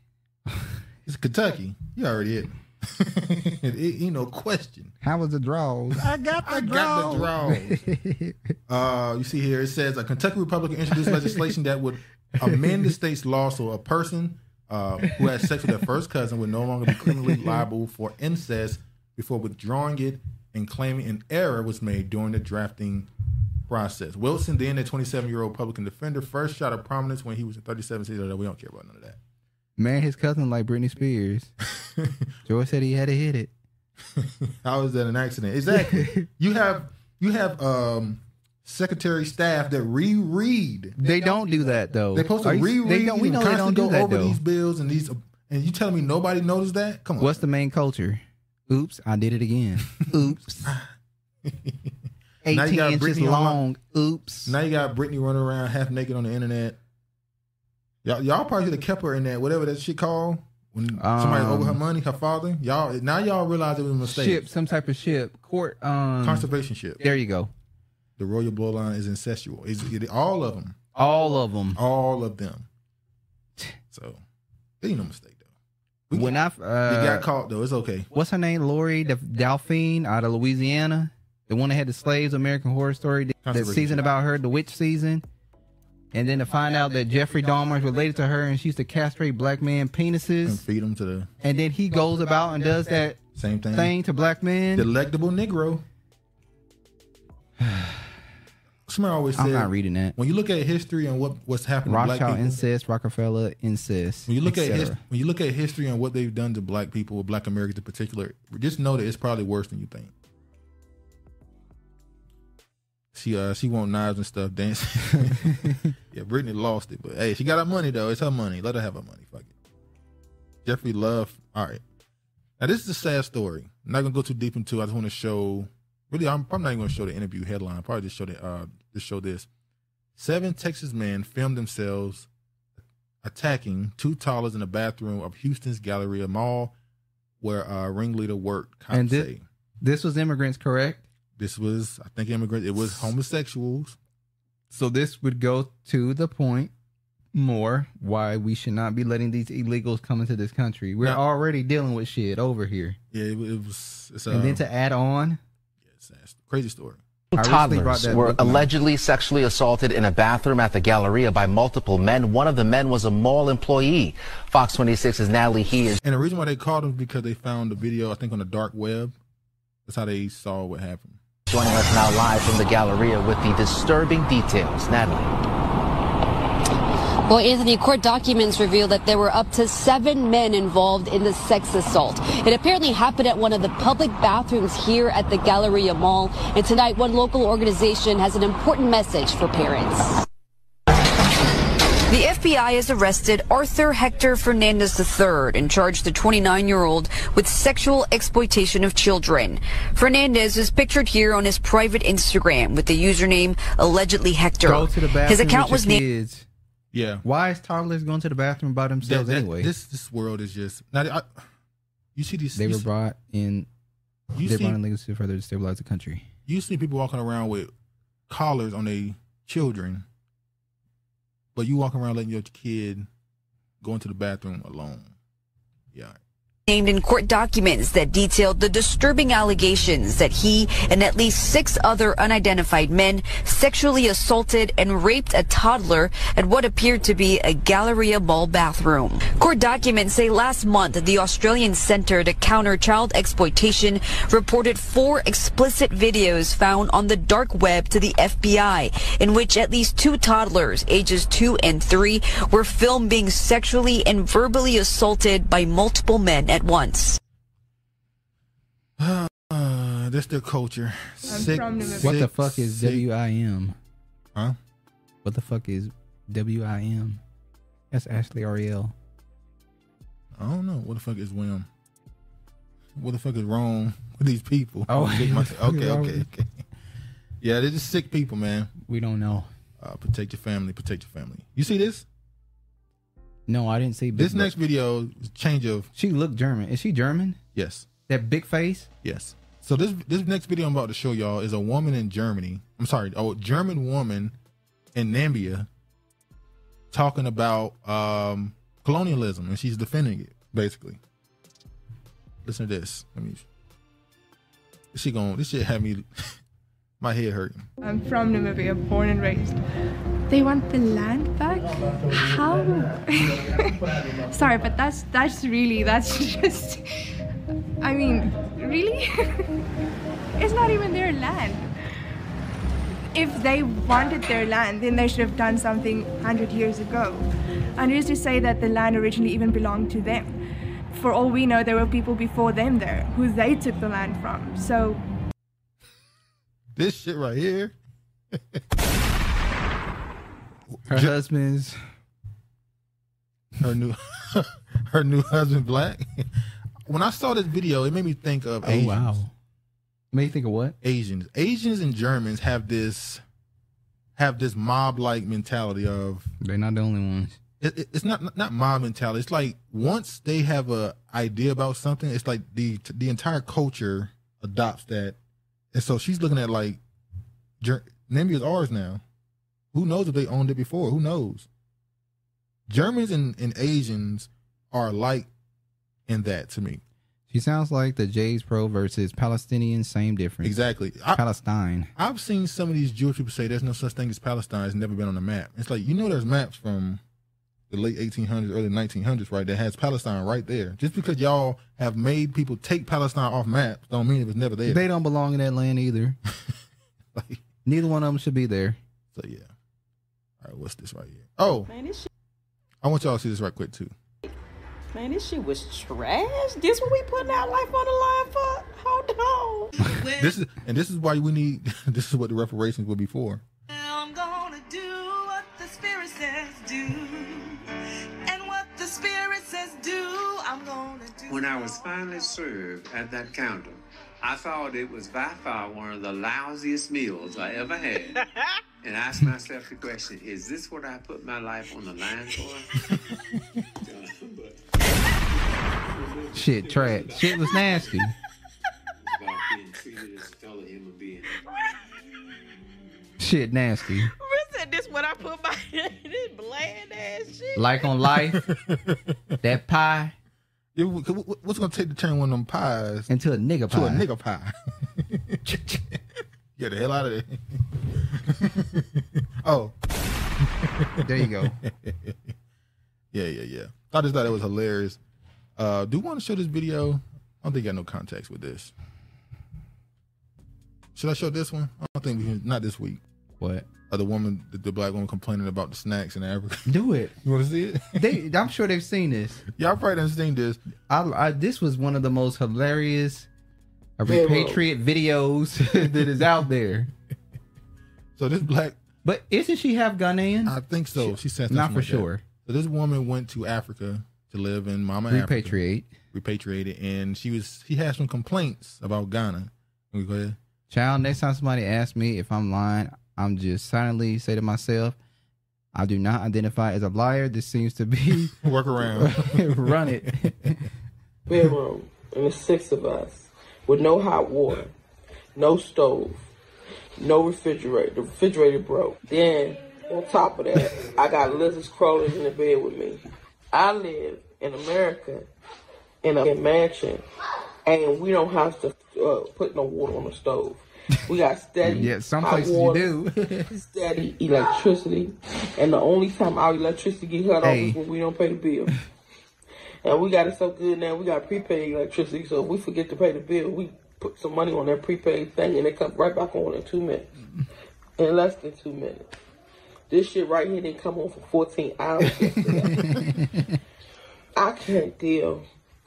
S1: It's Kentucky. He already hit him. it, it ain't no question.
S2: how was the draws?
S1: I got the I got the draws. Uh, you see here, it says a Kentucky Republican introduced legislation that would amend the state's law so a person uh, who has sex with their first cousin would no longer be criminally liable for incest before withdrawing it and claiming an error was made during the drafting process. Wilson, then a 27 year old Republican defender, first shot at prominence when he was in 37 cities. We don't care about none of that.
S2: Married his cousin like Britney Spears. George said he had to hit it.
S1: How is that an accident? Exactly. you have you have um secretary staff that reread.
S2: They don't do that though.
S1: They're supposed to
S2: Are you-
S1: reread.
S2: They don't. We
S1: and
S2: know they don't
S1: constantly
S2: do that
S1: over
S2: though.
S1: these bills and these. And you telling me nobody noticed that? Come on.
S2: What's the main culture? Oops, I did it again. Oops.
S1: Now you
S2: 18
S1: got
S2: inches
S1: Britney on-
S2: long. Oops.
S1: now you got Britney running around half naked on the internet. Y'all, y'all probably should have kept her in that whatever that shit called when somebody
S2: Um,
S1: over her money, her father. Y'all now y'all realize it was a mistake.
S2: Ship, some type of ship. Court. Um,
S1: Conservation ship.
S2: there you go.
S1: The royal bloodline is incestual. Is it all of them?
S2: All of them.
S1: All of them. So it ain't no mistake though. We
S2: when I uh,
S1: You got caught though. It's okay.
S2: what's her name? Lori the Delphine out of Louisiana, the one that had the slaves, American Horror Story, that- that
S1: Controversial.
S2: season about her, the witch season. And then to find out that Jeffrey Dahmer is related to her and she used to castrate black man
S1: And
S2: penises.
S1: feed them to the
S2: And then he goes about and does that
S1: Mm. same thing.
S2: thing to black men.
S1: Delectable Negro. Somebody always said
S2: I'm not reading that.
S1: when you look at history and what what's happened to black people.
S2: Rothschild incest, Rockefeller incest.
S1: when you look
S2: et
S1: at his,
S2: cetera.
S1: when you look at history and what they've done to black people, black Americans in particular, just know that it's probably worse than you think. She uh she want knives and stuff dancing. yeah, Brittany lost it, but hey, she got her money though. It's her money. Let her have her money. Fuck it. Jeffrey Love. All right. Now this is a sad story. I'm not gonna go too deep into. it. I just want to show. Really, I'm probably not even gonna show the interview headline. Probably just show the uh just show this. Seven Texas men filmed themselves attacking two toddlers in the bathroom of Houston's Galleria Mall, where uh, ringleader worked. Cops
S2: And this,
S1: say
S2: this was immigrants, correct?
S1: this was, I think, immigrant. It was homosexuals.
S2: So this would go to the point more why we should not be letting these illegals come into this country. We're
S1: Now-
S2: already dealing with shit over here.
S1: Yeah, it, it was. It's, uh,
S2: and then to add on,
S1: it's a crazy story.
S2: I recently brought
S8: toddlers
S2: that
S8: were
S2: book up.
S8: allegedly sexually assaulted in a bathroom at the Galleria by multiple men. One of the men was a mall employee. Fox 26's Natalie He is
S1: And the reason why they called him is because they found the video, I think, on the dark web. That's how they saw what happened.
S8: joining us now live from the Galleria with the disturbing details. Natalie.
S9: Well, Anthony, court documents reveal that there were up to seven men involved in the sex assault. It apparently happened at one of the public bathrooms here at the Galleria Mall. And tonight, one local organization has an important message for parents.
S24: The FBI has arrested Arthur Hector Fernandez III and charged the 29 year old with sexual exploitation of children. Fernandez is pictured here on his private Instagram with the username allegedly Hector.
S2: Go to the bathroom.
S24: his account
S2: with
S24: was
S2: your
S24: named.
S2: kids.
S1: Yeah.
S2: Why is toddlers going to the bathroom by
S1: That-
S2: themselves
S1: that-
S2: anyway?
S1: This this world is just now. I, you see these.
S2: they
S1: you
S2: were
S1: see-
S2: brought in.
S1: You
S2: they
S1: see-
S2: brought in legacy further to stabilize the country.
S1: you see people walking around with collars on their children, but you walking around letting your kid go into the bathroom alone. Yeah.
S24: named in court documents that detailed the disturbing allegations that he and at least six other unidentified men sexually assaulted and raped a toddler at what appeared to be a Galleria Mall bathroom. Court documents say last month the Australian Centre to Counter Child Exploitation reported four explicit videos found on the dark web to the FBI in which at least two toddlers ages two and three were filmed being sexually and verbally assaulted by multiple men at once.
S1: Uh, that's their culture. Sick-
S2: what the
S1: sick,
S2: fuck is
S1: sick-
S2: WIM?
S1: Huh?
S2: What the fuck is WIM? That's Ashley Ariel.
S1: I don't know. What the fuck is whim? What the fuck is wrong with these people?
S2: Oh,
S1: Get my-
S2: what the fuck is
S1: okay,
S2: wrong
S1: okay,
S2: with-
S1: okay. Yeah, they're just sick people, Oh, man.
S2: We don't know.
S1: Uh, protect your family. Protect your family. You see this?
S2: No, I didn't see Big
S1: This
S2: Bu-
S1: next video is change of
S2: She looked German. Is she German?
S1: yes.
S2: That big face.
S1: Yes. So this this next video I'm about to show y'all is a woman in Germany. I'm sorry, a German woman in Namibia talking about um, colonialism, and she's defending it basically. Listen to this. Let me. She going this shit had me, my head hurting.
S25: I'm from Namibia, born and raised. They want the land back? How? Sorry, but that's that's really that's just. I mean, really? it's not even their land. If they wanted their land, then they should have done something 100 years ago. And who's to say that the land originally even belonged to them? For all we know, there were people before them there who they took the land from. So
S1: This shit right here.
S2: Her husband's
S1: her new her new husband black. when I saw this video, it made me think of
S2: Oh,
S1: Asians.
S2: wow. Made you think of what?
S1: Asians. Asians and Germans have this have this mob like mentality of
S2: they're not the only ones.
S1: It, it- it's not not mob mentality. It's like once they have a idea about something, it's like the the entire culture adopts that. And so she's looking at like Ger- Namibia's ours now. Who knows if they owned it before? Who knows? Germans and, and Asians are alike in that to me.
S2: She sounds like the Jays Pro versus Palestinian. Same difference.
S1: Exactly.
S2: Palestine.
S1: I've seen some of these Jewish people say there's no such thing as Palestine. It's never been on the map. It's like you know there's maps from the late 1800s, early 1900s, right? That has Palestine right there. Just because y'all have made people take Palestine off maps, don't mean it was never there.
S2: They don't belong in that land either. Neither one of them should be there.
S1: So yeah. All right, what's this right here? Oh,
S4: Man, this shit,
S1: I want y'all to see this right quick too.
S4: man, this shit was trash. This what we putting our life on the line for? Hold on.
S1: This is and this is why we need. this is what the reparations will be for.
S13: I'm gonna do what the spirit says do. And what the spirit says do, I'm gonna do.
S26: When I was finally served at that counter, I thought it was by far one of the lousiest meals I ever had. and asked myself the question, is this what I put my life on the line for?
S2: Shit, trash. Shit was nasty.
S26: About being treated as a fellow human being.
S2: Shit, nasty.
S4: Listen, this what I put my this bland ass shit.
S2: Like on life, that pie.
S1: what's gonna take to turn one of them pies
S2: into a nigga
S1: to a
S2: pie?
S1: nigga pie? Get the hell out of there. oh.
S2: There you go.
S1: yeah, yeah, yeah. I just thought it was hilarious. Uh, do you want to show this video? I don't think I got no context with this. Should I show this one? I don't think we can. Not this week.
S2: What?
S1: Uh, the woman, the, the black woman complaining about the snacks in Africa.
S2: Do it.
S1: You want to see it?
S2: they, I'm sure they've seen this.
S1: Y'all probably done seen this.
S2: I, I this was one of the most hilarious uh,
S1: Yeah, well-
S2: repatriate videos that is out there.
S1: So this black.
S2: But isn't she half Ghanaian?
S1: I think so. She said
S2: Not
S1: something
S2: for
S1: like that.
S2: sure.
S1: So this woman went to Africa to live in Mama Africa.
S2: Repatriate.
S1: repatriated, and she was she had some complaints about Ghana. Can we go ahead?
S2: Child, next time somebody asks me if I'm lying, I'm just silently say to myself, I do not identify as a liar. This seems to be
S1: Work around.
S2: run it.
S4: bedroom, and the six of us, with no hot water, no stove, no refrigerator. The refrigerator broke. Then, on top of that, I got lizards crawling in the bed with me. I live in America in a mansion, and we don't have to uh, put no water on the stove. We got steady.
S2: Yeah, some
S4: hot
S2: places you
S4: water, steady electricity, and the only time our electricity get cut off
S2: Hey.
S4: is when we don't pay the bill. And we got it so good now, we got prepaid electricity. So if we forget to pay the bill, we put some money on that prepaid thing and it comes right back on in two minutes. In less than two minutes. This shit right here didn't come on for 14 hours. yesterday. I can't deal.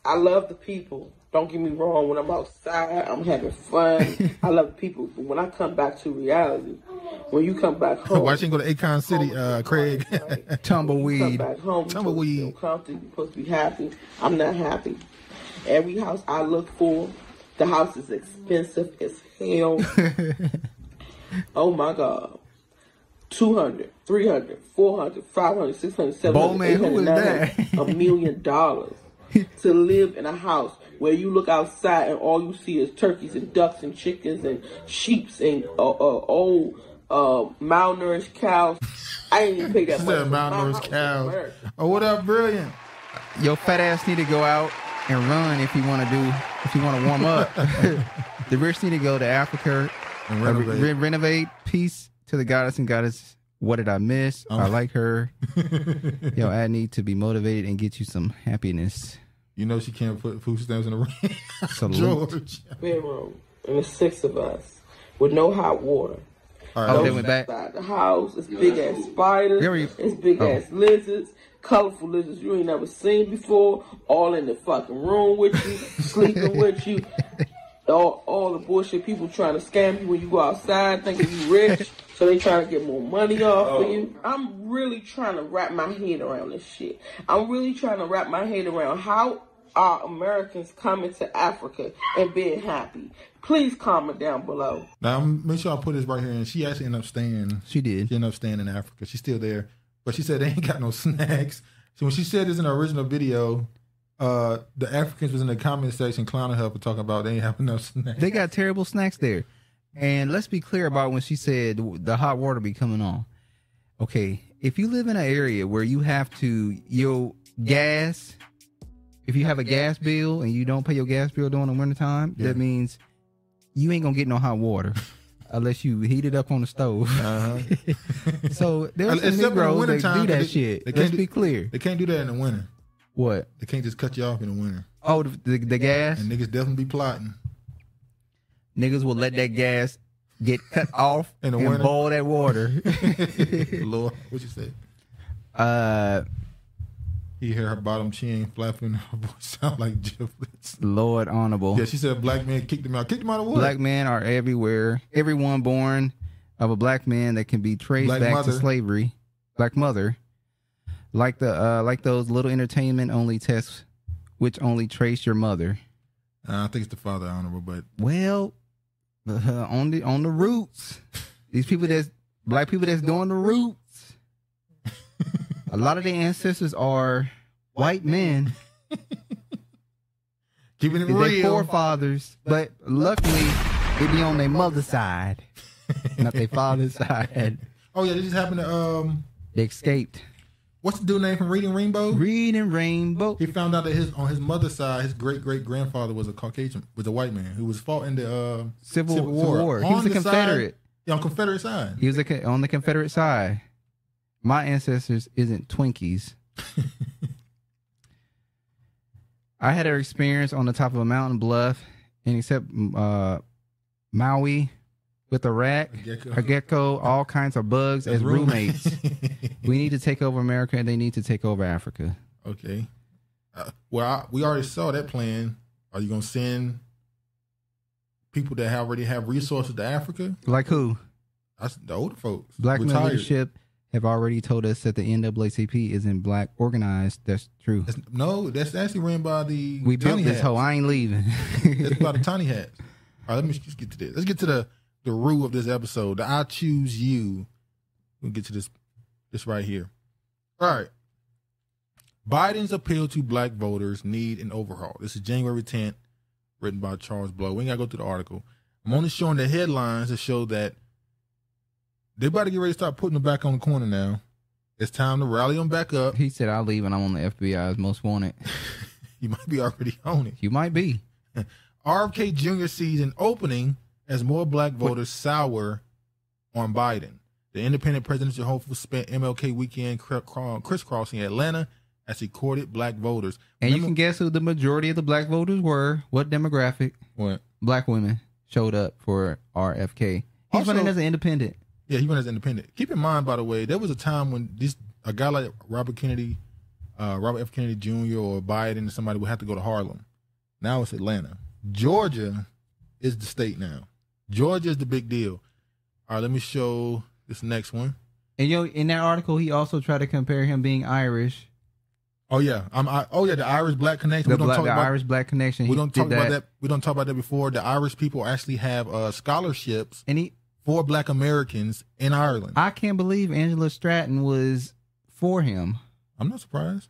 S4: I love the people. Don't get me wrong. When I'm outside, I'm having fun. I love the people. But when I come back to reality, when you come back home,
S1: Why she didn't go to Akon City, uh, Craig?
S4: come
S2: Tumbleweed.
S4: back home. Tumbleweed. You're supposed to feel comfortable. You're supposed to be happy. I'm not happy. Every house I look for, the house is expensive as hell. oh my God. 200, 300, 400, 500, 600, 700,
S2: Bowman, who is
S4: 800, 900, a million dollars to live in a house where you look outside and all you see is turkeys and ducks and chickens and sheeps and uh, uh, old uh, malnourished cows. I ain't even pay that
S1: She
S4: much.
S1: said
S4: for my
S1: malnourished
S4: house in
S1: cows.
S4: America.
S1: Oh, what up, brilliant?
S2: Your fat ass need to go out and run if you want to do if you want to warm up. the rich need to go to Africa
S1: And
S2: uh, re-
S1: renovate.
S2: re- renovate. Peace to the goddess and goddess. What did I miss? I
S1: Oh.
S2: like her. Yo, I need to be motivated and get you some happiness.
S1: You know she can't put food stamps in the ring.
S2: Salute.
S1: George.
S4: bedroom, um, and the six of us with no hot water.
S2: All right, Oh, they went back.
S4: Outside the house, it's big ass spiders, it's big
S2: oh.
S4: ass lizards, colorful lizards you ain't never seen before, all in the fucking room with you, sleeping with you. All, all the bullshit people trying to scam you when you go outside thinking you rich, so they trying to get more money off of you. I'm really trying to wrap my head around this shit. I'm really trying to wrap my head around how are Americans coming to Africa and being happy. Please comment down below.
S1: Now I'm make sure I put this right here. And she actually ended up staying.
S2: She did.
S1: She ended up staying in Africa. She's still there, but she said they ain't got no snacks. So when she said this in the original video, uh, the Africans was in the comment section clowning her for talking about they ain't having enough snacks.
S2: They got terrible snacks there. And let's be clear about when she said the hot water be coming on. Okay, if you live in an area where you have to your gas, if you have a gas bill and you don't pay your gas bill during the wintertime,
S1: Yeah.
S2: that means you ain't gonna get no hot water unless you heat it up on the stove.
S1: Uh-huh.
S2: so there's some
S1: Except in the
S2: Negroes that
S1: wintertime,
S2: do that
S1: they-
S2: shit.
S1: they can't
S2: let's
S1: do-
S2: be clear.
S1: They can't do that in the winter.
S2: What?
S1: They can't just cut you off in the winter.
S2: Oh, the, the, the gas.
S1: And niggas definitely be plotting.
S2: Niggas will let that gas get cut off
S1: In the
S2: and
S1: winter.
S2: boil that water.
S1: Lord, what you say?
S2: Uh,
S1: He hear her bottom chin flapping. Her voice sound like Uh, giblets.
S2: Lord honorable.
S1: Yeah, she said black man kicked him out. Kicked him out of what?
S2: black men are everywhere. Everyone born of a black man that can be traced
S1: Black
S2: back
S1: mother.
S2: to slavery, black mother, like the uh, like those little entertainment only tests, which only trace your mother.
S1: Uh, I think it's the father honorable, but
S2: Well, uh, on the on the roots, these people that's black people that's doing the roots. a lot of their ancestors are white men.
S1: keeping it
S2: They
S1: real.
S2: forefathers, but luckily they be on their mother's side, not their father's side.
S1: Oh yeah, this just happened to um
S2: They escaped.
S1: What's the dude name from Reading Rainbow?
S2: Reading Rainbow.
S1: He found out that his on his mother's side, his great great grandfather was a Caucasian, was a white man who was fought in the uh,
S2: Civil War. He was
S1: On
S2: a
S1: the side-
S2: Confederate.
S1: yeah, on Confederate side.
S2: He was a, co- on the Confederate side. My ancestors isn't Twinkies. I had an experience on the top of a mountain bluff, and except uh, Maui with a rat, a
S1: gecko.
S2: gecko, all kinds of bugs as,
S1: As roommates.
S2: roommates. we need to take over America, and they need to take over Africa.
S1: Okay. Uh, well, I, we already saw that plan. Are you gonna send people that have- already have resources to Africa?
S2: Like who?
S1: That's the older folks.
S2: Black men
S1: Retired.
S2: leadership have already told us that the NAACP isn't black organized. That's true.
S1: No, that's actually ran by the.
S2: We built
S1: tiny
S2: this
S1: hats.
S2: hoe. I ain't leaving.
S1: That's by the tiny hats. All right, let me just get to this. Let's get to the the root of this episode. The I choose you. We'll get to this this right here. All right. Biden's appeal to black voters need an overhaul. This is January 10th, written by Charles Blow. We ain't gotta go through the article. I'm only showing the headlines to show that they about to get ready to start putting them back on the corner now. It's time to rally them back up.
S2: He said, "I'll leave and I'm on the FBI's most wanted."
S1: you might be already on it.
S2: You might be.
S1: RFK Jr. sees an opening as more black voters sour on Biden. The independent presidential hopeful spent MLK weekend cr- cr- crisscrossing Atlanta as he courted black voters.
S2: And you can guess who the majority of the black voters were. What demographic?
S1: What?
S2: Black women showed up for RFK. He's
S1: Also-
S2: running as an independent.
S1: Yeah, he went as independent. Keep in mind, by the way, there was a time when this a guy like Robert Kennedy, uh, Robert F. Kennedy Jr. or Biden or somebody would have to go to Harlem. Now it's Atlanta. Georgia is the state now. Georgia is the big deal. All right, let me show this next one.
S2: And yo, in that article, he also tried to compare him being Irish.
S1: Oh yeah, I'm. I, oh yeah, the Irish Black connection.
S2: The,
S1: we don't
S2: black,
S1: talk
S2: the
S1: about,
S2: Irish black connection.
S1: We
S2: He
S1: don't
S2: did
S1: talk about that. We don't talk about that before. The Irish people actually have uh, scholarships
S2: Any
S1: for Black Americans in Ireland.
S2: I can't believe Angela Stratton was for him.
S1: I'm not surprised.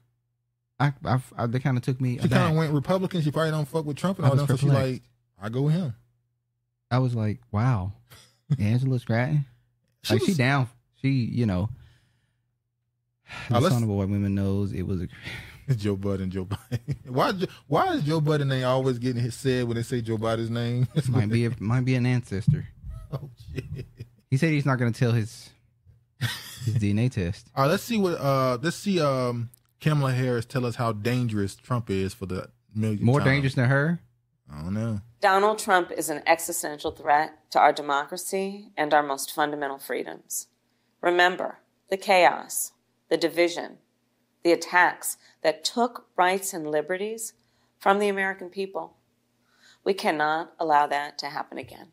S2: I, I, I they kind of took me.
S1: She kind
S2: aback.
S1: of went Republican. She probably don't fuck with Trump and
S2: I
S1: all
S2: was
S1: that. So she like,
S2: perplexed.
S1: I go with him.
S2: I was like, wow, Angela Stratton.
S1: She
S2: like she
S1: was-
S2: down. She, you know,
S1: Uh, let's-
S2: dishonorable white women knows it was a.
S1: Joe Budden, Joe Biden. Why? Jo- Why is Joe Budden name always getting his said when they say Joe Biden's name?
S2: might be a, might be an ancestor.
S1: Oh shit.
S2: He said he's not going to tell his his DNA test.
S1: All right, let's see what. Uh, let's see. Um, Kamala Harris tell us how dangerous Trump is for the million.
S2: More
S1: time.
S2: dangerous than her.
S1: I don't know.
S11: Donald Trump is an existential threat to our democracy and our most fundamental freedoms. Remember the chaos, the division, the attacks that took rights and liberties from the American people. We cannot allow that to happen again.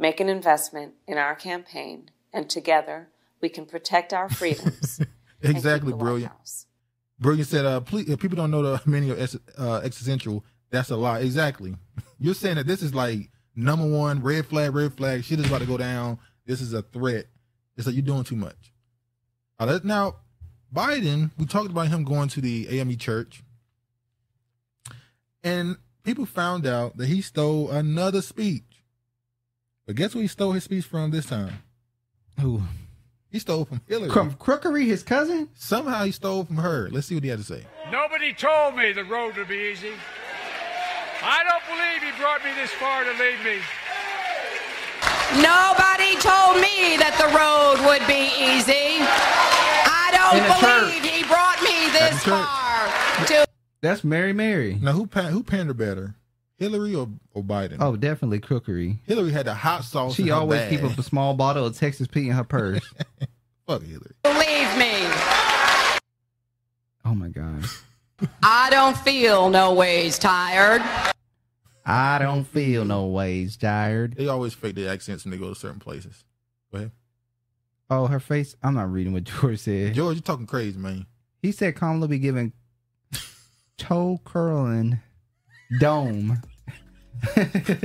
S11: Make an investment in our campaign, and together we can protect our freedoms.
S1: Exactly, brilliant. Brilliant said, uh, please, if people don't know the meaning of ex- uh, existential, that's a lie. Exactly. You're saying that this is like number one, red flag, red flag. Shit is about to go down. This is a threat. It's like you're doing too much. All right, now, Biden, we talked about him going to the AME church, and people found out that he stole another speech. But guess where he stole his speech from this time?
S2: Who?
S1: He stole from Hillary.
S2: From Crookery, his cousin?
S1: Somehow he stole from her. Let's see what he had to say.
S12: Nobody told me the road would be easy. I don't believe he brought me this far to leave me.
S14: Nobody told me that the road would be easy. I
S2: In
S14: don't
S2: the
S14: believe he brought me
S1: At
S14: this
S1: the church.
S14: far to
S2: That's Mary Mary.
S1: Now who pan- who pander better, Hillary or, or Biden?
S2: Oh, definitely Crookery.
S1: Hillary had the hot sauce. in
S2: She
S1: her
S2: always
S1: bag.
S2: keep a small bottle of Texas Pete in her purse.
S1: Fuck Hillary.
S14: believe me.
S2: oh my god.
S14: I don't feel no ways tired.
S2: I don't feel no ways tired.
S1: They always fake their accents when they go to certain places. Go ahead.
S2: Oh, her face. I'm not reading what George said.
S1: George, you're talking crazy, man.
S2: He said Kamala be giving toe curling dome. she looked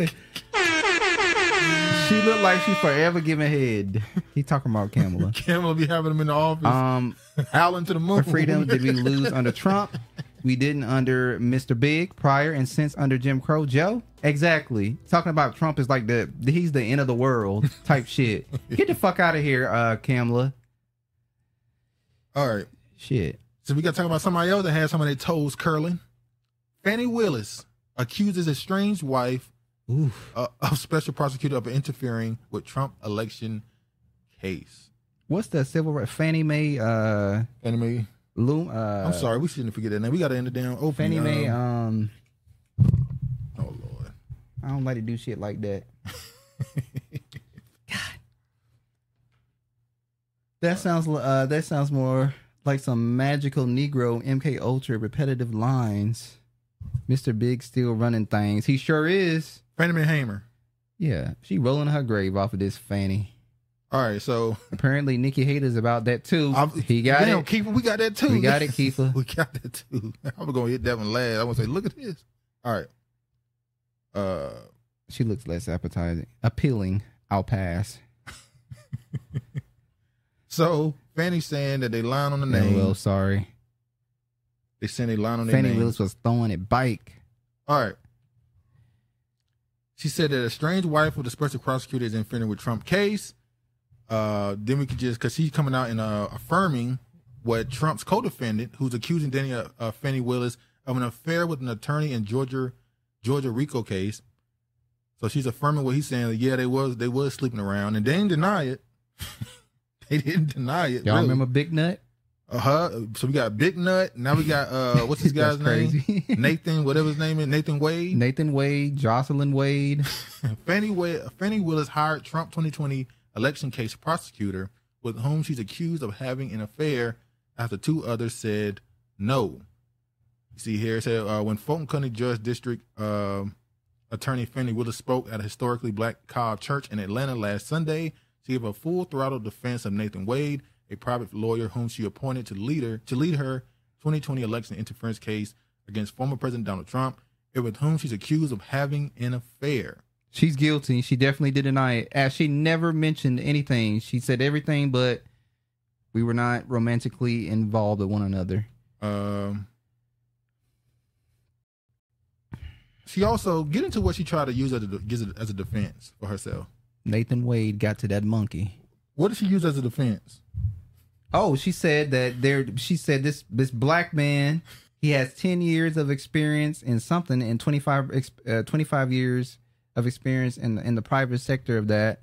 S2: like she forever giving head. He talking about Kamala.
S1: Kamala be having them in the office,
S2: Um,
S1: howling to the moon.
S2: What freedom did we lose under Trump? We didn't under Mr. Big prior and since under Jim Crow Joe. Exactly. Talking about Trump is like the he's the end of the world type shit. Get the fuck out of here, uh Kamala.
S1: All right.
S2: Shit.
S1: So we got to talk about somebody else that had some of their toes curling. Fannie Willis accuses estranged wife uh, of special prosecutor of interfering with Trump election case.
S2: What's that civil right? Fannie Mae. Uh,
S1: Fannie Mae.
S2: Loom, uh,
S1: I'm sorry, we shouldn't forget that name. We got to end it down. Open.
S2: Fannie Mae.
S1: um,
S2: Um. Oh lord. I don't like to do shit like that. God. That sounds. li- Uh, that sounds more like some magical Negro MK Ultra repetitive lines. Mr. Big still running things. He sure is.
S1: Fannie Mae Hamer.
S2: Yeah, she rolling her grave off of this Fanny.
S1: All right, so
S2: apparently Nikki Hater's about that too. he got
S1: Damn,
S2: it.
S1: Keeper, we got that too.
S2: We got it, Keefa.
S1: we got that too.
S2: uh,
S1: I'm gonna hit that one last. I'm gonna say, look at this. All right. Uh,
S2: She looks less appetizing, appealing. I'll pass.
S1: so Fannie's saying that they lying on the name.
S2: Well, sorry.
S1: They saying they lying on their
S2: Fanny
S1: name.
S2: Willis was throwing it bike.
S1: All right. She said that a strange wife of the special prosecutor is interfering with Trump case. Uh, then we could just because she's coming out and uh, affirming what Trump's co-defendant, who's accusing Danny uh, uh, Fannie Willis of an affair with an attorney in Georgia, Georgia Rico case. So she's affirming what he's saying. that, Yeah, they was they was sleeping around, and they didn't deny it. they didn't deny it.
S2: Y'all
S1: really.
S2: remember Big Nut?
S1: Uh huh. So we got Big Nut. Now we got uh, what's this
S2: That's
S1: guy's name? Nathan, whatever his name is. Nathan Wade.
S2: Nathan Wade, Jocelyn Wade.
S1: Fannie, Wa- Fannie Willis hired Trump 2020 election case prosecutor with whom she's accused of having an affair after two others said no. You see here, it said uh, when Fulton County Judge District um Attorney Fannie Willis spoke at a historically black Cobb church in Atlanta last Sunday, she gave a full throttle defense of Nathan Wade, a private lawyer whom she appointed to lead her, to lead her 2020 election interference case against former President Donald Trump, and with whom she's accused of having an affair.
S2: She's guilty. She definitely did deny it. As she never mentioned anything. She said everything, but we were not romantically involved with one another.
S1: Um, she also get into what she tried to use as a, use it as a defense for herself.
S2: Nathan Wade got to that monkey.
S1: What did she use as a defense?
S2: Oh, she said that there. She said this this black man. He has ten years of experience in something, and 25, ex- uh, 25 years of experience in in the private sector of that.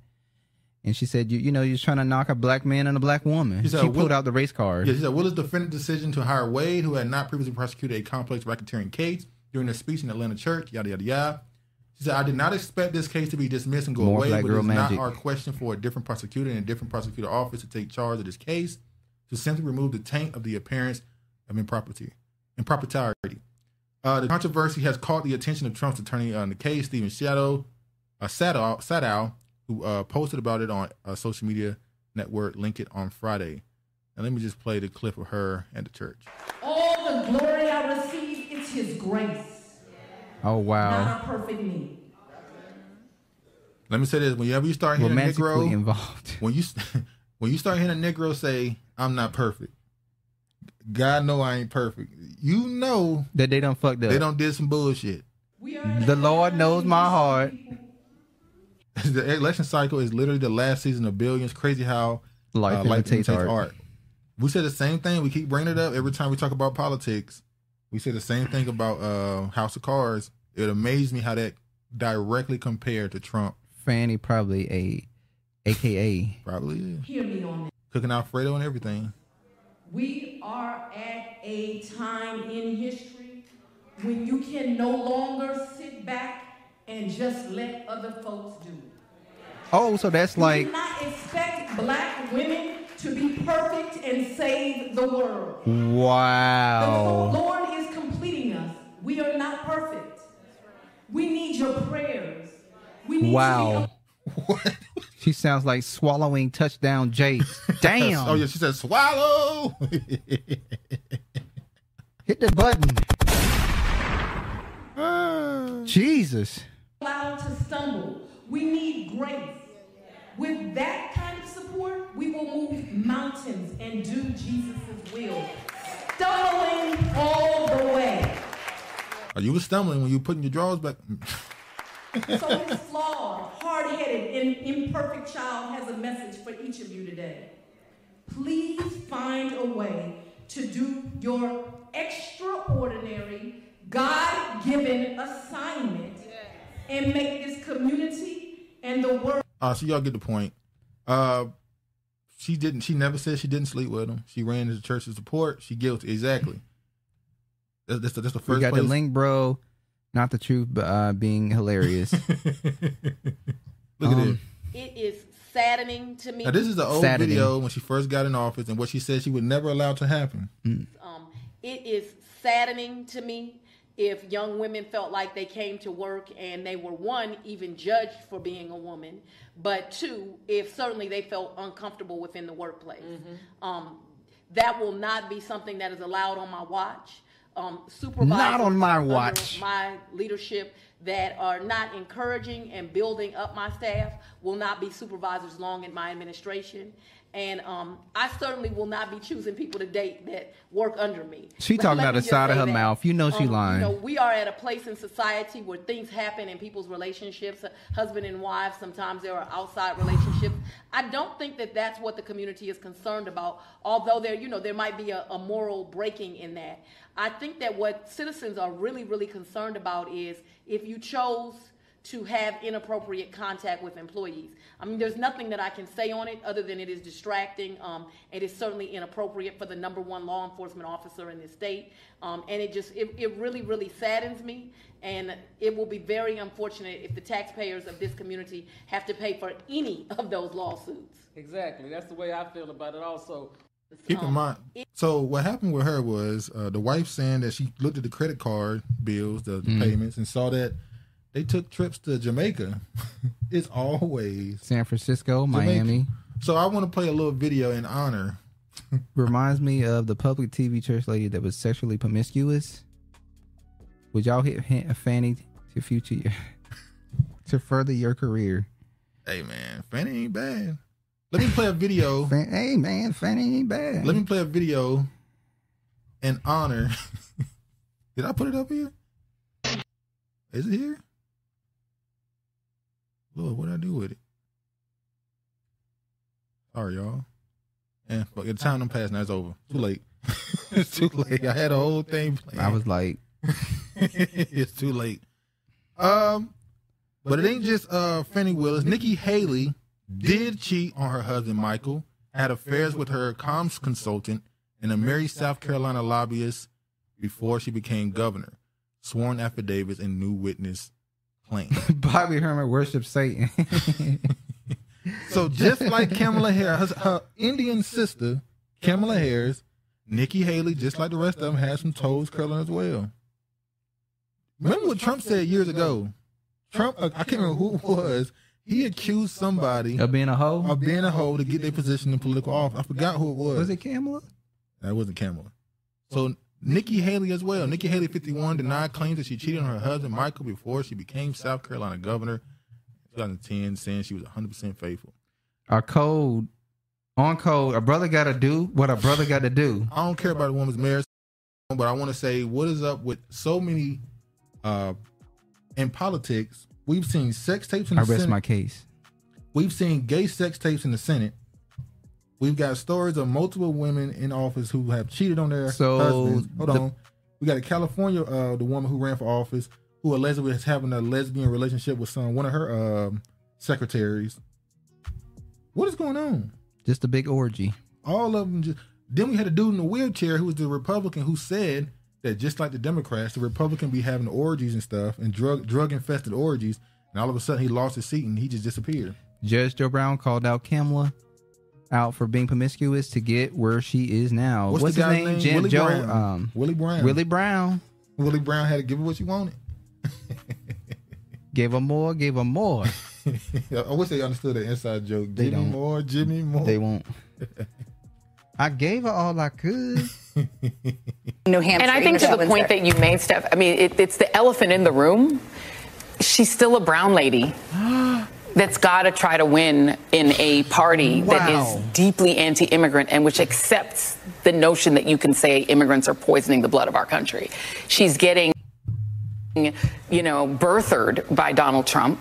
S2: And she said, you you know, you're trying to knock a black man and a black woman.
S1: She
S2: She,
S1: said,
S2: pulled
S1: "Will-
S2: out the race card.
S1: Yeah, she said Willis defended the decision to hire Wade, who had not previously prosecuted a complex racketeering case, during a speech in Atlanta church. Yada yada yada. She said, "I did not expect this case to be dismissed and go
S2: More
S1: away,
S2: black
S1: but
S2: girl
S1: it's
S2: magic.
S1: not our question for a different prosecutor and a different prosecutor office to take charge of this case to simply remove the taint of the appearance of improperty, impropriety." Uh, the controversy has caught the attention of Trump's attorney on the case, Stephen Shadow, uh, Sadow, Sadow, who uh, posted about it on uh, social media network Link It on Friday. And let me just play the clip of her at the church.
S15: All the glory I receive is His grace,
S2: Oh wow.
S15: not a perfect me.
S1: Let me say this: whenever you start hearing a Negro
S2: Romantically involved,
S1: when you when you start hearing a Negro say, "I'm not perfect," God know I ain't perfect. You know
S2: that they don't fucked up.
S1: They don't did some bullshit.
S2: The Lord knows my heart.
S1: the election cycle is literally the last season of Billions. Crazy how uh,
S2: Life imitates art.
S1: We said the same thing. We keep bringing it up every time we talk about politics. We said the same thing about uh, House of Cards. It amazed me how that directly compared to Trump.
S2: Fanny probably a, AKA
S1: probably is.
S15: Hear me on this.
S1: cooking Alfredo and everything.
S15: We are at a time in history when you can no longer sit back and just let other folks do it.
S2: Oh, so that's like
S15: Do not expect black women to be perfect and save the world. The
S2: wow.
S15: Lord is completing us. We are not perfect. We need your prayers. We need
S2: Wow. She sounds like swallowing touchdown Jake. Damn.
S1: oh yeah, she said swallow.
S2: Hit the button.
S1: Ah.
S2: Jesus.
S15: to be allowed to stumble. We need grace. With that kind of support, we will move mountains and do Jesus' will. Stumbling all the way.
S1: Oh, you was stumbling when you putting your drawers back.
S15: So this flawed, hard-headed, and imperfect child has a message for each of you today. Please find a way to do your extraordinary, God given assignment and make this community and the world.
S1: Uh, so y'all get the point. Uh, she didn't. She never said she didn't sleep with him. She ran to the church's support. She guilty. Exactly. That's, that's, the, that's the first.
S2: we got
S1: place.
S2: the link, bro. Not the truth, but uh, being hilarious.
S1: Look at
S2: Um,
S1: this.
S16: It is saddening to me.
S1: Now this is the old
S2: Saturday.
S1: video when she first got in office and what she said she would never allow to happen.
S16: Um, it is saddening to me if young women felt like they came to work and they were one even judged for being a woman, but two, if certainly they felt uncomfortable within the workplace.
S2: Mm-hmm.
S16: Um, that will not be something that is allowed on my watch. Um, supervisors
S2: Not on my
S16: under
S2: watch.
S16: My leadership that are not encouraging and building up my staff will not be supervisors long in my administration. And um, I certainly will not be choosing people to date that work under me.
S2: She
S16: Let-
S2: talking
S16: let
S2: out
S16: me
S2: the
S16: just
S2: side of
S16: say
S2: her
S16: that. um,
S2: mouth. You know she lying.
S16: You know, we are at a place in society where things happen in people's relationships, husband and wife. Sometimes there are outside relationships. I don't think that that's what the community is concerned about. Although there, you know, there might be a, a moral breaking in that. I think that what citizens are really, really concerned about is if you chose to have inappropriate contact with employees. I mean, there's nothing that I can say on it other than it is distracting. Um, it is certainly inappropriate for the number one law enforcement officer in the state. Um, and it just, it, it really, really saddens me. And it will be very unfortunate if the taxpayers of this community have to pay for any of those lawsuits.
S17: Exactly. That's the way I feel about it. Also,
S1: Keep
S16: Oh.
S1: in mind. So what happened with her was uh, the wife saying that she looked at the credit card bills, the, the
S2: Mhm.
S1: payments, and saw that they took trips to Jamaica. it's always
S2: San Francisco,
S1: Jamaica.
S2: Miami.
S1: So I want to play a little video in honor.
S2: Reminds me of the public TV church lady that was sexually promiscuous. Would y'all hit hint a Fanny to future your, to further your career?
S1: Hey man, Fanny ain't bad. Let me play a video.
S2: hey man, Fanny ain't bad.
S1: Let me play a video in honor. Did I put it up here? Is it here? Lord, what would I do with it? Sorry, y'all. And but the time done passed. Now it's over. Too late. it's too late. I had a whole thing planned.
S2: I was like,
S1: it's too late. Um, but it ain't just uh Fannie Willis. Nikki Haley did cheat on her husband Michael, had affairs with her comms consultant and a married South Carolina lobbyist before she became governor. Sworn affidavits and new witness claims.
S2: Bobby Herman worships Satan.
S1: So just like Kamala Harris, her, her Indian sister Kamala Harris, Nikki Haley, just like the rest of them, has some toes curling as well. Remember what Trump said years ago? Trump, I can't remember who it was. He accused somebody
S2: of being a hoe,
S1: of being a hoe to get their position in political office. I forgot who it was.
S2: Was it Kamala?
S1: That wasn't Kamala. So Nikki Haley as well. Nikki Haley, 51, denied claims that she cheated on her husband Michael before she became South Carolina governor in 2010, saying she was 100% faithful.
S2: Our code on code. A brother got to do what a brother got to do.
S1: I don't care about a woman's marriage, but I want to say what is up with so many uh in politics. We've seen sex tapes in
S2: I
S1: the
S2: rest
S1: Senate.
S2: my case.
S1: We've seen gay sex tapes in the Senate. We've got stories of multiple women in office who have cheated on their
S2: So,
S1: husbands. Hold
S2: the-
S1: on. We got a California, uh, the woman who ran for office, who allegedly is having a lesbian relationship with some one of her um, secretaries. What is going on?
S2: Just a big orgy.
S1: All of them just. Then we had a dude in the wheelchair who was the Republican who said that just like the Democrats, the Republican be having orgies and stuff and drug drug infested orgies, and all of a sudden he lost his seat and he just disappeared.
S2: Judge Joe Brown called out Kamala out for being promiscuous to get where she is now. Uh, What's,
S1: the
S2: his
S1: guy's
S2: name? Jim
S1: Willie
S2: Joe.
S1: Brown.
S2: Um,
S1: Willie Brown.
S2: Willie Brown
S1: Willie Brown had to give her what she wanted.
S2: gave her more. Gave her more.
S1: I wish they understood the inside joke.
S2: They
S1: Jimmy
S2: don't.
S1: Moore, Jimmy Moore.
S2: They won't. I gave her all I could.
S18: New Hampshire.
S19: And I think to the
S18: England
S19: point
S18: Wednesday.
S19: that you made, Steph, I mean, it, it's the elephant in the room. She's still a brown lady that's got to try to win in a party that
S2: Wow.
S19: is deeply anti immigrant and which accepts the notion that you can say immigrants are poisoning the blood of our country. She's getting. you know, birthered by Donald Trump.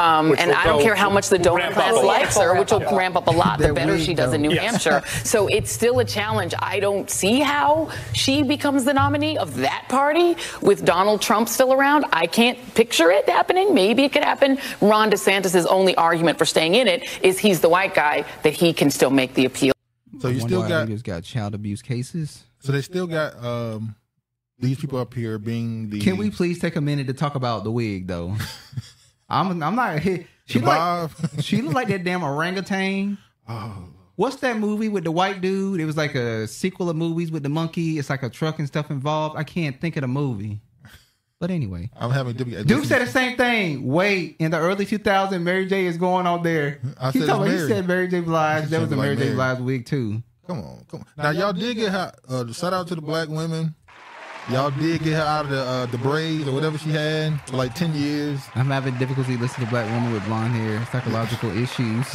S19: Um,
S3: Which
S19: and
S3: will
S19: I don't
S3: go-
S19: care how much the
S3: will
S19: donor
S3: ramp
S19: class
S3: up a lot.
S19: likes her, which will
S3: Yeah.
S19: ramp up a lot, the
S3: That
S19: better
S3: we
S19: she does in
S3: don't-
S19: New
S3: Yes.
S19: Hampshire. So it's still a challenge. I don't see how she becomes the nominee of that party with Donald Trump still around. I can't picture it happening. Maybe it could happen. Ron DeSantis' only argument for staying in it is he's the white guy, that he can still make the appeal.
S1: So you still got
S2: leaders got child abuse cases.
S1: So they still got um these people up here being the
S2: Can we please take a minute to talk about the wig though? I'm I'm not she look like, she look like that damn orangutan.
S1: Oh.
S2: What's that movie with the white dude? It was like a sequel of movies with the monkey. It's like a truck and stuff involved. I can't think of the movie. But anyway,
S1: I'm having difficulty.
S2: Duke said the same thing. Wait, in the early 2000s, Mary J is going on there.
S1: I
S2: he,
S1: said
S2: talking-
S1: it's Mary.
S2: he said Mary J Blige. That was a
S1: Something like
S2: Mary J
S1: Mary.
S2: Blige wig too.
S1: Come on, come on. Now y'all did get her. Uh, shout out to the black women. Y'all did get her out of the uh, the braids or whatever she had for like ten years.
S2: I'm having difficulty listening to black women with blonde hair, psychological issues.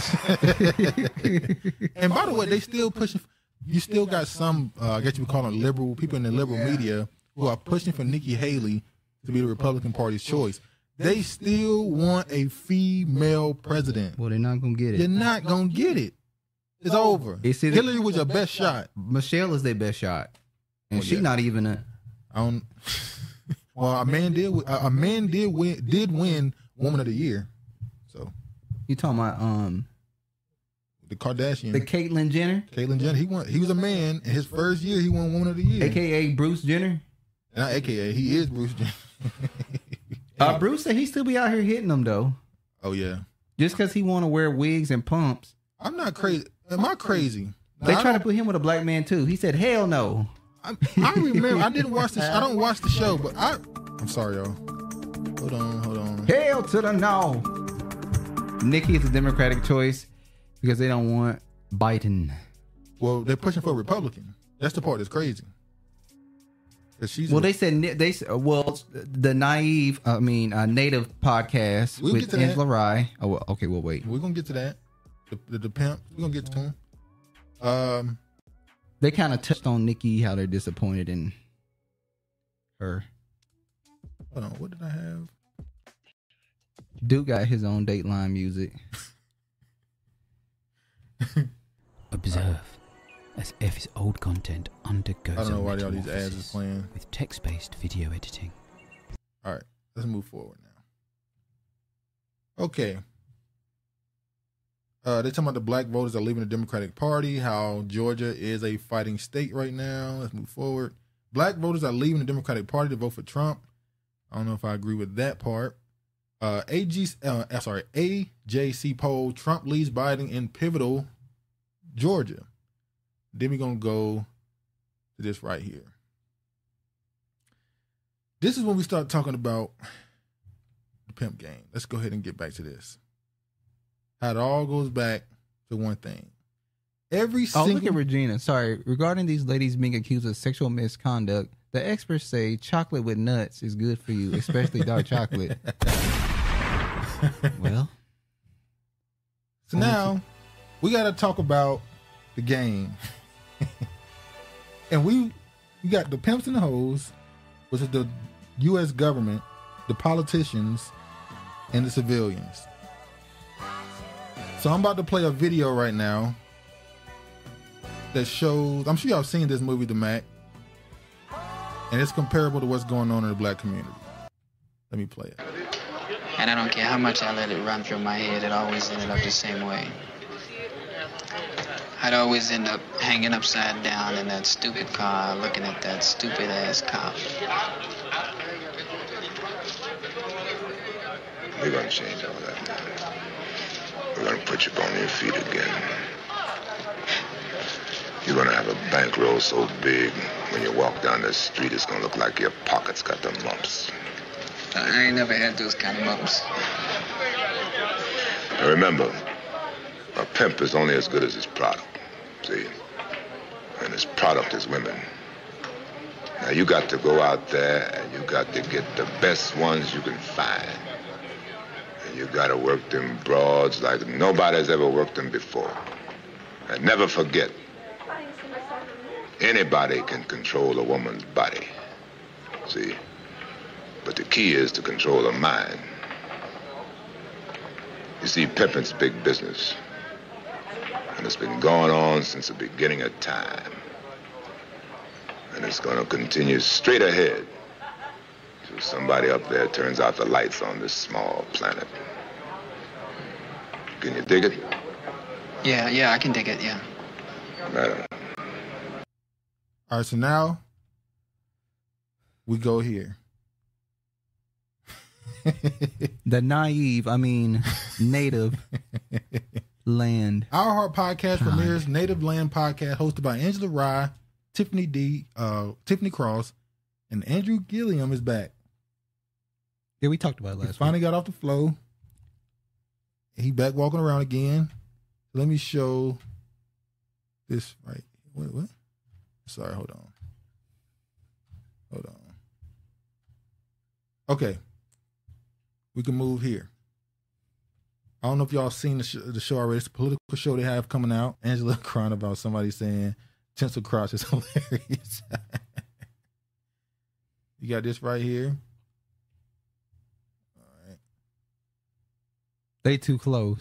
S1: And by the way, they still pushing. You still got some. Uh, I guess you would call them liberal people in the liberal media who are pushing for Nikki Haley to be the Republican Party's choice. They still want a female president.
S2: Well, they're not gonna get it.
S1: You're not gonna get it. It's over.
S2: It's either-
S1: Hillary was your best shot.
S2: Michelle is their best shot, and
S1: Well,
S2: she
S1: yeah.
S2: not even a.
S1: I don't. Well, a man did. wi- A a man did win. Did win Woman of the Year. So
S2: You talking about um
S1: the Kardashian,
S2: the Caitlyn Jenner,
S1: Caitlyn Jenner. He won. He was a man in his first year. He won Woman of the Year.
S2: aka Bruce Jenner?
S1: Not AKA. He is Bruce Jenner.
S2: Uh, Bruce said he still be out here hitting them though,
S1: Oh yeah.
S2: just because he want to wear wigs and pumps.
S1: I'm not crazy. Am I crazy?
S2: they
S1: Nah, I
S2: try to put him with a black man too. He said, "Hell no."
S1: I, I remember. I didn't watch the. I don't watch the show, but I. I'm sorry, y'all. Hold on. Hold on.
S2: Hell to the no. Nikki is a Democratic choice because they don't want Biden.
S1: Well, they're pushing for a Republican. That's the part that's crazy. 'Cause she's.
S2: Well, they said ni- they s- uh, well the naive, I mean, uh, native podcast
S1: We'll get
S2: with
S1: to that.
S2: Angela Rye. Oh, well, okay, we'll wait.
S1: We're gonna get to that. The, the, the pimp. We're gonna get to him. Um.
S2: They kind of touched on Nikki how they're disappointed in her.
S1: Hold on. What did I have?
S2: Dude got his own Dateline music.
S5: Observe as F's old content undergoes
S1: I don't know
S5: a
S1: why all these ads
S5: metamorphosis
S1: is playing.
S5: with text-based video editing.
S1: All right, let's move forward now. Okay. Uh, they're talking about the black voters are leaving the Democratic Party, how Georgia is a fighting state right now. Let's move forward. Black voters are leaving the Democratic Party to vote for Trump. I don't know if I agree with that part. Uh, AG, uh, I'm sorry, AJC poll Trump leads Biden in pivotal Georgia. Then we're going to go to this right here this is when we start talking about the pimp game. Let's go ahead and get back to this. How it all goes back to one thing. Every
S2: Oh,
S1: single
S2: look at Regina. Sorry. Regarding these ladies being accused of sexual misconduct, the experts say chocolate with nuts is good for you, especially dark chocolate. Well,
S1: so now we got to talk about the game, and we we got the pimps and the hoes, which is the U.S. government, the politicians, and the civilians. So I'm about to play a video right now that shows. I'm sure y'all seen this movie, The Mac, and it's comparable to what's going on in the black community. Let me play it.
S7: And I don't care how much I let it run through my head, it always ended up the same way. I'd always end up hanging upside down in that stupid car looking at that stupid ass cop.
S20: We're gonna change all that. We're gonna put you on your feet again. You're gonna have a bankroll so big, when you walk down the street, it's gonna look like your pockets got the lumps.
S7: I ain't never had those kind of moments.
S20: And remember, a pimp is only as good as his product. See? And his product is women. Now you got to go out there and you got to get the best ones you can find. And you got to work them broads like nobody's ever worked them before. And never forget, anybody can control a woman's body. See? But the key is to control her mind. You see, pimping's big business. And it's been going on since the beginning of time. And it's gonna continue straight ahead. Till somebody up there turns out the lights on this small planet. Can you dig it?
S7: Yeah, yeah, I can dig it, yeah.
S20: Madam.
S1: All right, so now we go here.
S2: the naive, I mean, native land.
S1: Our Heart Podcast premieres Native Land Podcast, hosted by Angela Rye, Tiffany D, uh, Tiffany Cross, and Andrew Gilliam is back.
S2: Yeah, we talked about it
S1: He
S2: last
S1: finally got off the flow. He back walking around again. Let me show this right. Wait, what? Sorry, hold on. Hold on. Okay, we can move here. I don't know if y'all seen the, sh- the show already. It's a political show they have coming out. Angela crying about somebody saying Tinsel Crotch is hilarious. you got this right here.
S2: They too close.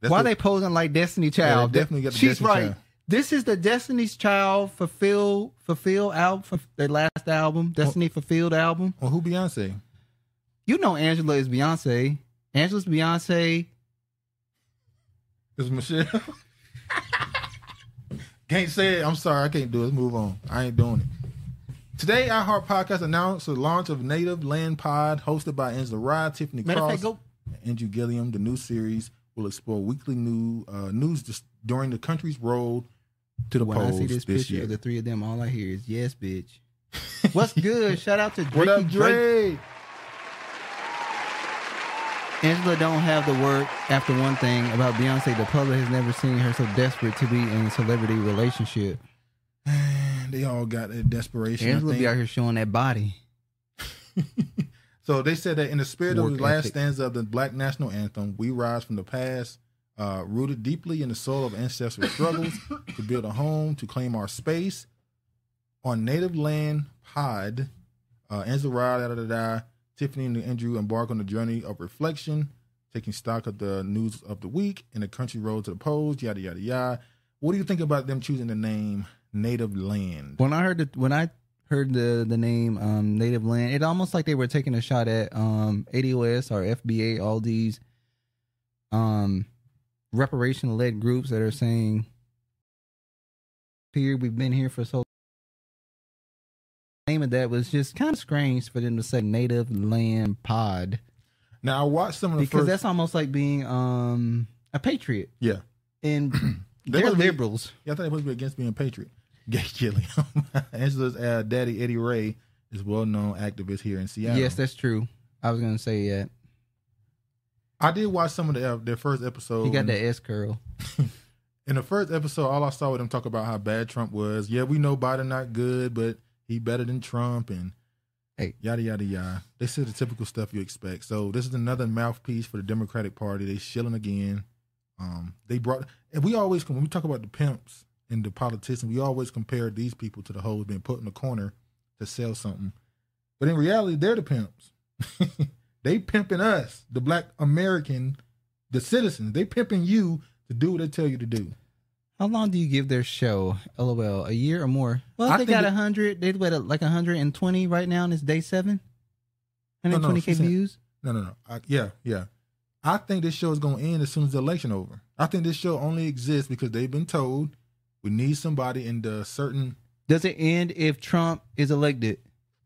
S2: Why
S1: what-
S2: they posing like Destiny
S1: Yeah,
S2: Child?
S1: they definitely got the
S2: She's
S1: Destiny
S2: right.
S1: Child.
S2: This is the Destiny's Child fulfill fulfill album for their last album, Destiny fulfilled album.
S1: Well, who Beyonce?
S2: You know Angela is Beyonce. Angela's Beyonce.
S1: It's Michelle. can't say it. I'm sorry. I can't do it. Let's move on. I ain't doing it. Today, iHeart Podcast announced the launch of Native Land Pod, hosted by Angela Rye, Tiffany
S2: Matter of
S1: Cross,
S2: fact, go-
S1: and Andrew Gilliam. The new series will explore weekly new uh, news dis- during the country's road to the
S2: When I
S1: polls
S2: see this, picture
S1: year.
S2: of the three of them, all I hear is yes, bitch. What's good? Shout out to Drakey
S1: What up,
S2: Drake.
S1: Dre?
S2: Angela don't have the work after one thing about Beyonce. The public has never seen her so desperate to be in a celebrity relationship.
S1: They all got their desperation. I
S2: Angela
S1: think.
S2: be out here showing that body.
S1: So they said that in the spirit of
S2: Work
S1: the last
S2: ethic.
S1: stanza of the Black National Anthem, we rise from the past, uh, rooted deeply in the soul of ancestral struggles, to build a home, to claim our space on native land. Pod, uh, Angela Rye, da, da, da, da, Tiffany and Andrew embark on the journey of reflection, taking stock of the news of the week and the country road to the polls. Yada yada yada. What do you think about them choosing the name Native Land?
S2: When I heard the, when I heard the the name um, Native Land, it almost like they were taking a shot at um, ADOS or FBA, all these um, reparation led groups that are saying, "Here we've been here for so." long. Name of that was just kind of strange for them to say Native Land Pod
S1: Now I watched some of the
S2: because
S1: first.
S2: that's almost like being um, a patriot
S1: yeah.
S2: and
S1: They
S2: they're
S1: must be-
S2: liberals.
S1: yeah, I thought they supposed to be against being a patriot. Gay Gilliam. Angela's uh, daddy, Eddie Ray, is a well known activist here in Seattle.
S2: Yes, that's true. I was gonna say that.
S1: I did watch some of the, uh, their first episode.
S2: He got
S1: and-
S2: that S curl.
S1: In the first episode, all I saw was them talk about how bad Trump was. Yeah, we know Biden not good, but he better than Trump and yada yada yada. They said the typical stuff you expect. So this is another mouthpiece for the Democratic Party. They shilling again. Um, they brought and we always when we talk about the pimps and the politicians, we always compare these people to the hoes being put in the corner to sell something. But in reality, they're the pimps. they pimping us, the black American, the citizens. They pimping you to do what they tell you to do.
S2: How long do you give their show? LOL, a year or more? Well,
S1: I
S2: they
S1: think
S2: got
S1: it-
S2: a hundred. They what, like hundred and twenty right now, and it's day seven.
S1: No,
S2: Hundred
S1: no,
S2: twenty
S1: she
S2: k
S1: said-
S2: views.
S1: No, no, no. I, yeah, yeah. I think this show is going to end as soon as the election over. I think this show only exists because they've been told we need somebody in the certain.
S2: Does it end if Trump is elected?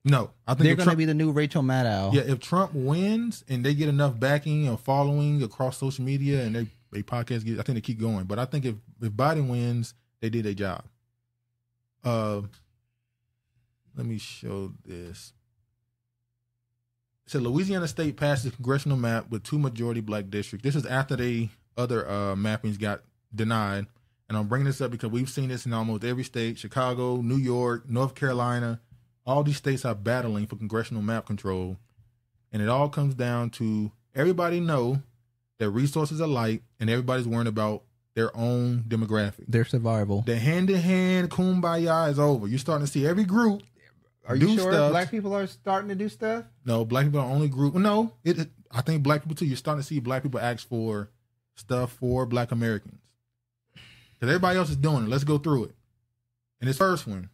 S1: No, I think
S2: they're
S1: if
S2: going to
S1: Trump-
S2: be the new Rachel Maddow.
S1: Yeah, if Trump wins and they get enough backing or following across social media and they they podcast, get, I think they keep going. But I think if if Biden wins, they did their job. Uh, let me show this. It said Louisiana state passed the congressional map with two majority black districts. This is after the other uh, mappings got denied. And I'm bringing this up because we've seen this in almost every state Chicago, New York, North Carolina. All these states are battling for congressional map control. And it all comes down to everybody know that resources are light and everybody's worrying about their own demographic.
S2: Their survival.
S1: The hand in hand kumbaya is over. You're starting to see every group
S2: Are you
S1: Do
S2: sure
S1: stuff.
S2: black people are starting to do stuff?
S1: No, black people are the only group. No, it. it- I think black people too. You're starting to see black people ask for stuff for black Americans because everybody else is doing it. Let's go through it. And this first one,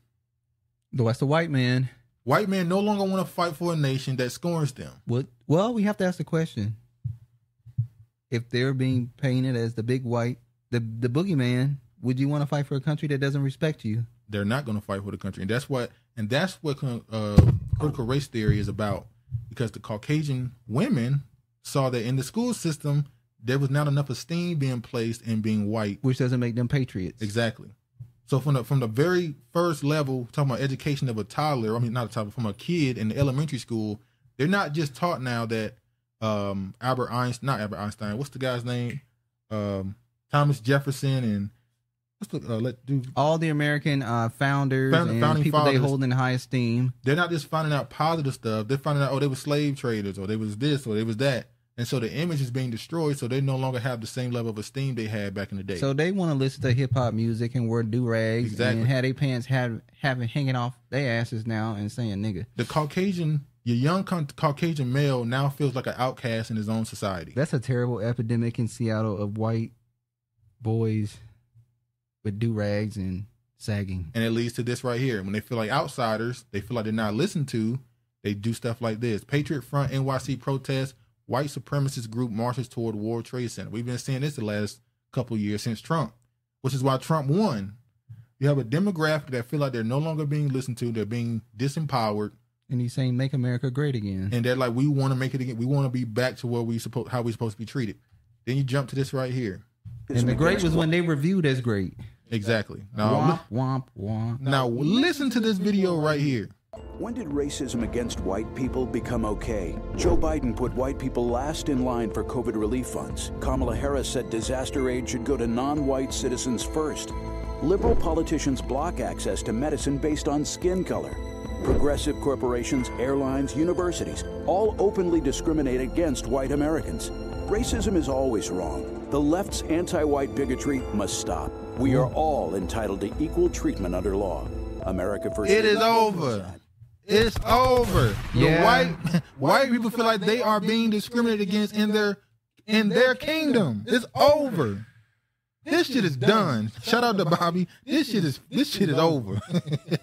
S2: the West of white man.
S1: White men no longer want to fight for a nation that scorns them.
S2: What? Well, we have to ask the question: if they're being painted as the big white, the the boogeyman, would you want to fight for a country that doesn't respect you?
S1: They're not going to fight for the country, and that's what and that's what con- uh, critical race theory is about. Because the Caucasian women saw that in the school system there was not enough esteem being placed in being white,
S2: which doesn't make them patriots.
S1: Exactly. So from the from the very first level, talking about education of a toddler, I mean not a toddler, from a kid in the elementary school, they're not just taught now that um Albert Einstein, not Albert Einstein, what's the guy's name? Um Thomas Jefferson and what's the uh, let do
S2: all the American uh, founders
S1: Found-
S2: and
S1: founding
S2: people they
S1: fathers.
S2: hold in high esteem.
S1: They're not just finding out positive stuff. They're finding out, oh, they were slave traders, or they was this, or they was that. And so the image is being destroyed, so they no longer have the same level of esteem they had back in the day.
S2: So they want to listen to hip hop music and wear do rags
S1: Exactly.
S2: and have their pants have having hanging off their asses now and saying nigga.
S1: the Caucasian, your young Cau- Caucasian male now feels like an outcast in his own society.
S2: That's a terrible epidemic in Seattle of white boys with do rags and sagging.
S1: And it leads to this right here. When they feel like outsiders, they feel like they're not listened to, they do stuff like this. Patriot Front NYC protests, white supremacist group marches toward World Trade Center. We've been seeing this the last couple years since Trump, which is why Trump won. You have a demographic that feel like they're no longer being listened to, they're being disempowered.
S2: And he's saying make America great again.
S1: And they're like, we want to make it again. We want to be back to where we supposed how we supposed to be treated. Then you jump to this right here.
S2: And the great was when they were viewed as great.
S1: Exactly. Now,
S2: Womp, womp, womp.
S1: now listen to this video right here.
S3: When did racism against white people become okay? Joe Biden put white people last in line for COVID relief funds. Kamala Harris said disaster aid should go to non white citizens first. Liberal politicians block access to medicine based on skin color. Progressive corporations, airlines, universities all openly discriminate against white Americans. Racism is always wrong. The left's anti white bigotry must stop. We are all entitled to equal treatment under law. America first.
S1: It is over. It's over.
S3: Yeah.
S1: The white white people feel like they are being discriminated against in their in their kingdom. It's over. This shit is done. Shout out to Bobby. This shit is this shit is over.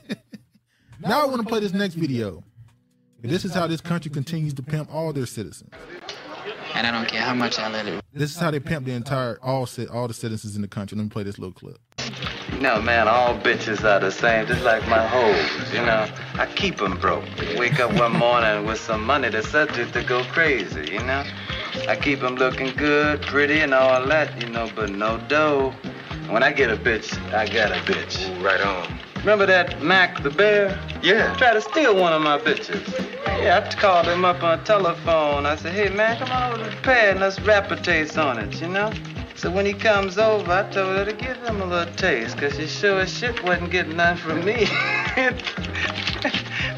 S1: now I want to play this next video. This is how this country continues to pimp all their citizens.
S7: And I don't care how much I let it.
S1: This is how they pimp the entire all cit all the citizens in the country. Let me play this little clip.
S6: No, man, all bitches are the same, just like my hoes, you know. I keep 'em broke. Wake up one morning with some money that's subject to go crazy, you know. I keep 'em looking good, pretty, and all that, you know, but no dough. When I get a bitch, I got a bitch. right on. Remember that Mac the Bear? Yeah. Tried to steal one of my bitches. Yeah, I called him up on telephone. I said, hey, man, come on over to the pad and let's rap a taste on it, you know? So when he comes over, I told her to give him a little taste, 'cause she sure as shit wasn't getting none from me.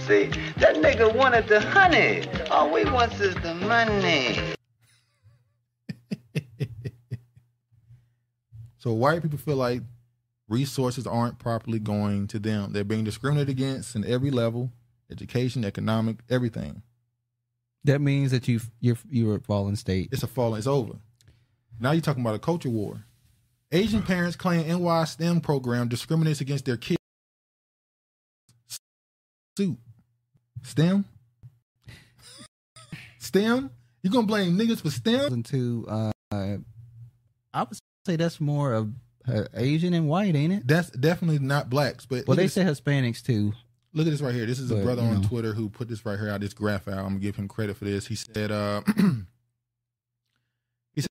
S6: See, that nigga wanted the honey. All we wants is the money.
S1: So white people feel like resources aren't properly going to them. They're being discriminated against in every level, education, economic, everything.
S2: That means that you you're you're a fallen state.
S1: It's a falling. It's over. Now you're talking about a culture war. Asian parents claim NY STEM program discriminates against their kids. Suit. STEM? STEM? You gonna blame niggas for STEM?
S2: Into uh, I would say that's more of uh, Asian and white, ain't it?
S1: That's definitely not blacks, but
S2: well,
S1: look at
S2: they
S1: this-
S2: say Hispanics too.
S1: Look at this right here. This is a
S2: But,
S1: brother
S2: you
S1: on
S2: know.
S1: Twitter who put this right here out. This graph out. I'm gonna give him credit for this. He said, uh, he said,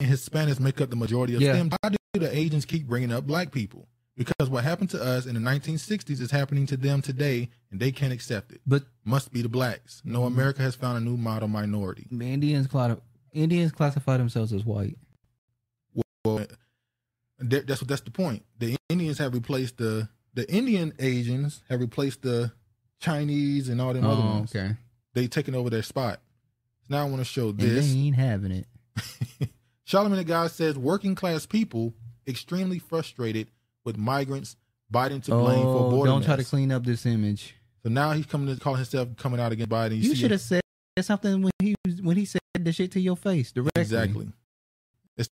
S1: Hispanics make up the majority of
S2: Yeah.
S1: STEM. Why do the agents keep bringing up black people? Because what happened to us in the 1960s is happening to them today, and they can't accept it.
S2: But Mm-hmm.
S1: must be the blacks. No, America has found a new model minority.
S2: Indians cla- Indians classify themselves as white.
S1: Well, that- that's what that's the point. The Indians have replaced the the Indian Asians have replaced the Chinese and all them other
S2: Oh,
S1: ones.
S2: okay.
S1: They taking over their spot. Now I want to show
S2: And
S1: this.
S2: they ain't having it.
S1: Charlemagne the God says working class people extremely frustrated with migrants. Biden to blame
S2: oh,
S1: for border.
S2: don't try to
S1: mess."
S2: clean up this image.
S1: So now he's coming to call himself coming out against Biden.
S2: You
S1: see
S2: should
S1: him-
S2: have said something when he was, when he said the shit to your face directly.
S1: Exactly. It's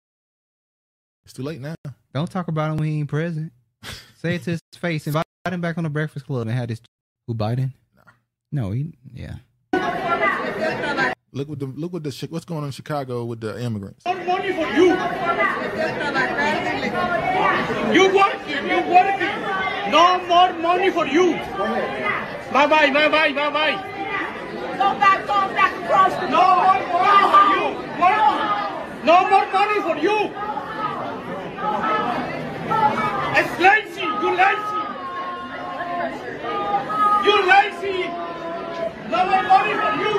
S1: it's too late now.
S2: Don't talk about him when he ain't present. Say it to his face. Invite him back on the Breakfast Club and had his who Biden. No, he yeah.
S1: Look what the look what the Chi- what's going on in Chicago with the immigrants.
S13: Some money for you. You working, you working. No more money for you. Bye bye, bye bye, bye bye. Go back, go back across the No more money for you. Working. No more money for you. It's lazy, you lazy. You lazy. No more money for you.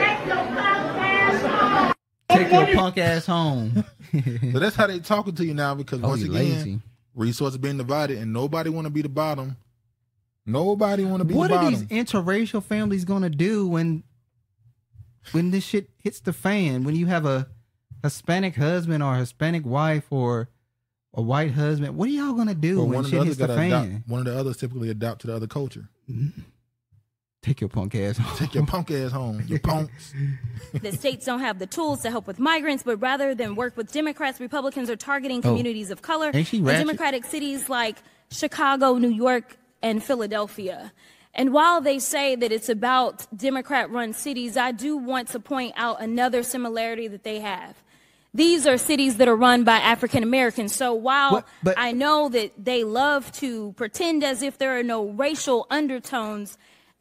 S13: Take your power
S2: Take your punk ass home.
S1: so that's how they talking to you now because
S2: Oh,
S1: once
S2: you
S1: again,
S2: lazy.
S1: resources being divided and nobody want to be the bottom. Nobody want to be
S2: what
S1: the
S2: are
S1: bottom.
S2: these interracial families gonna do when when this shit hits the fan? When you have a Hispanic husband or a Hispanic wife or a white husband, what are y'all gonna do
S1: But
S2: when
S1: one of the
S2: shit
S1: other
S2: hits the
S1: got to
S2: fan?
S1: adopt. One of the others typically adopt to the other culture.
S2: Take your punk ass home.
S1: Take your punk ass home. You punks.
S8: the states don't have the tools to help with migrants, but rather than work with Democrats, Republicans are targeting
S2: Oh.
S8: communities of color
S2: Ain't she
S8: in
S2: ratchet?
S8: Democratic cities like Chicago, New York, and Philadelphia. And while they say that it's about Democrat run cities, I do want to point out another similarity that they have. These are cities that are run by African Americans. So while I know that they love to pretend as if there are no racial undertones,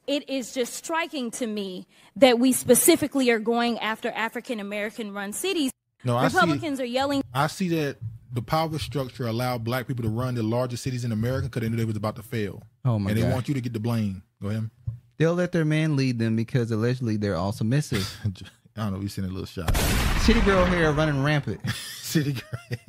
S8: it is just striking to me that we specifically are going after African American run cities.
S1: No, I see-
S8: Republicans are yelling
S1: I see that the power structure allowed black people to run the largest cities in America because they knew they was about to fail.
S2: Oh my
S1: And they
S2: God.
S1: want you to get the blame. Go ahead.
S2: They'll let their man lead them because allegedly they're all submissive.
S1: I don't know. We seen a little shot.
S2: City girl hair running rampant.
S1: City girl.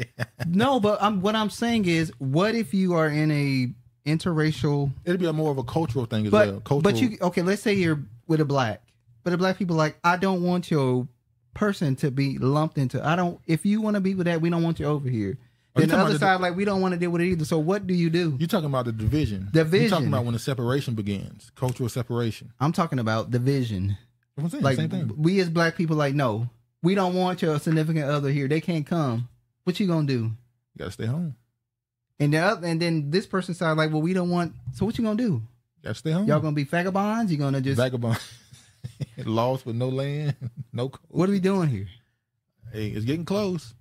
S2: no, but I'm, what I'm saying is, what if you are in a interracial?
S1: It'd be a more of a cultural thing as
S2: but,
S1: well. Cultural.
S2: But you okay? Let's say you're with a black, but the black people like, I don't want your person to be lumped into. I don't. If you want to be with that, we don't want you over
S1: Are
S2: here.
S1: Oh, you
S2: Then the
S1: talking
S2: other
S1: about the-
S2: side, like, we don't want to deal with it either. So what do you do?
S1: You're talking about the division.
S2: Division.
S1: You're talking about when the separation begins, cultural separation.
S2: I'm talking about division.
S1: I'm saying,
S2: like
S1: same thing.
S2: we as black people, like, no, we don't want your significant other here. They can't come. What you gonna do?
S1: You gotta stay home.
S2: And the other, and then this person side, like, well, we don't want. So what you gonna do?
S1: gotta stay home.
S2: Y'all gonna be vagabonds? You gonna just
S1: vagabond, lost with no land, no. Coast.
S2: What are we doing here?
S1: Hey, it's getting close.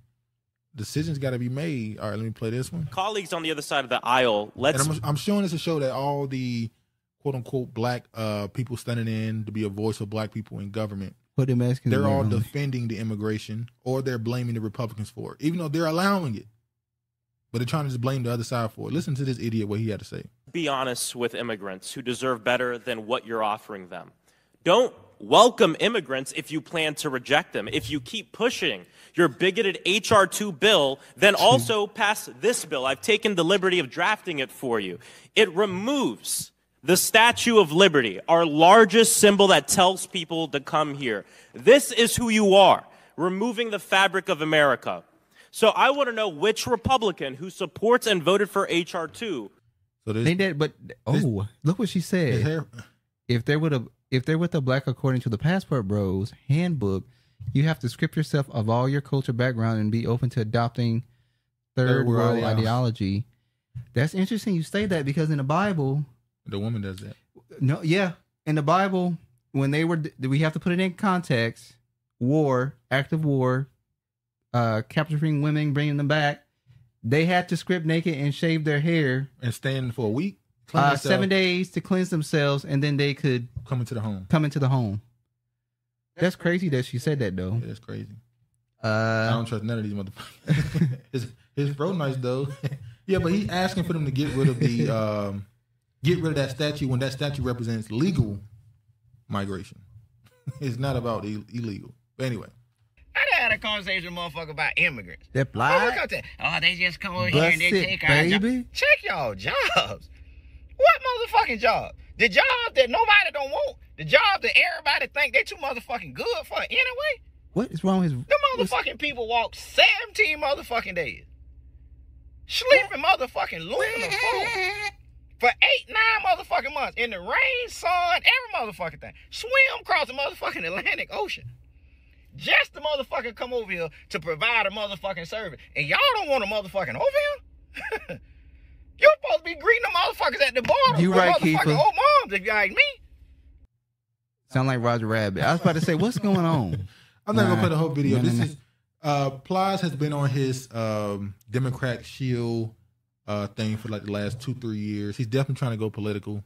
S1: Decisions got to be made. All right, let me play this one.
S9: colleagues on the other side of the aisle,
S1: And
S9: let's
S1: I'm, I'm showing this to show that all the quote unquote black uh, people standing in to be a voice of black people in government,
S2: put the Mexicans?
S1: they're
S2: in
S1: all
S2: there, homie.
S1: defending the immigration or they're blaming the Republicans for it, even though they're allowing it. But they're trying to just blame the other side for it. Listen to this idiot what he had to say.
S9: be honest with immigrants who deserve better than what you're offering them. Don't welcome immigrants if you plan to reject them. If you keep pushing your bigoted HR2 bill, then also pass this bill. I've taken the liberty of drafting it for you. It removes the Statue of Liberty, our largest symbol that tells people to come here. This is who you are, removing the fabric of America. So I want to know which Republican who supports and voted for HR2
S1: So
S2: they did, but oh, look what she said. if they're with a if they're with a black according to the Passport Bros handbook, you have to script yourself of all your culture background and be open to adopting third
S1: Third world
S2: world
S1: ideology.
S2: ideology. That's interesting. You say that because in the Bible,
S1: The woman does that.
S2: no, yeah, in the Bible, when they were, we have to put it in context. War, active war, uh, capturing women, bringing them back. They had to strip naked and shave their hair
S1: and stand for a week, clean
S2: uh,
S1: yourself.
S2: seven days to cleanse themselves, and then they could
S1: come into the home.
S2: Come into the home. That's crazy that she said that though.
S1: That's crazy.
S2: Uh, I
S1: don't trust none of these motherfuckers. his his bro nice though. yeah, but he's asking for them to get rid of the um, get rid of that statue when that statue represents legal migration. it's not about Ill- illegal. But anyway,
S10: I done had a conversation with motherfucker about immigrants.
S2: That
S10: Oh, look out there. Oh, they just come over here and they
S2: Bust it,
S10: take our
S2: baby.
S10: job. Check y'all Oh, jobs. What motherfucking job? The job that nobody don't want. The job that everybody think they too motherfucking good for anyway.
S2: What is wrong with his?
S10: The motherfucking people walk 17 motherfucking days. Sleeping motherfucking aluminum foil. for eight, nine motherfucking months in the rain, sun, every motherfucking thing. Swim across the motherfucking Atlantic Ocean. Just the motherfucking come over here to provide a motherfucking service. And y'all don't want a motherfucking over here? You're supposed to be greeting the motherfuckers at the border.
S2: You
S10: the
S2: right,
S10: motherfucking
S2: Keefer.
S10: old moms, if you like me.
S2: Sound like Roger Rabbit. I was about to say, what's going on?
S1: I'm not
S2: Nah.
S1: gonna play the whole video.
S2: No, no,
S1: this
S2: no.
S1: is uh Plies has been on his um Democrat shield uh thing for like the last two, three years. He's definitely trying to go political.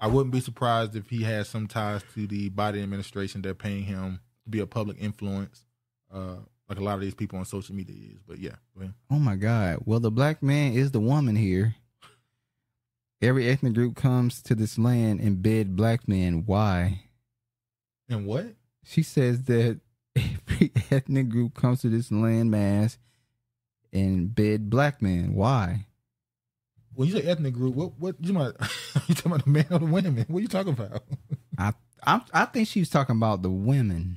S1: I wouldn't be surprised if he has some ties to the Biden administration. They're paying him to be a public influence. Uh like a lot of these people on social media is. But yeah. go ahead.
S2: Oh my God. Well, the black man is the woman here. Every ethnic group comes to this land and bid black men. Why?
S1: And what?
S2: She says that every ethnic group comes to this land mass and bid black men. Why?
S1: When you say ethnic group, what what you might you talking about the man or the women? What are you talking about?
S2: I I, I think she was talking about the women.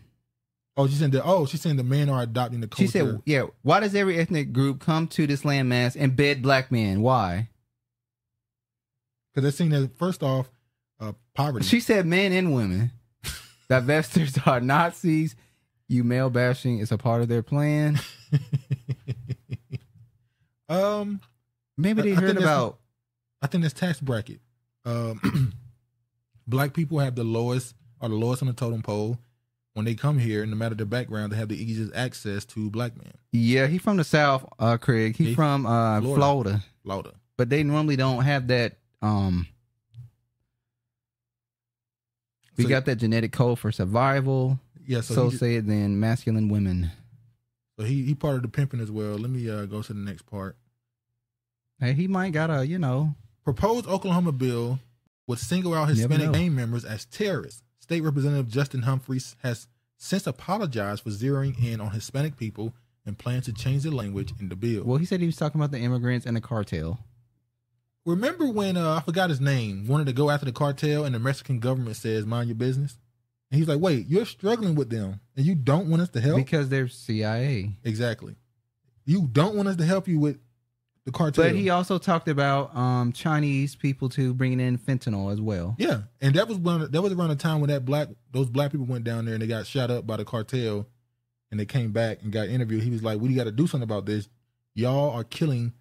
S1: Oh, she's saying that oh, she's saying the men are adopting the culture.
S2: She said, yeah, why does every ethnic group come to this land mass and bid black men? Why?
S1: Because they're seen as, first off, uh, poverty.
S2: She said men and women. Divestors are Nazis. You male bashing is a part of their plan.
S1: Um,
S2: Maybe they
S1: think
S2: heard
S1: that's-
S2: about-
S1: I think that's tax bracket. Um, black people have the lowest are the lowest on the totem pole when they come here. No matter their background, they have the easiest access to black men.
S2: Yeah, he from the South, uh, Craig. He,
S1: He-
S2: from uh,
S1: Florida.
S2: Florida.
S1: Florida.
S2: But they normally don't have that. Um, we
S1: So-
S2: got that genetic code for survival.
S1: Yeah, so
S2: So,
S1: he ju-
S2: say it then, masculine women.
S1: So he he part of the pimping as well. Let me uh, go to the next part.
S2: Hey, he might got a you know
S1: proposed Oklahoma bill would single out
S2: Never
S1: Hispanic
S2: know.
S1: gang members as terrorists. State Representative Justin Humphreys has since apologized for zeroing in on Hispanic people and plans to change the language in the bill.
S2: Well, he said he was talking about the immigrants and the cartel.
S1: Remember when uh, I forgot his name wanted to go after the cartel and the Mexican government says mind your business? And he's like, "Wait, you're struggling with them and you don't want us to help
S2: because they're CIA."
S1: Exactly. You don't want us to help you with the cartel.
S2: But he also talked about um, Chinese people too bringing in fentanyl as well.
S1: Yeah, and that was when that was around the time when that black those black people went down there and they got shot up by the cartel, and they came back and got interviewed. He was like, "We got to do something about this. Y'all are killing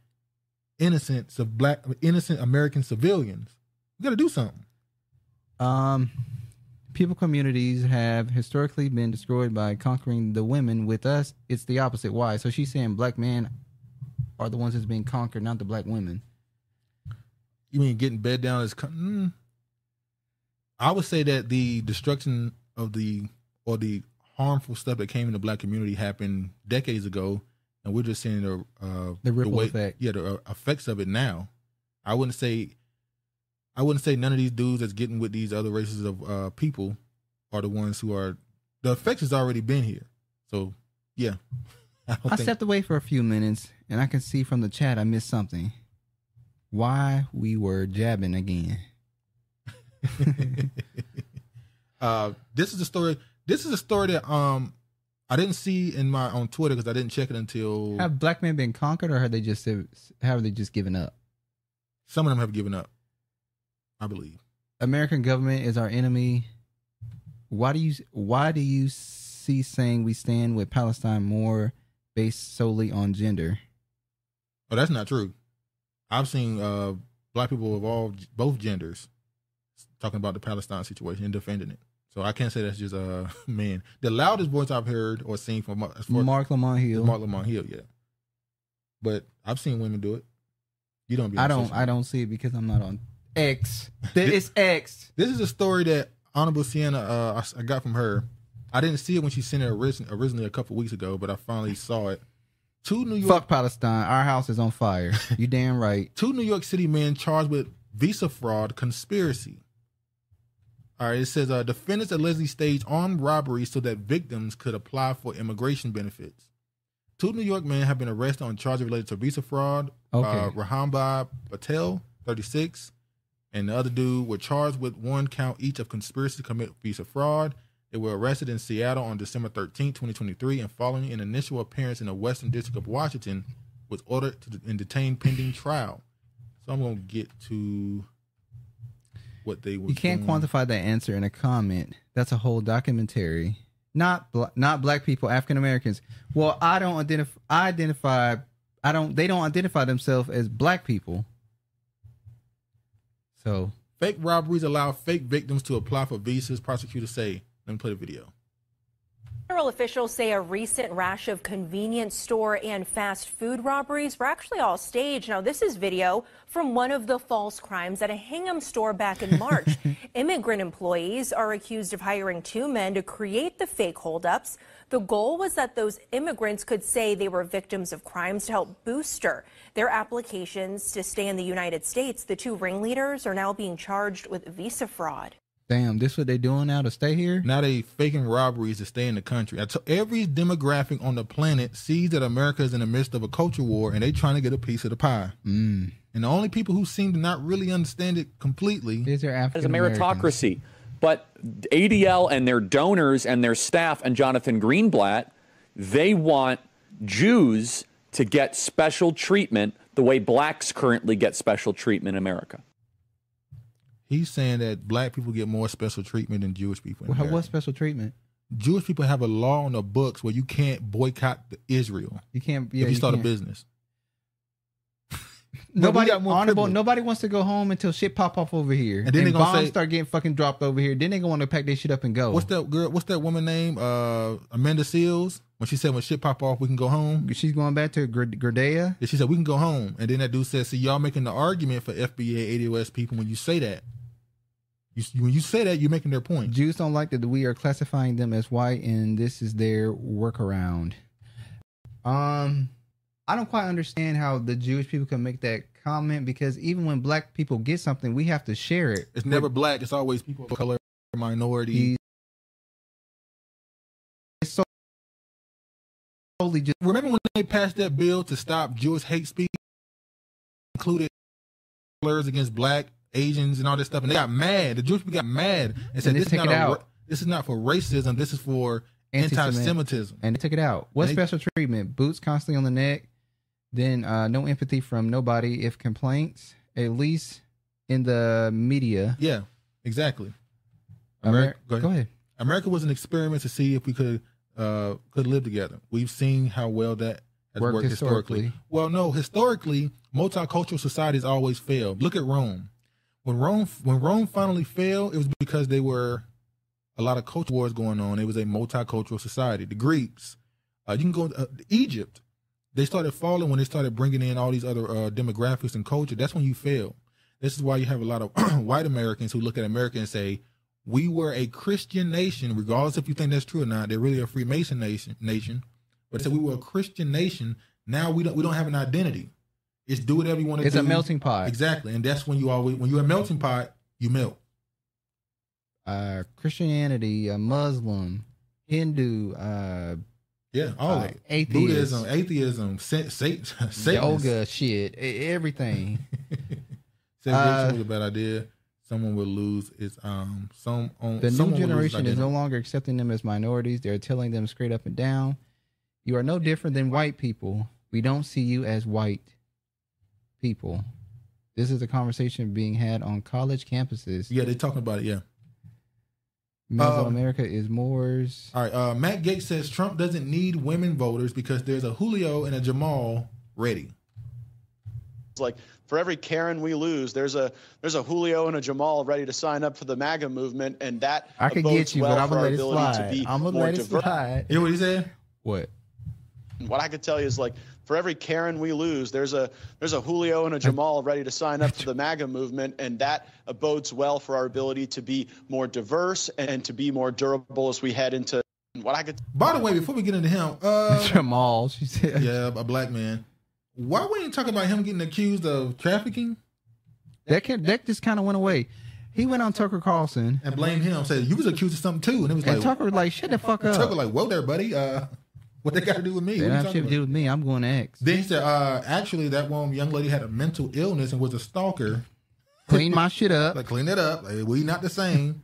S1: innocent of black innocent American civilians. We got to do something."
S2: Um, people communities have historically been destroyed by conquering the women. With us, it's the opposite. Why? So she's saying black men are the ones that's being conquered, not the black women.
S1: You mean getting bed down is? co- Mm. I would say that the destruction of the or the harmful stuff that came in the black community happened decades ago, and we're just seeing the uh,
S2: The ripple
S1: way-
S2: effect.
S1: Yeah, the uh, effects of it now. I wouldn't say, I wouldn't say none of these dudes that's getting with these other races of uh, people are the ones who are. The effects has already been here, so yeah. I
S2: I stepped away for a few minutes, and I can see from the chat I missed something. Why we were jabbing again?
S1: Uh, this is the story. This is a story that um I didn't see in my on Twitter because I didn't check it until
S2: Have black men been conquered, or have they just have they just given up?
S1: some of them have given up. I believe
S2: American government is our enemy. Why do you why do you see saying we stand with Palestine more based solely on gender?
S1: Oh, that's not true. I've seen uh black people of all both genders talking about the Palestine situation and defending it. So I can't say that's just uh, man. The loudest voice I've heard or seen from as far-
S2: Mark Lamont Hill.
S1: Mark Lamont Hill, yeah. But I've seen women do it. You don't. Be on
S2: I don't
S1: social
S2: I don't see it because I'm not on X.
S1: This
S2: is X.
S1: This is a story that Honorable Sienna, uh, I s- I, got from her. I didn't see it when she sent it origin, originally a couple weeks ago, but I finally saw it. Two New York,
S2: Fuck Palestine. Our house is on fire. You damn right.
S1: two New York City men charged with visa fraud conspiracy. All right, it says uh, defendants allegedly staged armed robberies so that victims could apply for immigration benefits. Two New York men have been arrested on charges related to visa fraud. Uh,
S2: Okay.
S1: Rahamba Patel, 36, and the other dude were charged with one count each of conspiracy to commit visa fraud. They were arrested in Seattle on December 13, 2023, and following an initial appearance in the Western District of Washington, was ordered to, and detained pending trial. So I'm going to get to what they were
S2: You can't
S1: doing.
S2: quantify that answer in a comment. That's a whole documentary. Not bla- not black people, African Americans. Well, I don't identify. I identify. I don't. They don't identify themselves as black people. So
S1: Fake robberies allow fake victims to apply for visas. Prosecutors say, let me play the video.
S21: Federal officials say a recent rash of convenience store and fast food robberies were actually all staged. Now, this is video from one of the false crimes at a Hingham store back in March. Immigrant employees are accused of hiring two men to create the fake holdups. The goal was that those immigrants could say they were victims of crimes to help booster their applications to stay in the United States. The two ringleaders are now being charged with visa fraud.
S2: Damn, this what they doing now to stay here?
S1: Now they faking robberies to stay in the country. I t- every demographic on the planet sees that America is in the midst of a culture war, and they trying to get a piece of the pie.
S2: Mm.
S1: And the only people who seem to not really understand it completely is
S2: their
S22: as a meritocracy. But ADL and their donors and their staff and Jonathan Greenblatt, they want Jews to get special treatment the way blacks currently get special treatment in America.
S1: He's saying that black people get more special treatment than Jewish people. in
S2: Well,
S1: America.
S2: what special treatment?
S1: Jewish people have a law on the books where you can't boycott the- Israel.
S2: You can't yeah,
S1: if you,
S2: you
S1: start
S2: can't.
S1: a business.
S2: Nobody
S1: got more
S2: honorable.
S1: privilege.
S2: Nobody wants to go home until shit pop off over here, and
S1: then
S2: then
S1: they
S2: and
S1: gonna
S2: bombs
S1: say-
S2: start getting fucking dropped over here. Then they gonna want to pack their shit up and go.
S1: What's that girl? What's that woman name? Uh, Amanda Seals. When she said, "When shit pop off, we can go home."
S2: She's going back to Gradea.
S1: she said, "We can go home." And then that dude said, "See, y'all making the argument for FBA ADOS people when you say that. You, when you say that, you're making their point."
S2: Jews don't like that we are classifying them as white, and this is their workaround. Um, I don't quite understand how the Jewish people can make that comment because even when black people get something, we have to share it.
S1: It's never black. It's always people of color, minority.
S2: It's so totally just.
S1: Remember when they passed that bill to stop Jewish hate speech, included slurs against black Asians and all this stuff, and they got mad. The Jewish people got mad and said,
S2: And they
S1: "This is not
S2: took it
S1: a,
S2: out.
S1: ra- this is not for racism. This is for
S2: Anti-Semitic.
S1: anti-Semitism."
S2: And they took it out. What
S1: They-
S2: special treatment? Boots constantly on the neck. Then uh, no empathy from nobody. If complaints, at least in the media.
S1: Yeah, exactly.
S2: Ameri-
S1: Ameri-
S2: go ahead.
S1: America was an experiment to see if we could uh, could live together. We've seen how well that has
S2: Worked
S1: worked, historically.
S2: historically.
S1: Well, no, historically, multicultural societies always failed. Look at Rome. When Rome when Rome finally failed, it was because they were a lot of culture wars going on. It was a multicultural society. The Greeks, uh, you can go to uh, Egypt. They started falling when they started bringing in all these other uh, demographics and culture. That's when you fail. This is why you have a lot of white Americans who look at America and say, "We were a Christian nation, regardless if you think that's true or not. They're really a Freemason nation." Nation, but they say we were a Christian nation. Now we don't we don't have an identity. It's do whatever you want to
S2: It's
S1: do.
S2: a melting pot.
S1: Exactly, and that's when you always when you're a melting pot, you melt.
S2: uh, Christianity, uh, Muslim, Hindu, uh,
S1: Yeah, all of it.
S2: atheist,
S1: Buddhism, atheism, sa- sa- Satanism.
S2: yoga, shit, e- everything.
S1: Segregation
S2: Uh,
S1: was a bad idea. Someone will lose its um some on
S2: the new
S1: someone will lose its
S2: generation is
S1: identity.
S2: no longer accepting them as minorities. They're telling them straight up and down, "You are no different than white people. We don't see you as white people." This is a conversation being had on college campuses.
S1: Yeah, um, they're talking about it. Yeah.
S2: Mesoamerica is Moors.
S1: All right. Uh, Matt Gates says Trump doesn't need women voters because there's a Julio and a Jamal ready.
S23: It's like for every Karen we lose, there's a there's a Julio and a Jamal ready to sign up for the MAGA movement, and that
S2: I could
S23: bodes
S2: get you,
S23: well
S2: but I'm
S23: for
S2: gonna
S23: our
S2: let it
S23: ability to
S2: slide.
S23: be
S2: I'm gonna
S23: more
S2: let it
S23: diverse.
S2: slide.
S1: You know what he said?
S2: What?
S23: And What I could tell you is like for every Karen we lose, there's a there's a Julio and a Jamal ready to sign up for the MAGA movement, and that bodes well for our ability to be more diverse and to be more durable as we head into what I could.
S1: By the way, before we get into him, uh,
S2: Jamal, she said.
S1: Yeah, a black man. Why we ain't talking about him getting accused of trafficking?
S2: That can that just kind of went away. He went on Tucker Carlson
S1: and blamed him. Said you was accused of something too, and it was
S2: And
S1: like
S2: Tucker was like, "Shut the fuck up."
S1: Tucker like, whoa there, buddy. Uh, what they got to do with me?
S2: That
S1: What you
S2: have
S1: talking
S2: shit
S1: about?
S2: to do with me. I'm going to X.
S1: Then he said, uh, actually, that one young lady had a mental illness and was a stalker.
S2: Clean my shit up.
S1: like, clean it up. Like, we not the same.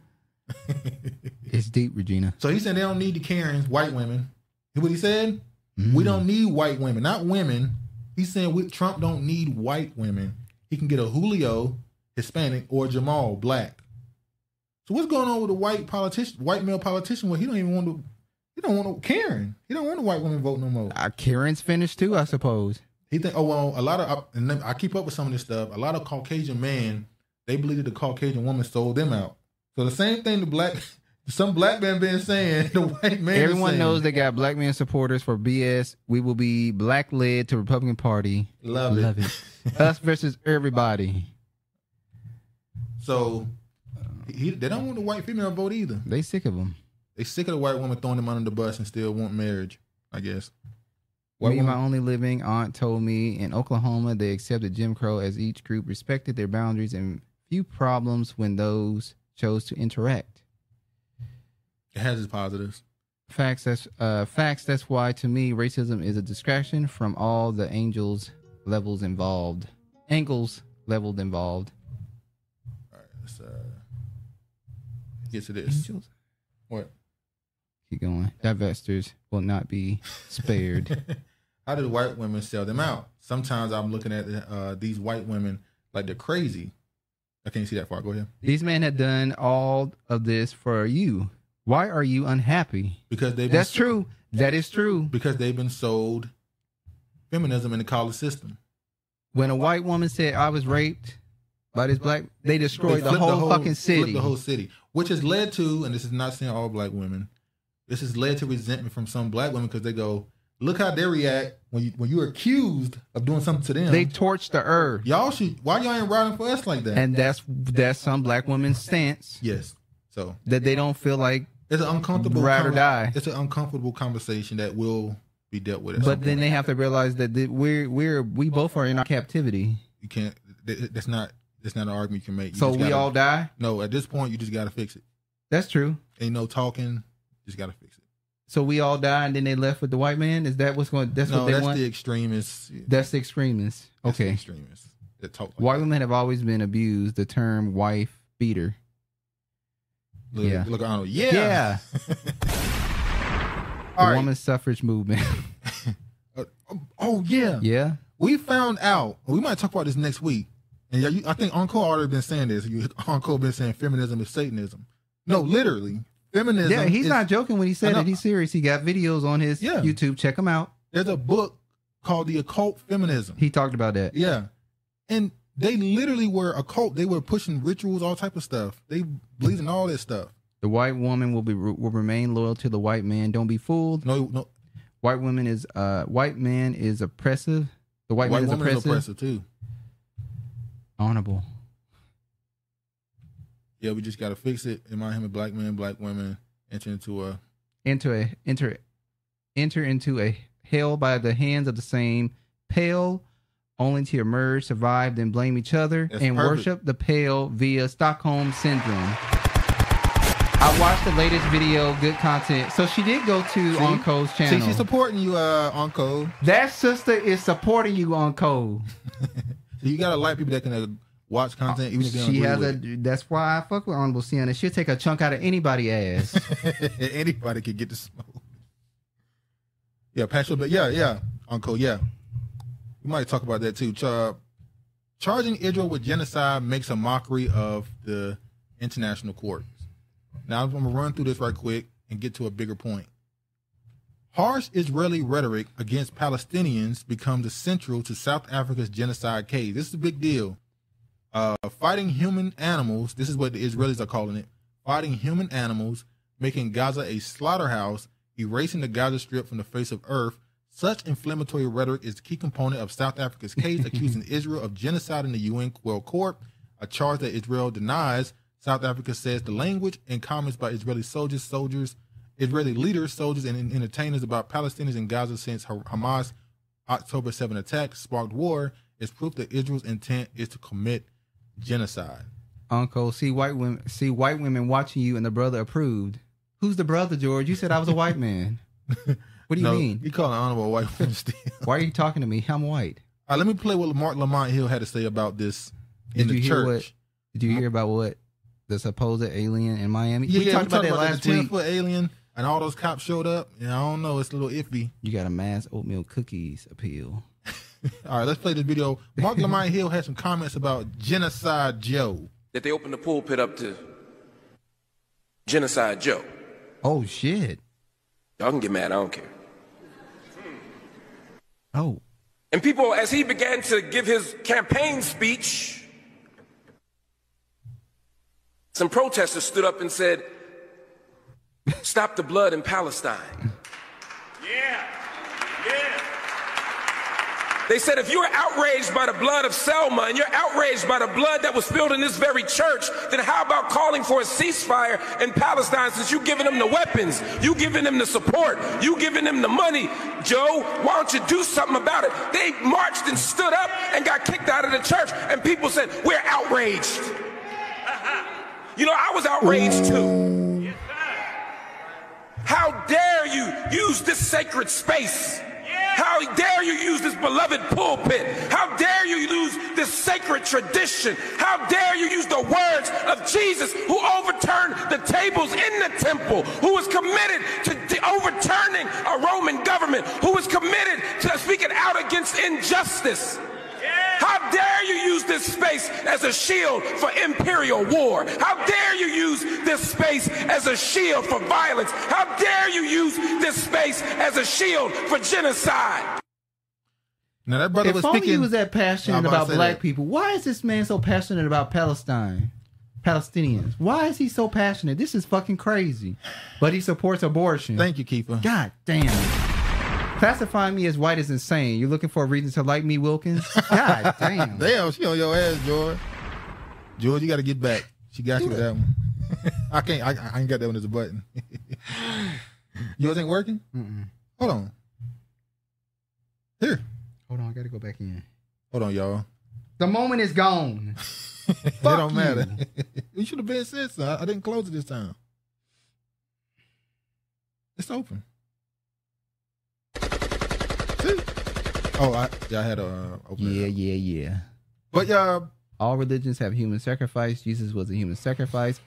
S2: It's deep, Regina.
S1: So he said they don't need the Karens, white women. You What he said? We don't need white women, not women. He's saying we, Trump don't need white women. He can get a Julio, Hispanic, or Jamal, black. So what's going on with the white politician, white male politician? Well, he don't even want to. He don't want to Karen. He don't want a white woman vote no more.
S2: Uh, Karen's finished too, I suppose.
S1: He think oh well, a lot of I- and then I keep up with some of this stuff. A lot of Caucasian men they believe that the Caucasian woman sold them out. So the same thing the black some black man been saying the white man. is
S2: Everyone
S1: saying.
S2: knows they got black men supporters for BS. We will be black led to Republican Party.
S1: Love it.
S2: Us versus everybody.
S1: So he, they don't want the white female to vote either.
S2: They sick of them.
S1: They sick of the white woman throwing them under the bus and still want marriage. I guess. White
S2: me and my
S1: woman,
S2: only living aunt told me in Oklahoma they accepted Jim Crow as each group respected their boundaries and few problems when those chose to interact.
S1: it has its positives.
S2: Facts. That's uh, facts. That's why to me racism is a distraction from all the angels levels involved. Angles leveled involved.
S1: Let's uh, get to this. What?
S2: Keep going. Divestors will not be spared.
S1: How did white women sell them out? Sometimes I'm looking at uh, these white women like they're crazy. I can't see that far. Go ahead.
S2: These men have done all of this for you. Why are you unhappy?
S1: Because they've
S2: That's true. That is true.
S1: Because they've been sold feminism in the college system.
S2: When a white woman said I was raped by this black, they destroyed
S1: They
S2: the,
S1: flipped
S2: whole fucking
S1: flipped
S2: city.
S1: The whole city, which has led to, and this is not saying all black women, this has led to resentment from some black women because they go, look how they react when you when you're accused of doing something to them.
S2: They torched the earth.
S1: Y'all should. Why y'all ain't riding for us like that?
S2: And that's that's some black women's stance.
S1: Yes. So
S2: that they don't feel like
S1: it's an uncomfortable
S2: ride or
S1: conver-
S2: die.
S1: It's an uncomfortable conversation that will be dealt with. at some
S2: But then
S1: point.
S2: they have to realize that the- we're we're we both are in our captivity.
S1: you can't. that- That's not. That's not an argument you can make. You
S2: So
S1: just
S2: we
S1: gotta-
S2: all die?
S1: No, at this point you just got to fix it.
S2: That's true.
S1: Ain't no talking. Just got to fix it.
S2: So we all die, and then they left with the white man. Is that what's going? That's
S1: no,
S2: what they
S1: that's
S2: want.
S1: the extremists.
S2: that's the extremists.
S1: That's the
S2: Okay,
S1: extremists that talk.
S2: white women have always been abused. The term "wife beater."
S1: Look,
S2: Yeah.
S1: look, Arnold. Yeah.
S2: Yeah.
S1: All
S2: the
S1: right.
S2: woman suffrage movement.
S1: Oh yeah.
S2: yeah.
S1: We found out. We might talk about this next week. And yeah, you, I think Encore already been saying this. You, Encore been saying feminism is Satanism. No, literally, feminism.
S2: Yeah, he's
S1: is-
S2: not joking when he
S1: I
S2: said
S1: know.
S2: it. He's serious. He got videos on his
S1: Yeah.
S2: YouTube. Check him out.
S1: There's a book called The Occult Feminism.
S2: He talked about that.
S1: Yeah, and they literally were a cult. They were pushing rituals, all type of stuff. They believed in all this stuff.
S2: The white woman will be will remain loyal to the white man. Don't be fooled.
S1: No, no.
S2: White woman is uh white man is oppressive. The white, man is
S1: woman
S2: oppressive.
S1: is oppressive too.
S2: Honorable.
S1: Yeah, we just gotta fix it. In my him, black men, black women enter into a
S2: Enter a enter enter into a hell by the hands of the same pale, only to emerge, survive, then blame each other
S1: That's
S2: and
S1: perfect.
S2: worship the pale via Stockholm syndrome. I watched the latest video, good content. So she did go to
S1: See?
S2: on Cole's
S1: See,
S2: channel.
S1: she's supporting you, uh, Uncle.
S2: that sister is supporting you on Cole.
S1: You gotta like people that can uh, watch content, even if they don't
S2: She
S1: agree
S2: has
S1: with
S2: a. That's why I fuck with Honorable Sienna. She'll take a chunk out of anybody ass.
S1: it. Anybody can get the smoke. Yeah, Pastor, but yeah, yeah, Uncle, yeah. We might talk about that too. Char- charging Israel with genocide makes a mockery of the international courts. Now I'm gonna run through this right quick and get to a bigger point. Harsh Israeli rhetoric against Palestinians becomes essential to South Africa's genocide case. This is a big deal. Uh, fighting human animals, this is what the Israelis are calling it fighting human animals, making Gaza a slaughterhouse, erasing the Gaza Strip from the face of earth. Such inflammatory rhetoric is a key component of South Africa's case accusing Israel of genocide in the UN World Court, a charge that Israel denies. South Africa says the language and comments by Israeli soldiers, soldiers, Israeli leaders, soldiers, and entertainers about Palestinians in Gaza since Ha- Hamas October 7 attack sparked war is proof that Israel's intent is to commit genocide.
S2: Uncle, see white women, see white women watching you, and the brother approved. Who's the brother, George? You said I was a white man. What do you
S1: No,
S2: mean?
S1: You call an honorable white woman still.
S2: Why are you talking to me? I'm white.
S1: All right, let me play what Mark Lamont Hill had to say about this in
S2: Did
S1: the
S2: you hear
S1: church.
S2: what? Did you hear about what the supposed alien in Miami?
S1: Yeah,
S2: we
S1: yeah,
S2: talked about that
S1: the
S2: last
S1: ten
S2: week.
S1: foot alien and all those cops showed up. And I don't know, it's a little iffy.
S2: You got a mass oatmeal cookies appeal.
S1: All right, let's play this video. Mark Lamont Hill had some comments about genocide Joe.
S11: that they opened the pulpit up to Genocide Joe.
S2: Oh shit.
S11: Y'all can get mad. I don't care.
S2: Oh.
S11: And people, as he began to give his campaign speech, some protesters stood up and said, Stop the blood in Palestine.
S13: Yeah. Yeah.
S11: They said, If you're outraged by the blood of Selma and you're outraged by the blood that was spilled in this very church, then how about calling for a ceasefire in Palestine since you've given them the weapons, you've given them the support, you've given them the money? Joe, why don't you do something about it? They marched and stood up and got kicked out of the church, and people said, We're outraged. You know, I was outraged too. How dare you use this sacred space? How dare you use this beloved pulpit? How dare you use this sacred tradition? How dare you use the words of Jesus who overturned the tables in the temple, who was committed to de- overturning a Roman government, who was committed to speaking out against injustice? How dare you use this space as a shield for imperial war? How dare you use this space as a shield for violence? How dare you use this space as a shield for genocide?
S1: Now that brother
S2: if
S1: was
S2: only
S1: speaking.
S2: he was that passionate
S1: I'm about
S2: about
S1: to say
S2: black
S1: that.
S2: people. Why is this man so passionate about Palestine, Palestinians? Why is he so passionate? This is fucking crazy. But he supports abortion. Thank
S1: you, Keeper.
S2: God damn. Classifying me as white is insane. You're looking for a reason to like me, Wilkins? God damn.
S1: Damn, she on your ass, George. George, you got to get back. She got you with that one. I can't. I, I ain't got that one as a button. Yours ain't working. Hold on. Here.
S2: Hold on, I gotta go back in.
S1: Hold on, y'all.
S2: The moment is gone.
S1: it don't matter. you should have been said so. I, I didn't close it this time. It's open. See? Oh, I, yeah, I had a uh, open.
S2: Yeah, yeah, yeah.
S1: But yeah,
S2: all religions have human sacrifice. Jesus was a human sacrifice.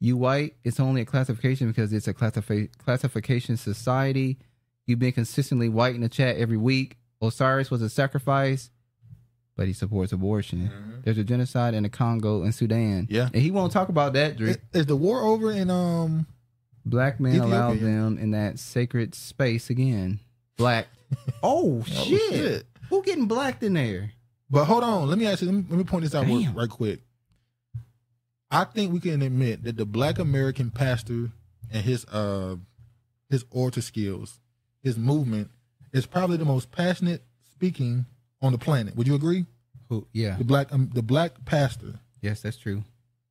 S2: You white, it's only a classification because it's a classifi- classification society. You've been consistently white in the chat every week. Osiris was a sacrifice, but he supports abortion.
S1: Mm-hmm.
S2: There's a genocide in the Congo and Sudan. Yeah, and he won't talk about that. Drake.
S1: Is the war over in um?
S2: Black men
S1: Ethiopia.
S2: allow them in that sacred space again. Black. oh shit!
S1: shit.
S2: Who getting blacked in there?
S1: But hold on, let me ask you. Let me, let me point this out real- right quick. I think we can admit that the Black American pastor and his uh his orator skills, his movement, is probably the most passionate speaking on the planet. Would you agree?
S2: Who? Yeah.
S1: The black um, the black pastor.
S2: Yes, that's true.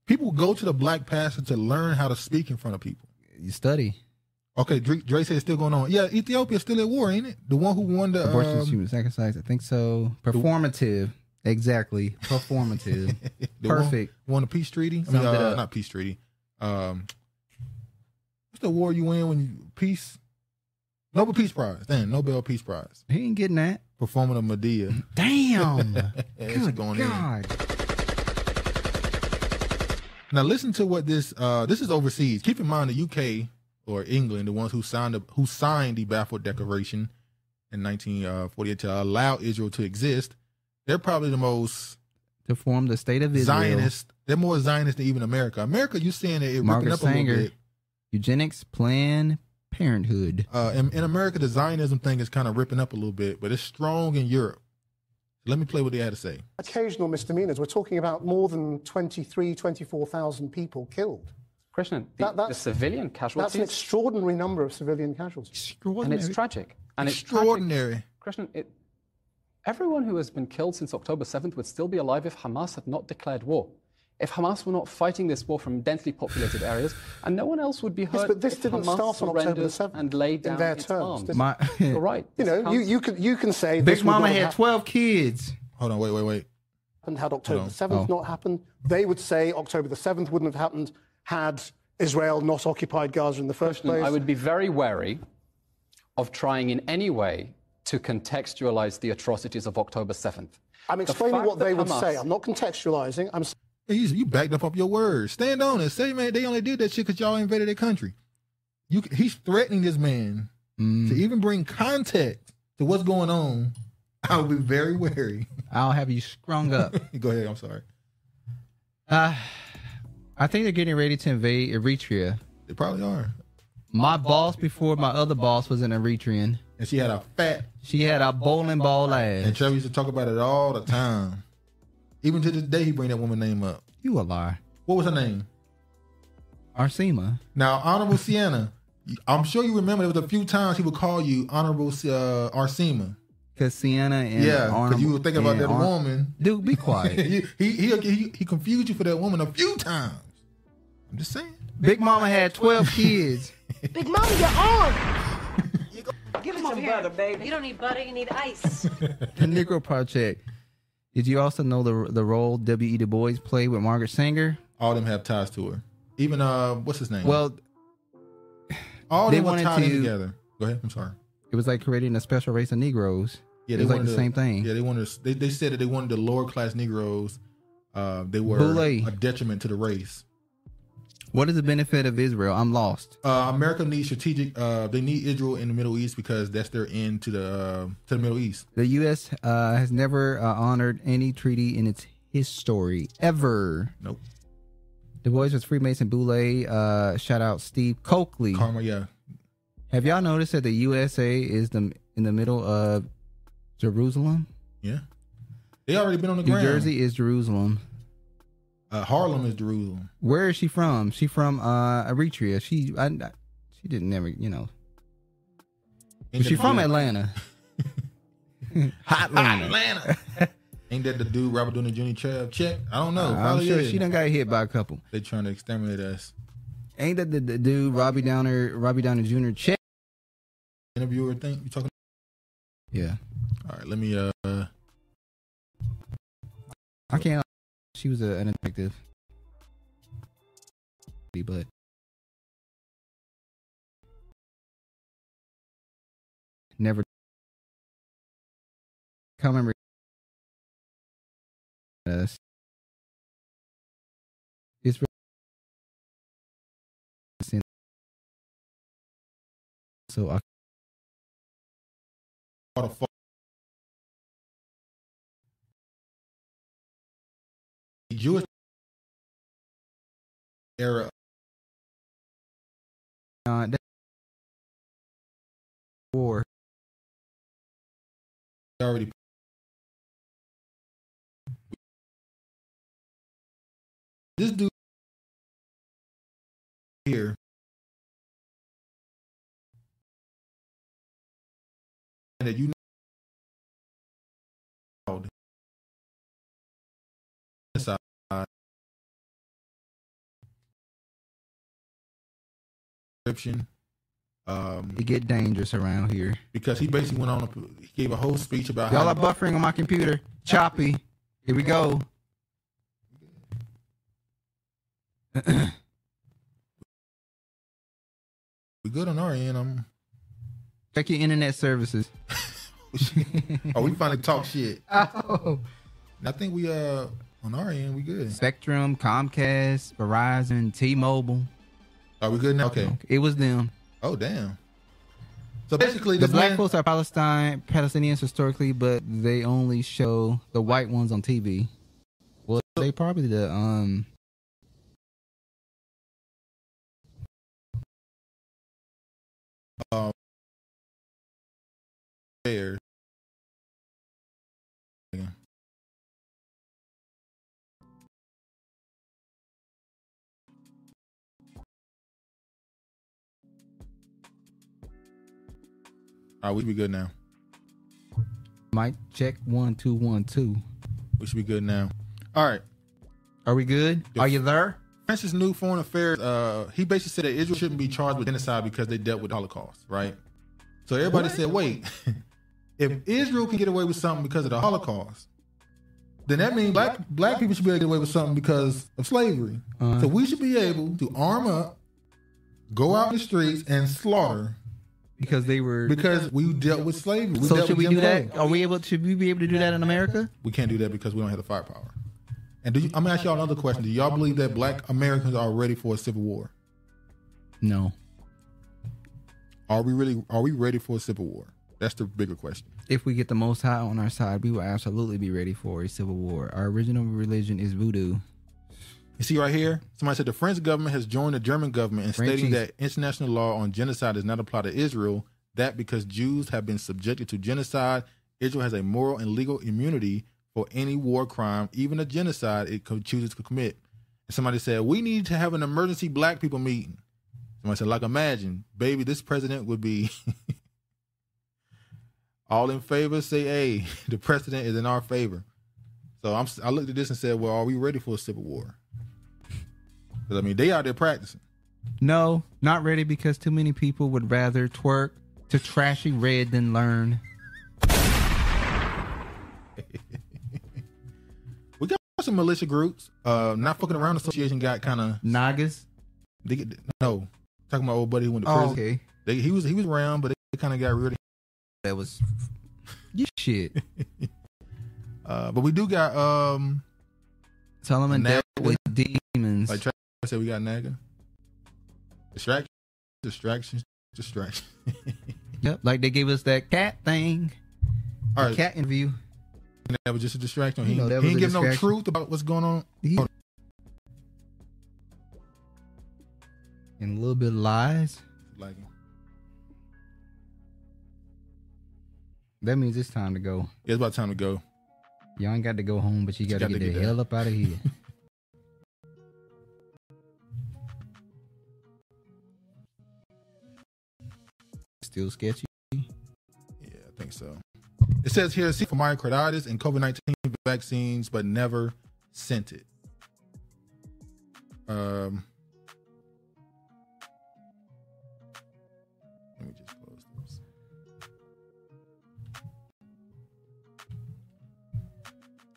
S1: People go to the black pastor to learn how to speak in front of people.
S2: You study.
S1: Okay, Dre, Dre said it's still going on. Yeah, Ethiopia's still at war, ain't it? The one who won the
S2: Abortion is
S1: um,
S2: human sacrifice. I think so. Performative. Exactly. Performative.
S1: The one-
S2: Perfect.
S1: Won a peace treaty. I
S2: Summed
S1: mean,
S2: it
S1: uh,
S2: up.
S1: not peace treaty. Um, what's the war you win when you peace? Nobel Peace Prize. Damn, Nobel Peace Prize.
S2: He ain't getting that.
S1: Performing a Medea.
S2: Damn.
S1: It's
S2: Good
S1: going in.
S2: God.
S1: Now listen to what this. Uh, this is overseas. Keep in mind the UK or England, the ones who signed the, who signed the Balfour Declaration in 1948 to allow Israel to exist. They're probably the most
S2: To form the state of Israel.
S1: Zionist. They're more Zionist than even America. America, you seeing it, it ripping
S2: Margaret
S1: up a
S2: Sanger.
S1: little bit.
S2: Eugenics. Planned Parenthood.
S1: Uh, in, in America, the Zionism thing is kind of ripping up a little bit, but it's strong in Europe. Let me play what they had to say.
S12: occasional misdemeanors. We're talking about more than 23, 24,000 people killed.
S17: Krishnan, the,
S12: That-
S17: the
S12: that's-
S17: civilian
S12: That's an
S17: casualties,
S12: extraordinary number of civilian casualties.
S17: and it's tragic. And
S1: extraordinary.
S17: It's tragic. Krishnan, it, everyone who has been killed since October 7th would still be alive if Hamas had not declared war. If Hamas were not fighting this war from densely populated areas, and no one else would be hurt.
S12: Yes, but this
S17: if
S12: didn't
S17: Hamas
S12: start on October the
S17: surrenders
S12: 7th.
S17: And laid down
S12: in their
S17: its
S12: terms.
S17: arms.
S12: This-
S17: You're right.
S12: You
S17: This
S12: know, you,
S17: counts.
S12: you can you can say this
S2: Big
S12: would
S2: Mama
S12: not have
S2: had 12 kids.
S1: Hold on, wait, wait, wait.
S12: happened had October
S1: on.
S12: the seventh
S1: Oh.
S12: not happened. They would say October the seventh wouldn't have happened had Israel not occupied Gaza in the first place.
S17: I would be very wary of trying in any way to contextualize the atrocities of October 7th.
S12: I'm
S17: The
S12: explaining
S17: fact
S12: what they
S17: that
S12: would say.
S17: Hamas-
S12: I'm not contextualizing. I'm s-
S1: Hey, You, you backed up up your words. Stand on it. Say, man, they only did that shit because y'all invaded their country. You, c- he's threatening this man to even bring context to what's going on. I would be very wary.
S2: I'll have you strung up.
S1: Go ahead. I'm sorry.
S2: Uh, I think they're getting ready to invade Eritrea.
S1: They probably are.
S2: My boss before my other boss was an Eritrean.
S1: And she had a fat.
S2: She had a bowling ball ass.
S1: And Trevor used to talk about it all the time. Even to this day, he bring that woman name up.
S2: You a liar.
S1: What was her name?
S2: Arsema.
S1: Now, Honorable Sienna, I'm sure you remember there was a few times he would call you Honorable uh, Arsema.
S2: Because Sienna and
S1: yeah,
S2: Arnold-
S1: because you would think about
S2: and
S1: that
S2: Ar-
S1: woman.
S2: Dude, be quiet.
S1: he, he, he, he, he confused you for that woman a few times. I'm just saying.
S2: Big Mama had 12 kids.
S14: Big Mama, your arm. Give me some butter, baby. You don't need butter, you need ice.
S2: the Negro Project. Did you also know the the role W. E. Du Bois played with Margaret Sanger?
S1: All them have ties to her. Even uh, what's his name?
S2: Well,
S1: all
S2: they
S1: them were
S2: wanted
S1: tied in
S2: to-
S1: together. Go ahead. I'm sorry.
S2: It was like creating a special race of Negroes.
S1: Yeah,
S2: it
S1: they
S2: was like
S1: wanted
S2: the
S1: to-
S2: same thing.
S1: Yeah, they wanted. to- They, they said that they wanted the lower class Negroes. Uh, they were
S2: Boule.
S1: a detriment to the race.
S2: What is the benefit of Israel? I'm lost.
S1: Uh, America needs strategic. Uh, they need Israel in the Middle East because that's their end to the uh, to the Middle East.
S2: The U.S. Uh, has never uh, honored any treaty in its history ever.
S1: Nope.
S2: Du Bois was Freemason Boule. Uh, shout out Steve Coakley.
S1: Karma, yeah.
S2: Have y'all noticed that the USA is the in the middle of Jerusalem?
S1: Yeah, they already been on the
S2: New
S1: ground.
S2: Jersey is Jerusalem.
S1: Uh, Harlem is Jerusalem.
S2: Where is she from? She from uh, Eritrea. She I, I- she didn't never you know.
S1: Ain't
S2: she
S1: that
S2: from
S1: the-
S2: Atlanta. Hot Atlanta.
S1: Atlanta. Ain't that the dude Robert Downey Jr. Trav check? I don't know.
S2: I'm
S1: Probably
S2: sure
S1: is.
S2: she done got hit by a couple.
S1: They trying to exterminate us.
S2: Ain't that the, the dude Robbie Downer Robbie Downer Jr. check?
S1: Interviewer thing you talking?
S2: Yeah.
S1: All right, let me. uh
S2: I can't. She was a, an detective. But never. Can't remember. Yes. It's so I
S1: What the fuck? The Jewish era.
S2: uh, that war.
S1: They already this dude here and that you know This side. description um
S2: It get dangerous around here.
S1: because he basically went on a, he gave a whole speech about
S2: Y'all
S1: how
S2: are buffering on my computer. Choppy. Here we go.
S1: we good on our end i'm
S2: Check your internet services.
S1: Oh, we finally talk shit.
S2: Oh.
S1: And I think we uh on our end we good.
S2: Spectrum, Comcast, Verizon, T-Mobile.
S1: Are we good now? Okay.
S2: It was them.
S1: Oh damn. So basically,
S2: the
S1: the
S2: black
S1: plan-
S2: folks are Palestine Palestinians historically, but they only show the white ones on TV. Well, they probably the um.
S1: Um, there. All right, we should be good now.
S2: Mike, check one two one two.
S1: We should be good now. All right.
S2: Are we good? Are you there?
S1: France's new foreign affairs, uh, he basically said that Israel shouldn't be charged with genocide because they dealt with the Holocaust, right? So everybody
S2: What?
S1: said, wait, if Israel can get away with something because of the Holocaust, then that means black black people should be able to get away with something because of slavery.
S2: Uh-huh.
S1: So we should be able to arm up, go out in the streets and slaughter
S2: Because they were
S1: because we dealt with slavery. We
S2: so
S1: dealt
S2: should we
S1: with
S2: do
S1: Jim Crow.
S2: that? Are we able? Should we be able to do that in America?
S1: We can't do that because we don't have the firepower. And do you, I'm gonna ask y'all another question. Do y'all believe that black Americans are ready for a civil war?
S2: No.
S1: Are we really are we ready for a civil war? That's the bigger question.
S2: If we get the Most High on our side, we will absolutely be ready for a civil war. Our original religion is voodoo.
S1: You see right here, somebody said the French government has joined the German government in
S2: Frenchies.
S1: stating that international law on genocide does not apply to Israel. That because Jews have been subjected to genocide, Israel has a moral and legal immunity for any war crime, even a genocide it co- chooses to commit. And somebody said we need to have an emergency black people meeting. Somebody said, like, imagine, baby, this president would be. All in favor, say "Hey, The precedent is in our favor. So I'm, I looked at this and said, well, are we ready for a civil war? Because I mean, they out there practicing.
S2: No, not ready because too many people would rather twerk to trashy red than learn.
S1: We got some militia groups. Uh, not fucking around association got kind of
S2: Nagas.
S1: They get no talking about old buddy who went to
S2: Oh,
S1: prison.
S2: okay.
S1: They, he was he was around, but they kind of got rid of.
S2: That was shit.
S1: uh, but we do got um.
S2: Tell them dealt with demons.
S1: Like Trey said, we got Naga. Distraction, distraction, distraction.
S2: Yep, like they gave us that cat thing.
S1: All
S2: All
S1: right.
S2: right. Cat interview.
S1: And that was just a distraction.
S2: You
S1: He,
S2: know, that
S1: he ain't
S2: was a
S1: give no
S2: distraction.
S1: truth about what's going on.
S2: And a little bit of lies.
S1: Like,
S2: That means it's time to go.
S1: it's about time to go.
S2: Y'all ain't got to go home, but you
S1: Just
S2: got to
S1: got
S2: get
S1: to
S2: the
S1: get
S2: hell up out of here. Still sketchy.
S1: Yeah, I think so. It says here, see for myocarditis and COVID 19 vaccines, but never sent it. Um, let me just close this.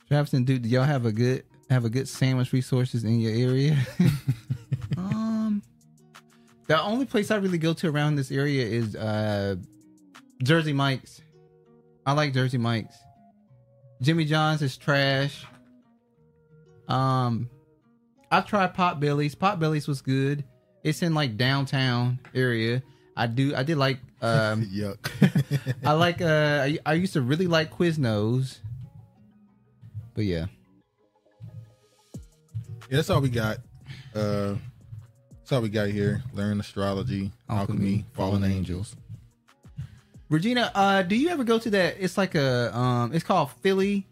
S2: Travis and Dude, do y'all have a good have a good sandwich resources in your area? um, the only place I really go to around this area is uh Jersey Mike's. I like Jersey Mike's. Jimmy John's is trash. Um, I tried Potbelly's. Potbelly's was good. It's in like downtown area. I do. I did like. Um,
S1: Yuck.
S2: I like. Uh, I, I used to really like Quiznos. But yeah.
S1: Yeah, that's all we got. Uh, that's all we got here. Learn astrology, alchemy, fallen, angels.
S2: Regina, uh, do you ever go to that? It's like a um, it's called Philly.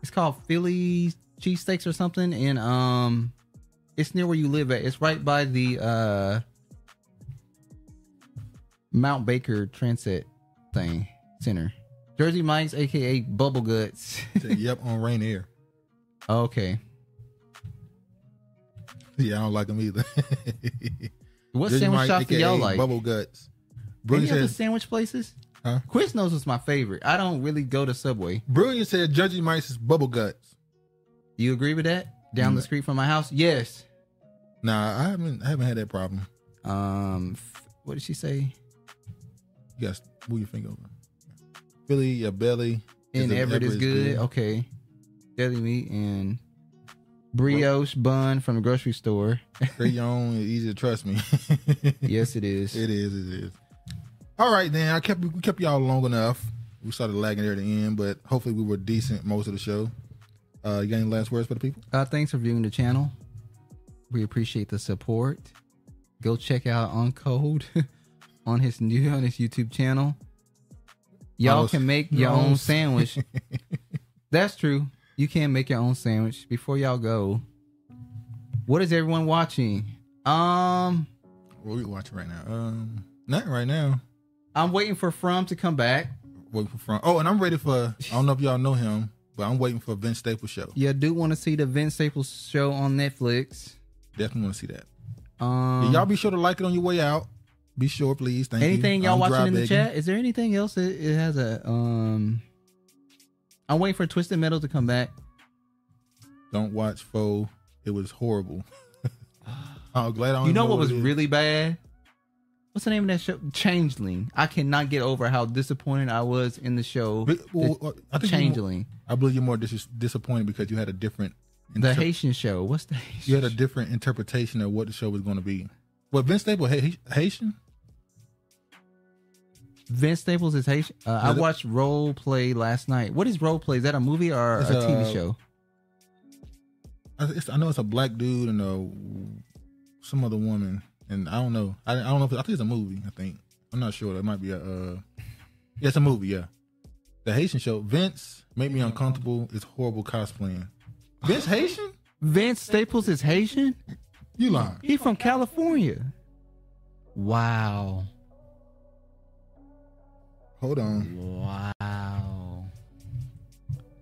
S2: It's called Philly cheesesteaks or something, and um, it's near where you live at. It's right by the uh, Mount Baker Transit thing center. Jersey Mike's, aka Bubble Guts.
S1: yep, on Rain Air.
S2: Okay.
S1: Yeah, I don't like them either.
S2: What
S1: Jersey
S2: sandwich
S1: Mike,
S2: shops do
S1: aka
S2: y'all like?
S1: Bubble guts.
S2: Any
S1: Brilliant
S2: other
S1: says,
S2: sandwich places?
S1: Huh?
S2: Quiznos was my favorite. I don't really go to Subway.
S1: Brilliant said, Judgy Mice is bubble guts. Mm.
S2: You agree with that? Down the street from my house? Yes.
S1: Nah, I haven't. I haven't had that problem.
S2: Um, f- what did she say?
S1: You got to move your finger over. Philly, your belly.
S2: And
S1: a-
S2: Everett is good. Okay. Deli meat and brioche bun from the grocery store.
S1: Crayon is easy to trust me.
S2: yes, it is.
S1: It is. It is. All right, then I kept we kept y'all long enough. We started lagging there at the end, but hopefully we were decent most of the show. Uh, you got any last words for the people?
S2: Uh, thanks for viewing the channel. We appreciate the support. Go check out Uncode on his new on his YouTube channel. Y'all
S1: Almost-
S2: can make your own
S1: almost.
S2: sandwich. That's true. You can make your own sandwich. Before y'all go, what is everyone watching? Um,
S1: what are we watching right now? Um, not right now.
S2: I'm waiting for From to come back.
S1: Waiting for front. Oh, and I'm ready for. I don't know if y'all know him, but I'm waiting for Vince Staples show.
S2: Yeah, I do want to see the Vince Staples show on Netflix.
S1: Definitely want to see that.
S2: Um,
S1: Yeah, y'all be sure to like it on your way out. Be sure, please. Thank
S2: anything
S1: you.
S2: y'all
S1: I'm
S2: watching
S1: dry
S2: in the
S1: begging.
S2: chat? Is there anything else that it has a um? I'm waiting for Twisted Metal to come back.
S1: Don't watch Foe. It was horrible. Oh, I'm glad I. don't
S2: You
S1: even
S2: know what
S1: it
S2: was
S1: is.
S2: really bad? What's the name of that show? Changeling. I cannot get over how disappointed I was in the show.
S1: But- well, uh,
S2: The-
S1: I think you're more-
S2: Changeling.
S1: I believe you're more dis- disappointed because you had a different.
S2: The Haitian show. What's the Haitian?
S1: You had a different interpretation of what the show was going to be. Well, Vince Staples Ha- Haitian.
S2: Vince Staples is Haitian. Uh, I
S1: No, that-
S2: watched Role Play last night. What is Role Play? Is that a movie or
S1: It's
S2: a TV
S1: a-
S2: show?
S1: I, it's, I know it's a black dude and a some other woman, and I don't know. I, I don't know. If, I think it's a movie. I think I'm not sure. That might be a. Uh, yeah, it's a movie. Yeah, the Haitian show. Vince made me uncomfortable. It's horrible cosplaying. Vince Haitian?
S2: Vince Staples is Haitian?
S1: You lying.
S2: He from California. Wow.
S1: Hold on.
S2: Wow.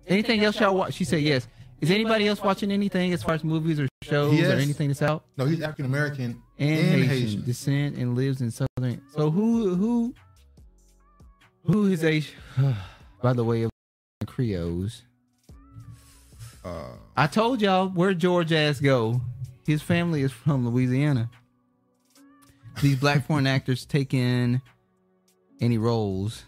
S2: Anything else y'all watch? She said yes. Is anybody else watching anything as far as movies or shows
S1: Yes.
S2: or anything that's out?
S1: No, he's African American
S2: And,
S1: and
S2: Haitian,
S1: Haitian.
S2: descent and lives in southern. So who who who is Asian? By the way, of Creoles.
S1: Uh.
S2: I told y'all where George ass go. His family is from Louisiana. These black foreign actors take in any roles.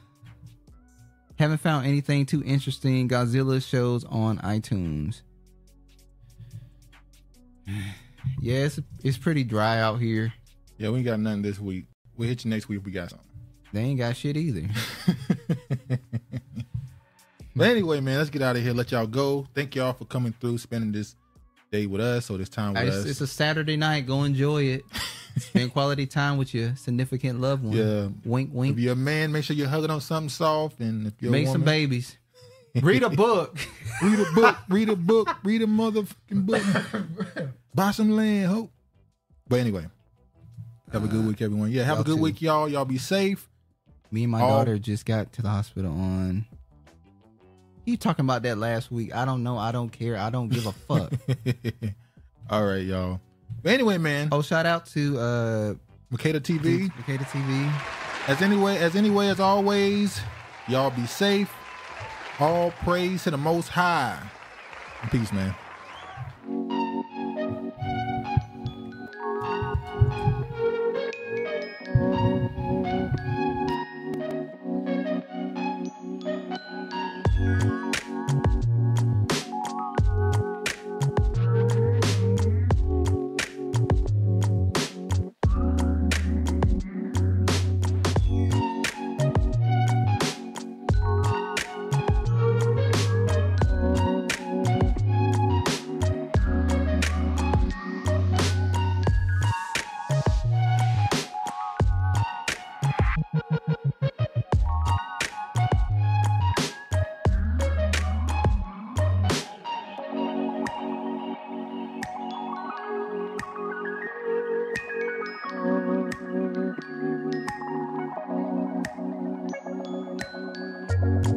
S2: Haven't found anything too interesting. Godzilla shows on iTunes. Yeah, it's, it's pretty dry out here.
S1: Yeah, we ain't got nothing this week. We'll hit you next week if we got something.
S2: They ain't got shit either.
S1: But anyway, man, let's get out of here. Let y'all go. Thank y'all for coming through, spending this day with us or this time with
S2: it's,
S1: us.
S2: it's a Saturday night. Go enjoy it. Spend quality time with your significant loved one.
S1: Yeah.
S2: Wink, wink.
S1: If you're a man, make sure you're hugging on something soft. And if you're
S2: Make
S1: a
S2: some
S1: woman,
S2: babies. Read a book.
S1: read a book. Read a book. Read a motherfucking book. Buy some land. Hope. But anyway, have a good week, everyone. Yeah, have a
S2: Uh, y'all
S1: good
S2: too.
S1: week, y'all. Y'all be safe.
S2: Me and my
S1: All-
S2: daughter just got to the hospital on. You talking about that last week? I don't know. I don't care. I don't give a fuck.
S1: All right, y'all. But anyway, man.
S2: Oh, shout out to uh
S1: Makeda TV.
S2: Makeda TV.
S1: As anyway, as anyway, as always, y'all be safe. All praise to the Most High. And Peace, man.
S13: Thank you.